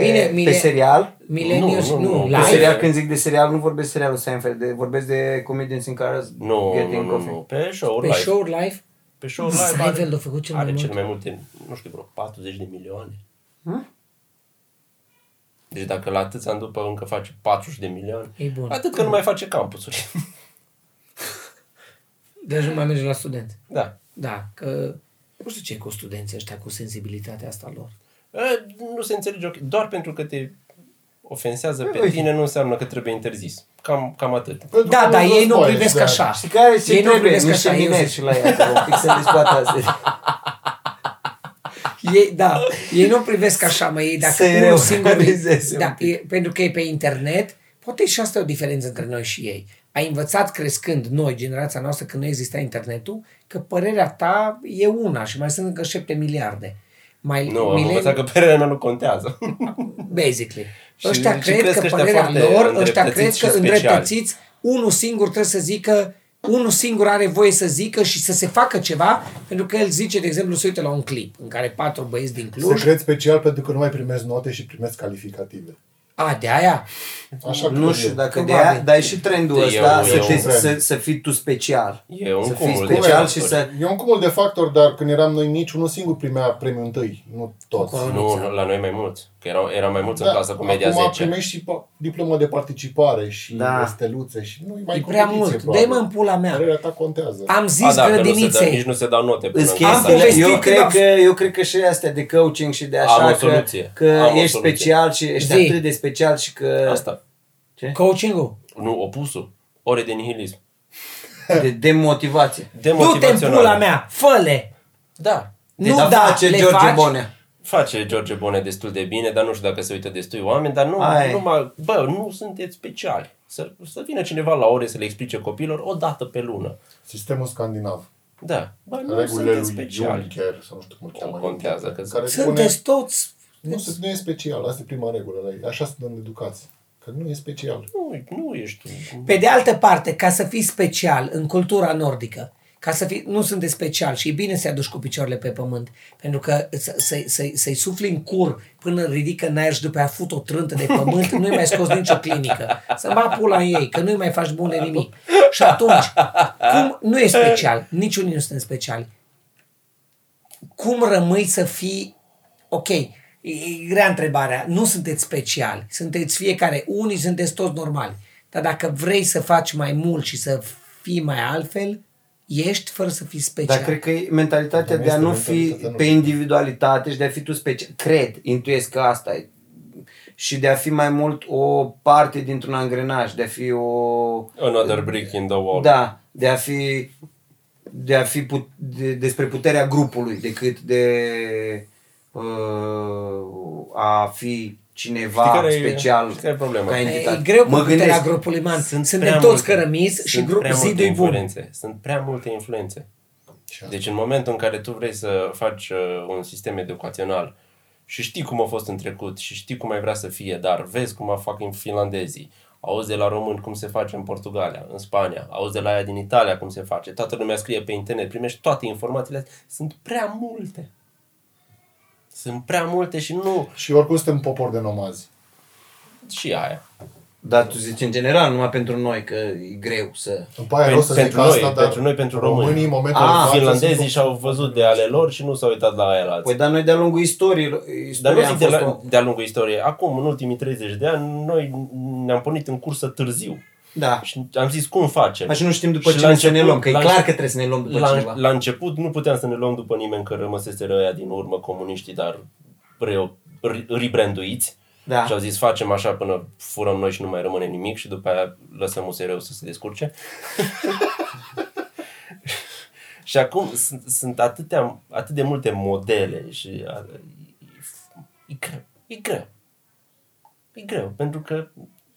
Speaker 3: Bine, mile-
Speaker 2: pe serial?
Speaker 3: Millennials,
Speaker 1: Nu,
Speaker 3: nu,
Speaker 1: nu, nu. Pe
Speaker 3: nu,
Speaker 2: Pe
Speaker 3: live.
Speaker 2: serial, când zic de serial, nu vorbesc serialul Seinfeld, de, vorbesc de comedians in cars
Speaker 1: Nu, nu,
Speaker 2: getting
Speaker 1: nu,
Speaker 2: coffee.
Speaker 1: nu. Pe show
Speaker 3: Pe
Speaker 1: live.
Speaker 3: show live?
Speaker 1: Pe show live
Speaker 3: Seinfeld
Speaker 1: are,
Speaker 3: a făcut cel
Speaker 1: are
Speaker 3: mai
Speaker 1: cel
Speaker 3: mult.
Speaker 1: mai multe, nu știu, vreo 40 de milioane. Deci dacă la atâția ani după încă face 40 de milioane,
Speaker 3: E bun.
Speaker 1: atât că nu mai face campusuri.
Speaker 3: Deci nu mai merge la student.
Speaker 1: da.
Speaker 3: Da, că nu știu ce e cu studenții ăștia, cu sensibilitatea asta lor.
Speaker 1: E, Nu se înțelege, ok. doar pentru că te ofensează
Speaker 3: Păi
Speaker 1: pe tine nu înseamnă că trebuie interzis. Cam, cam atât.
Speaker 3: Da, dar ei nu o privesc așa.
Speaker 2: Păi, Știi care se
Speaker 3: Ei nu o
Speaker 2: trebuie?
Speaker 3: privesc
Speaker 2: Niște
Speaker 3: așa. eu
Speaker 2: mineri
Speaker 3: zic.
Speaker 2: și la ea, acolo, un pic să discută asta.
Speaker 3: Ei, da, ei nu privesc așa, mă, ei dacă
Speaker 2: Să-i
Speaker 3: unul singur...
Speaker 2: reorganizeze un
Speaker 3: Da, e, pentru că e pe internet, poate și asta e o diferență între noi și ei. Ai învățat crescând noi, generația noastră, când nu exista internetul, că părerea ta e una și mai sunt încă șapte miliarde. Mai
Speaker 1: Nu, am
Speaker 3: mileni-
Speaker 1: învățat că părerea mea nu contează.
Speaker 3: Basically.
Speaker 1: Și-
Speaker 3: ăștia
Speaker 1: și
Speaker 3: cred
Speaker 1: crezi că
Speaker 3: că
Speaker 1: ăștia
Speaker 3: părerea
Speaker 1: foarte
Speaker 3: lor, ăștia
Speaker 1: îndreptățiți
Speaker 3: cred
Speaker 1: și
Speaker 3: că
Speaker 1: speciali.
Speaker 3: îndreptățiți, unul singur trebuie să zică, unul singur are voie să zică și să se facă ceva, pentru că el zice, de exemplu, se uită la un clip în care patru băieți din
Speaker 4: Se
Speaker 3: Cluj,
Speaker 4: cred special pentru că nu mai primesc note și primesc calificative.
Speaker 3: a, de aia,
Speaker 4: Așa
Speaker 2: Nu știu
Speaker 4: dacă...
Speaker 2: dacă de
Speaker 3: Probabil.
Speaker 2: aia, dar e și trendul
Speaker 1: E
Speaker 2: ăsta
Speaker 1: un-
Speaker 2: să,
Speaker 1: e
Speaker 2: te,
Speaker 1: un
Speaker 4: trend.
Speaker 2: să, să fii tu special.
Speaker 1: E un
Speaker 2: să fii
Speaker 1: cumul de
Speaker 2: special și
Speaker 1: factori.
Speaker 2: să...
Speaker 4: E un cumul de factori, dar când eram noi mici, unul singur primea premiul întâi, nu toți.
Speaker 1: Nu, nu, la noi mai mulți. Că erau, erau mai
Speaker 3: Da,
Speaker 1: mulți în clasă cu media
Speaker 4: Da, acum
Speaker 1: 10.
Speaker 4: primești și pa- diplomă de participare și
Speaker 2: Da.
Speaker 4: da. steluțe și nu mai
Speaker 3: e prea mult, dă mă în pula mea.
Speaker 4: Părerea ta contează.
Speaker 3: Am
Speaker 1: A,
Speaker 3: zis
Speaker 1: da, că nu se dă, nici
Speaker 3: grădinițe,
Speaker 1: nu se dau note până
Speaker 2: Îți
Speaker 1: în
Speaker 3: Am
Speaker 1: clasa
Speaker 2: chestiile,
Speaker 3: povestit
Speaker 2: eu
Speaker 3: când
Speaker 2: cred,
Speaker 3: am-
Speaker 2: că, eu cred că și astea de coaching și de
Speaker 1: Am
Speaker 2: așa,
Speaker 1: o
Speaker 2: că,
Speaker 1: soluție.
Speaker 2: că
Speaker 1: Am o
Speaker 2: ești
Speaker 1: soluție.
Speaker 2: special și ești
Speaker 3: Zi.
Speaker 2: atât de special și că
Speaker 1: Asta.
Speaker 3: coaching-ul.
Speaker 1: Nu, opusul. Ore de nihilism.
Speaker 2: de demotivație.
Speaker 3: Du te în
Speaker 1: Demotivațional.
Speaker 3: pula mea, fă-le!
Speaker 1: Da.
Speaker 3: Nu
Speaker 2: Dar
Speaker 3: da,
Speaker 2: face
Speaker 3: le
Speaker 2: George
Speaker 3: faci?
Speaker 2: Bonea.
Speaker 1: Face George Bone destul de bine, dar nu știu dacă se uită destui oameni, dar nu,
Speaker 2: Ai.
Speaker 1: numai, bă, nu sunteți speciali. Să, să vină cineva la ore să le explice copilor o dată pe lună.
Speaker 4: Sistemul scandinav.
Speaker 1: Da, bă, nu
Speaker 4: Regulile
Speaker 1: sunteți
Speaker 4: lui
Speaker 1: speciali.
Speaker 4: Juncker, sau nu știu cum îl cheamă.
Speaker 1: contează, că-
Speaker 4: care spune,
Speaker 3: Sunteți toți...
Speaker 4: nu, se- nu e special, asta e prima regulă, la ei. așa se dă în educație. Că nu e special.
Speaker 1: Nu, nu ești tu.
Speaker 3: Pe de altă parte, ca să fii special în cultura nordică, ca să fii, nu sunteți special și e bine să-i aduci cu picioarele pe pământ, pentru că să, să, să, să-i sufli în cur până îl ridică în aer și după aia fut o trântă de pământ, nu-i mai scos nicio clinică. Să ba pula în ei, că nu-i mai faci bune nimic. Și atunci, cum, nu e special, niciunii nu suntem speciali cum rămâi să fii ok? E e grea întrebarea. Nu sunteți speciali. Sunteți fiecare. Unii sunteți toți normali. Dar dacă vrei să faci mai mult și să fii mai altfel, ești fără să fii special.
Speaker 2: Dar cred că e mentalitatea
Speaker 4: Dar
Speaker 2: de a
Speaker 4: este
Speaker 2: nu fi
Speaker 4: mentalitatea
Speaker 2: pe
Speaker 4: noastră.
Speaker 2: individualitate și de a fi tu special. Cred, intuiesc că asta e. Și de a fi mai mult o parte dintr-un angrenaj, de a fi o...
Speaker 1: Another brick in the wall.
Speaker 2: Da, de a fi de a fi put, de, despre puterea grupului decât de uh, a fi cineva
Speaker 1: Știi care e-
Speaker 2: special
Speaker 1: știi care e problema?
Speaker 2: ca
Speaker 1: E-
Speaker 3: E,
Speaker 2: entitate.
Speaker 3: e greu cu
Speaker 2: mă
Speaker 3: puterea
Speaker 2: gândesc,
Speaker 3: grupului man. Sunt Suntem
Speaker 1: prea
Speaker 3: toți
Speaker 1: multe-
Speaker 3: cărămiți și
Speaker 1: sunt
Speaker 3: grup,
Speaker 1: prea multe
Speaker 3: zidul e bun.
Speaker 1: influențe. Sunt prea multe influențe.
Speaker 4: Și asta.
Speaker 1: Deci în momentul în care tu vrei să faci uh, un sistem educațional și știi cum a fost în trecut și știi cum ai vrea să fie, dar vezi cum a fac în finlandezii, auzi de la români cum se face în Portugalia, în Spania, auzi de la aia din Italia cum se face, toată lumea scrie pe internet, primești toate informațiile astea. Sunt prea multe. Sunt prea multe și nu
Speaker 4: Și oricum suntem popor de nomazi.
Speaker 1: și aia.
Speaker 2: Dar tu zici în general, numai pentru noi că e greu să...
Speaker 4: După aia
Speaker 1: Pentru-
Speaker 4: nu o Păi, să zic
Speaker 1: Păi pentru
Speaker 4: asta,
Speaker 1: noi,
Speaker 4: dar
Speaker 1: pentru noi, pentru români.
Speaker 4: românii în momentul
Speaker 2: Ah,
Speaker 4: de față
Speaker 1: Finlandezii
Speaker 4: sunt-
Speaker 1: și-au văzut de ale lor și nu s-au uitat la aia la alții.
Speaker 2: Păi dar noi de-a lungul istoriei,
Speaker 1: Dar nu
Speaker 2: istoria
Speaker 1: zic de, la, de-a lungul istoriei. Acum, în ultimii 30 de ani, noi ne-am pornit în cursă târziu.
Speaker 2: Da.
Speaker 1: Și am zis cum facem.
Speaker 2: Așa nu știm după
Speaker 1: Și
Speaker 2: cine
Speaker 1: la
Speaker 2: să ne
Speaker 1: început-
Speaker 2: luăm, că e
Speaker 1: la
Speaker 2: clar că
Speaker 1: înce-
Speaker 2: trebuie să ne luăm după
Speaker 1: la,
Speaker 2: cineva.
Speaker 1: La început nu puteam să ne luăm după nimeni că rămăseseră ăia din urmă comuniștii, dar reo, re- rebranduiți.
Speaker 2: Da.
Speaker 1: Și au zis facem așa până furăm noi și nu mai rămâne nimic și după aia lăsăm USR-ul să se descurce. și acum sunt, sunt atâtea, atât de multe modele și uh, a, e, e greu. E greu. E greu, pentru că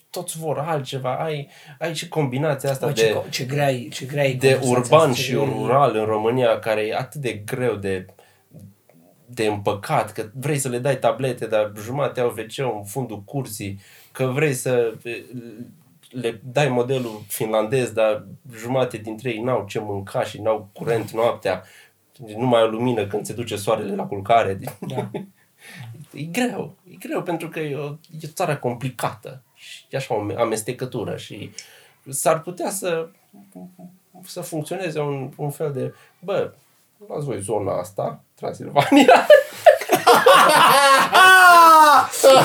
Speaker 1: toți vor altceva. Ai, ai și combinația asta
Speaker 3: Bă,
Speaker 1: de
Speaker 3: ce, co- ce grea e, ce grea e
Speaker 1: de
Speaker 3: conversația
Speaker 1: urban
Speaker 3: asta,
Speaker 1: și
Speaker 3: ce grea e.
Speaker 1: rural în România care e atât de greu de de împăcat, că vrei să le dai tablete, dar jumate au wc în fundul cursii, că vrei să le dai modelul finlandez, dar jumate dintre ei n-au ce mânca și n-au curent noaptea, nu mai au lumină când se duce soarele la culcare. Da. e greu, e greu pentru că e o, e o țară complicată și e așa o amestecătură și s-ar putea să să funcționeze un, un fel de, bă, luați voi zona asta, Transilvania,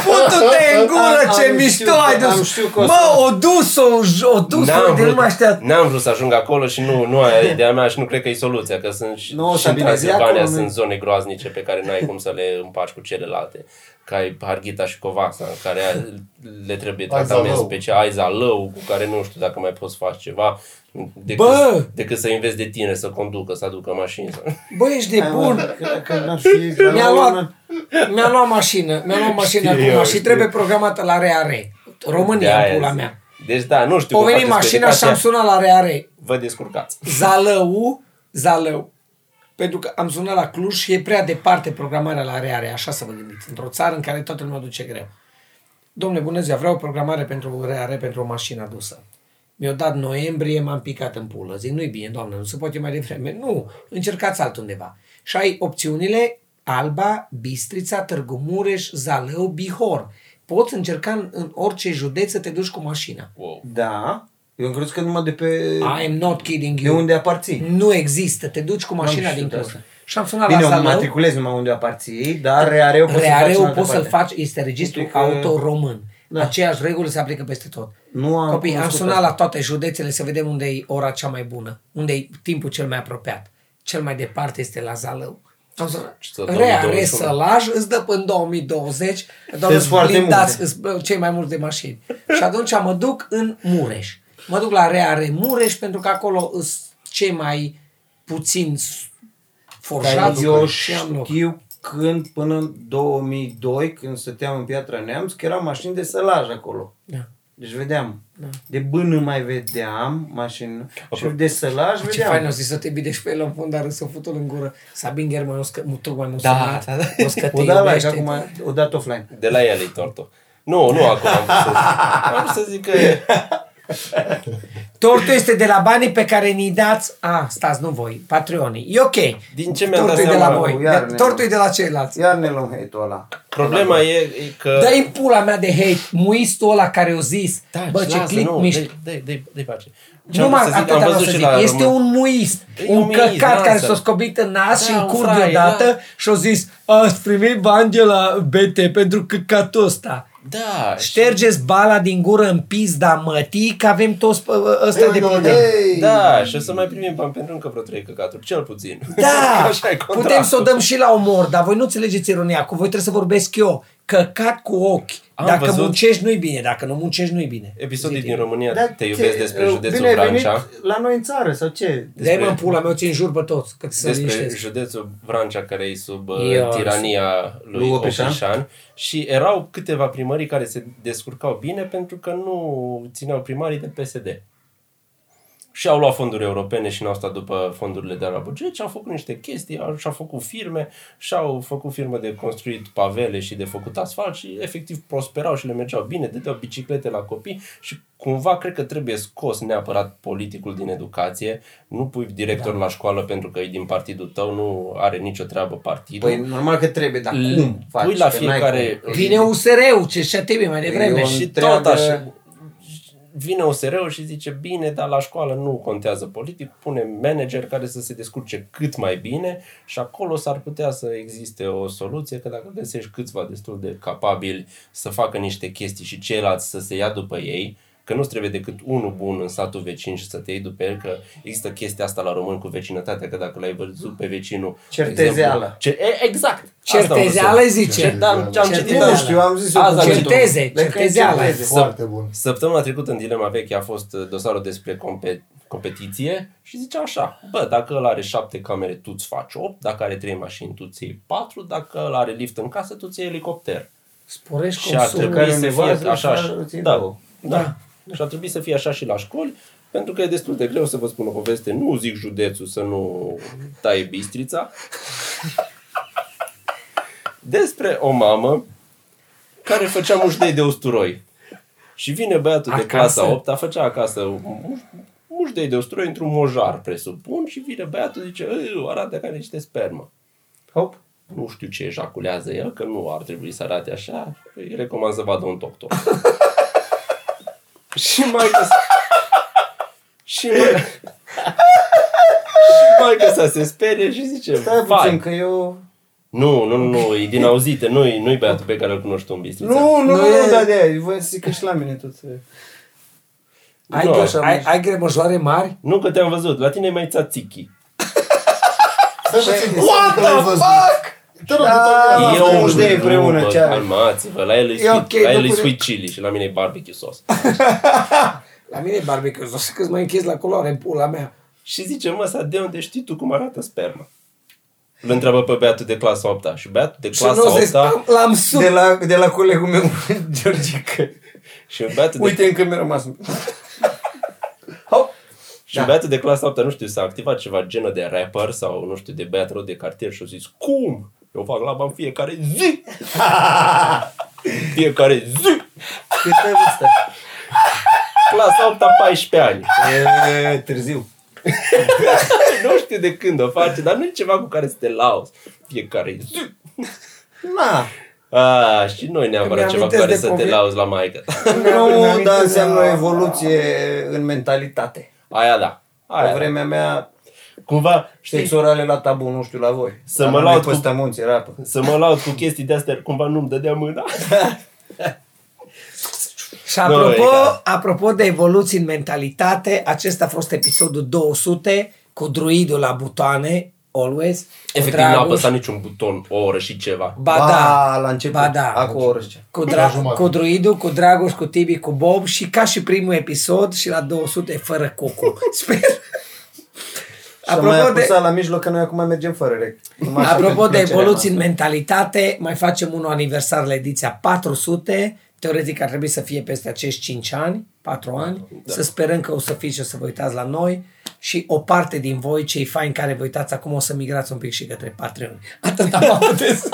Speaker 3: Putu-te în gură,
Speaker 2: Am-
Speaker 3: ce
Speaker 2: am
Speaker 3: mișto
Speaker 2: știut-
Speaker 3: ai
Speaker 2: am
Speaker 3: dus!
Speaker 2: știut că o
Speaker 3: Mă,
Speaker 2: să-
Speaker 3: o dus-o, o dus-o, de nu mă aștept.
Speaker 1: n-am vrut să ajung acolo și nu, nu aia e ideea mea și nu cred că e soluția, că sunt și,
Speaker 2: Nu,
Speaker 1: și în
Speaker 2: stabilezi
Speaker 1: Transilvania
Speaker 2: acolo, nu-i-
Speaker 1: sunt zone groaznice pe care n-ai cum să le împaci cu celelalte. Ca ai Harghita și Covasa, în care le trebuie tratament
Speaker 4: Zalău.
Speaker 1: special, ai Zalău, cu care nu știu dacă mai poți face ceva, decât,
Speaker 3: Bă!
Speaker 1: decât să investi de tine, să conducă, să aducă mașini. Să...
Speaker 3: Bă, ești de bun!
Speaker 2: Cred că n-ar fi... dar
Speaker 3: Mi-a
Speaker 2: la
Speaker 3: luat,
Speaker 2: urmă-
Speaker 3: mi-a luat mașină, mi-a luat mașină
Speaker 4: Știu
Speaker 3: acum
Speaker 4: eu,
Speaker 3: și
Speaker 4: știu.
Speaker 3: trebuie programată la RAR. România,
Speaker 1: De-aia
Speaker 3: în pula
Speaker 1: zic.
Speaker 3: mea.
Speaker 1: Deci da, nu știu
Speaker 3: O
Speaker 1: cum
Speaker 3: venit
Speaker 1: faceți cu
Speaker 3: mașina și am
Speaker 1: educația.
Speaker 3: sunat la RAR.
Speaker 1: Vă descurcați.
Speaker 3: Zalău, Zalău. Pentru că am sunat la Cluj și e prea departe programarea la reare, așa să vă gândiți, într-o țară în care toată lumea duce greu. Domnule, bună ziua, vreau o programare pentru reare, pentru o mașină adusă. Mi-o dat noiembrie, m-am picat în pulă. Zic, nu-i bine, doamnă, nu se poate mai devreme. Nu, încercați altundeva. Și ai opțiunile Alba, Bistrița, Târgu Mureș, Zalău, Bihor. Poți încerca în, în orice județ să te duci cu mașina.
Speaker 1: Wow.
Speaker 2: Da. Eu am crezut că numai de pe...
Speaker 3: I am not kidding
Speaker 2: De
Speaker 3: you.
Speaker 2: unde aparții.
Speaker 3: Nu există, te duci cu mașina
Speaker 2: știut
Speaker 3: din Cluj.
Speaker 2: asta.
Speaker 3: Și am sunat
Speaker 2: Bine,
Speaker 3: la
Speaker 2: eu mă
Speaker 3: Zalău.
Speaker 2: matriculez numai unde aparții, dar reareu poți să
Speaker 3: Reareu
Speaker 2: faci
Speaker 3: poți să-l faci, este registrul
Speaker 2: Știi că-
Speaker 3: auto român.
Speaker 2: Da.
Speaker 3: Aceeași regulă se aplică peste tot.
Speaker 2: Nu am
Speaker 3: Copii, am
Speaker 2: cunoscut
Speaker 3: sunat
Speaker 2: asta.
Speaker 3: la toate județele să vedem unde e ora cea mai bună, unde e timpul cel mai apropiat. Cel mai departe este la Zalău. Am sunat.
Speaker 1: Și tot
Speaker 3: Reare
Speaker 1: 2021.
Speaker 3: să lași, îți dă până în 2020, doar
Speaker 2: Sunt
Speaker 3: îți
Speaker 2: foarte
Speaker 3: blindați
Speaker 2: multe.
Speaker 3: îți, bă, cei mai mulți de mașini. Și atunci mă duc în Mureș. Mă duc la Reare Mureș pentru că acolo sunt cei mai puțin
Speaker 2: Dar
Speaker 3: forjați
Speaker 2: eu
Speaker 3: și am loc.
Speaker 2: știu când, până în 2002, când stăteam în Piatra Neamț, că erau mașini de sălaj acolo.
Speaker 3: Da.
Speaker 2: Deci vedeam. De bână mai vedeam mașini și de sălaj
Speaker 3: Ce fain o
Speaker 2: vedeam.
Speaker 3: zis să te bidești pe el în fund, dar să futul în gură. Sabin German, o scă, mu- tocmai m-a
Speaker 5: Da,
Speaker 3: sunat,
Speaker 5: da, da.
Speaker 3: O scă te
Speaker 2: O dat like
Speaker 3: iubește.
Speaker 2: acum, o dat offline.
Speaker 1: De la el e tortul. Nu, nu acum am vrut să zic. Am vrut să zic că
Speaker 3: Tortul este de la banii pe care ni dați... A, stați, nu voi, patreonii. E ok.
Speaker 1: Din ce mi-am dat
Speaker 3: Tortul e de la
Speaker 1: seama?
Speaker 3: voi.
Speaker 2: Iar
Speaker 3: De-
Speaker 2: ne-
Speaker 3: Tortul e de la ceilalți.
Speaker 2: Iar ne luăm hate-ul ăla.
Speaker 1: problema e, e că...
Speaker 3: Dă-i în pula mea de hate, muistul ăla care o zis.
Speaker 1: Taci,
Speaker 3: Bă, ce
Speaker 1: Da, lasă,
Speaker 3: clip
Speaker 1: nu,
Speaker 3: mișto.
Speaker 1: dă-i- dă-i- dăi- dăi pace. Ce am
Speaker 3: Nu
Speaker 1: vrut
Speaker 3: mai
Speaker 1: să zic,
Speaker 3: atât
Speaker 1: am
Speaker 3: am
Speaker 1: văzut
Speaker 3: să
Speaker 1: și
Speaker 3: zic.
Speaker 1: la
Speaker 3: Este
Speaker 1: român.
Speaker 3: un muist,
Speaker 1: E
Speaker 3: un,
Speaker 1: un muist,
Speaker 3: căcat care
Speaker 1: lasă.
Speaker 3: s-a scobit în
Speaker 1: Da,
Speaker 3: nas și în
Speaker 1: un
Speaker 3: cur
Speaker 1: fraier,
Speaker 3: deodată
Speaker 1: da.
Speaker 3: și-a zis Ați primit bani de la BT pentru căcatul ăsta.
Speaker 1: Da, și-
Speaker 3: Ștergeți bala din gură în pizda mătii că avem toți pă- ăsta de plătit.
Speaker 2: Hei!
Speaker 1: da, și o să mai primim bani pentru încă vreo trei căcaturi, cel puțin.
Speaker 3: Da,
Speaker 1: Așa e contractul.
Speaker 3: putem să o dăm și la omor, dar voi nu înțelegeți ironia. Cu voi trebuie să vorbesc eu. Căcat cu ochi.
Speaker 1: Am
Speaker 3: dacă
Speaker 1: văzut-
Speaker 3: muncești nu-i bine, dacă nu muncești nu-i bine.
Speaker 1: Episodul
Speaker 3: Zi-te.
Speaker 1: din România,
Speaker 2: Dar
Speaker 1: te
Speaker 2: ce,
Speaker 1: iubesc despre
Speaker 2: uh,
Speaker 1: județul
Speaker 2: bine ai venit
Speaker 1: Vrancea.
Speaker 2: la noi în țară, sau ce?
Speaker 3: De-aia mă
Speaker 1: despre-
Speaker 3: în pula mea, o țin jur pe toți, că să
Speaker 1: despre
Speaker 3: liniștesc.
Speaker 1: județul Vrancea care e sub
Speaker 3: Eu-
Speaker 1: Eu, tirania lui
Speaker 2: Lui Oprișan.
Speaker 1: Oprișan și erau câteva primării care se descurcau bine pentru că nu țineau primarii de PSD. Și au luat fonduri europene și n-au stat după fondurile de la buget și au făcut niște chestii, au, și-au făcut firme, și-au făcut firme de construit pavele și de făcut asfalt și efectiv prosperau și le mergeau bine, dădeau biciclete la copii și cumva cred că trebuie scos neapărat politicul din educație, nu pui director da. la școală pentru că e din partidul tău, nu are nicio treabă partidul.
Speaker 2: Păi normal că trebuie, dar cum faci?
Speaker 1: pui la
Speaker 2: Că n-ai
Speaker 1: fiecare-
Speaker 2: cum.
Speaker 3: Vine USR-ul, ce și trebuie mai devreme.
Speaker 2: Eu-
Speaker 1: și
Speaker 2: întreagă-
Speaker 1: tot așa. Vine usr și zice, bine, dar la școală nu contează politic, pune manager care să se descurce cât mai bine și acolo s-ar putea să existe o soluție, că dacă găsești câțiva destul de capabili să facă niște chestii și ceilalți să se ia după ei, că nu trebuie decât unul bun în satul vecin și să te iei după el, că există chestia asta la român cu vecinătatea, că dacă l-ai văzut pe vecinul... de
Speaker 2: Certezeală.
Speaker 1: exemplu- Ce, e, exact! Asta am vrut să-
Speaker 3: Certezeală zice.
Speaker 1: Cer- da, am- am citit
Speaker 3: Certezeală.
Speaker 2: Nu știu, am zis eu
Speaker 1: Asta
Speaker 2: cuvântul.
Speaker 3: certeze,
Speaker 2: Dacă e
Speaker 3: certezeală.
Speaker 2: certeze.
Speaker 4: Foarte bun.
Speaker 1: Săptămâna trecută în Dilema Veche a fost uh, dosarul despre compe- competiție și zicea așa, bă, dacă ăla are șapte camere, tu ți faci opt, dacă are trei mașini, tu ți iei patru, dacă ăla are lift în casă, tu ți iei elicopter.
Speaker 3: Sporești
Speaker 1: Și ar
Speaker 3: consumul.
Speaker 1: trebui
Speaker 2: care
Speaker 1: să
Speaker 2: undeva
Speaker 1: fie
Speaker 2: să-l
Speaker 1: așa,
Speaker 2: facă,
Speaker 1: așa
Speaker 2: ți-i
Speaker 1: da,
Speaker 2: două.
Speaker 1: Da. Și ar trebui să fie așa și la școli, pentru că e destul de greu să vă spun o poveste. Nu zic județul să nu taie bistrița. Despre o mamă care făcea mușdei de usturoi. Și vine băiatul de
Speaker 5: Acasă?
Speaker 1: clasa 8, a făcea acasă muș- mușdei de usturoi într-un mojar, presupun, și vine băiatul zice, "Îu, arată ca niște spermă.
Speaker 2: Hop.
Speaker 1: Nu știu ce ejaculează el, că nu ar trebui să arate așa. Îi recomand să vadă un doctor. Și mai că Și mai Și mai că să se sperie și zice
Speaker 2: Stai puțin
Speaker 1: Vai.
Speaker 2: că eu...
Speaker 1: Nu, nu, nu, e din auzite Nu-i, nu-i băiatul pe care îl cunoști tu în bistrița
Speaker 2: Nu, nu, nu,
Speaker 3: e-
Speaker 2: nu, da, de aia. Voiam să zic că și la mine tot... e.
Speaker 3: Ai,
Speaker 1: Nu,
Speaker 3: no,
Speaker 2: așa
Speaker 3: ai,
Speaker 2: merge.
Speaker 3: ai gremojoare mari?
Speaker 1: Nu că te-am văzut, la tine e mai țațichi
Speaker 4: Stai puțin,
Speaker 2: What
Speaker 4: stai că l-ai
Speaker 2: the
Speaker 4: văzut.
Speaker 2: fuck?
Speaker 4: Te rog, te
Speaker 2: Ah,
Speaker 4: rog,
Speaker 2: E
Speaker 4: ia.
Speaker 2: o mușdei împreună,
Speaker 1: bă,
Speaker 2: ce are?
Speaker 1: calmați-vă, la el e
Speaker 2: E
Speaker 1: sweet,
Speaker 2: ok,
Speaker 1: la el e
Speaker 2: după-
Speaker 1: sweet chili și la mine e barbecue sauce
Speaker 3: La mine e barbecue, o să că mai închizi la culoare, pula mea.
Speaker 1: Și zice, mă, să de unde știi tu cum arată sperma? Îl întreabă pe băiatul de clasa 8 și băiatul de
Speaker 3: Și nu
Speaker 1: clasa
Speaker 3: se
Speaker 1: 8
Speaker 3: spam, l-am sub.
Speaker 2: De la, de la colegul meu, Georgica.
Speaker 1: și băiatul de,
Speaker 2: Uite încă mi-a rămas. Hop.
Speaker 1: și
Speaker 3: Da.
Speaker 1: băiatul de clasa 8 nu știu, s-a activat ceva genă de rapper sau nu știu, de băiat rău de cartier și a zis, cum? Eu fac laba în fiecare zi! fiecare zi!
Speaker 2: Cât ai vârsta?
Speaker 1: Clasa 8 14 ani.
Speaker 2: E, târziu.
Speaker 1: nu știu de când o face, dar nu e ceva cu care să te lauzi. Fiecare zi!
Speaker 2: Na.
Speaker 1: A, și noi neapărat
Speaker 3: Îmi
Speaker 1: ceva cu
Speaker 3: amintesc
Speaker 1: care
Speaker 3: de
Speaker 1: să te
Speaker 3: pove-
Speaker 1: lauzi la maică.
Speaker 2: Nu,
Speaker 3: Mi-amintesc
Speaker 2: dar
Speaker 3: de-
Speaker 2: înseamnă o evoluție în mentalitate.
Speaker 1: Aia da. Aia
Speaker 2: Pe
Speaker 1: da.
Speaker 2: vremea mea,
Speaker 1: Cumva, știi,
Speaker 2: știți, orale la tabu, nu știu la voi.
Speaker 1: Să
Speaker 2: La
Speaker 1: mă
Speaker 2: noi
Speaker 1: laud
Speaker 2: pe
Speaker 1: cu-
Speaker 2: Stămunți, era apă.
Speaker 1: Să mă laud cu chestii de-astea, cumva nu-mi dădea mâna.
Speaker 3: Și
Speaker 1: Nu,
Speaker 3: apropo,
Speaker 1: e
Speaker 2: da.
Speaker 1: ca-
Speaker 3: apropo de evoluții în mentalitate, acesta a fost episodul 200 cu druidul la butoane, always.
Speaker 1: Efectiv,
Speaker 3: cu
Speaker 1: n-a
Speaker 3: Dragoș.
Speaker 1: apăsat niciun buton, o oră și ceva.
Speaker 3: Ba
Speaker 2: Ba,
Speaker 3: da,
Speaker 2: la început,
Speaker 3: ba da.
Speaker 2: acum o oră și ceva.
Speaker 3: Cu,
Speaker 4: La
Speaker 3: dra-
Speaker 4: jumătate.
Speaker 3: cu druidul, cu Dragoș, cu Tibi, cu Bob și ca și primul episod și la 200 fără cucu. Sper.
Speaker 2: Și am mai apăsat la mijloc că noi acum mergem fără rec. Numai așa
Speaker 3: Apropo
Speaker 2: pentru
Speaker 3: de
Speaker 2: plăcerea
Speaker 3: evoluții în
Speaker 2: noastră.
Speaker 3: mentalitate, mai facem unul aniversar la ediția 400. Teoretic ar trebui să fie peste acești 5 ani, 4 ani. Da. Să sperăm că o să fiți și o să vă uitați la noi. Și o parte din voi, cei faini care vă uitați acum, o să migrați un pic și către Patreon. Atât am avut de spus.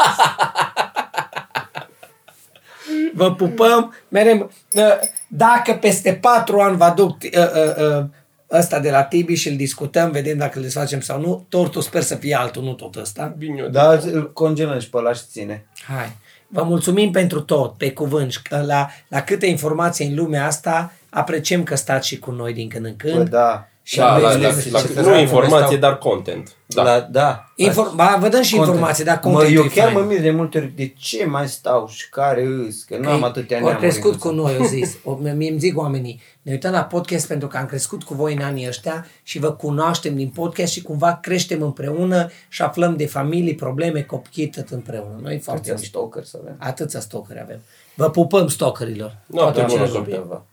Speaker 3: Vă pupăm, merem. Uh, Dacă peste patru ani vă aduc uh, uh, uh, ăsta de la Tibi și îl discutăm, vedem dacă îl desfacem sau nu, tortul sper să fie altul, nu tot ăsta.
Speaker 1: Bine, da.
Speaker 2: Da, îl congelăm și pe ăla și ține.
Speaker 3: Hai. Vă mulțumim pentru tot, pe cuvânt, și că la, la câte informații în lumea asta, apreciem că stați și cu noi din când în când.
Speaker 2: Bă, da.
Speaker 3: Și
Speaker 1: Da, la,
Speaker 3: aveți
Speaker 1: la,
Speaker 3: nevoie-
Speaker 1: la,
Speaker 2: ce
Speaker 1: nu
Speaker 2: făceam,
Speaker 1: informație,
Speaker 2: povesteau.
Speaker 1: dar content. Da.
Speaker 2: Da. La, da.
Speaker 3: Inform- ba, vă dăm și
Speaker 2: Content.
Speaker 3: informații, dar
Speaker 2: mă,
Speaker 3: contentul
Speaker 2: eu
Speaker 3: e
Speaker 2: chiar
Speaker 3: fain.
Speaker 2: mă mir de multe ori de ce mai stau și care îs, că nu
Speaker 3: Că
Speaker 2: am atâtea
Speaker 3: Au
Speaker 2: neamuri.
Speaker 3: crescut cu noi, au zis. O, mie îmi zic oamenii, ne uităm la podcast pentru că am crescut cu voi în anii ăștia și vă cunoaștem din podcast și cumva creștem împreună și aflăm de familii, probleme, copii, tot împreună. Noi foarte
Speaker 2: Atâția
Speaker 3: mișto.
Speaker 2: stalker să avem.
Speaker 3: Atâția stocări avem. Vă pupăm stocărilor.
Speaker 1: Noapte
Speaker 2: Da,
Speaker 1: bună,
Speaker 2: mă,
Speaker 1: copii.
Speaker 2: ceva.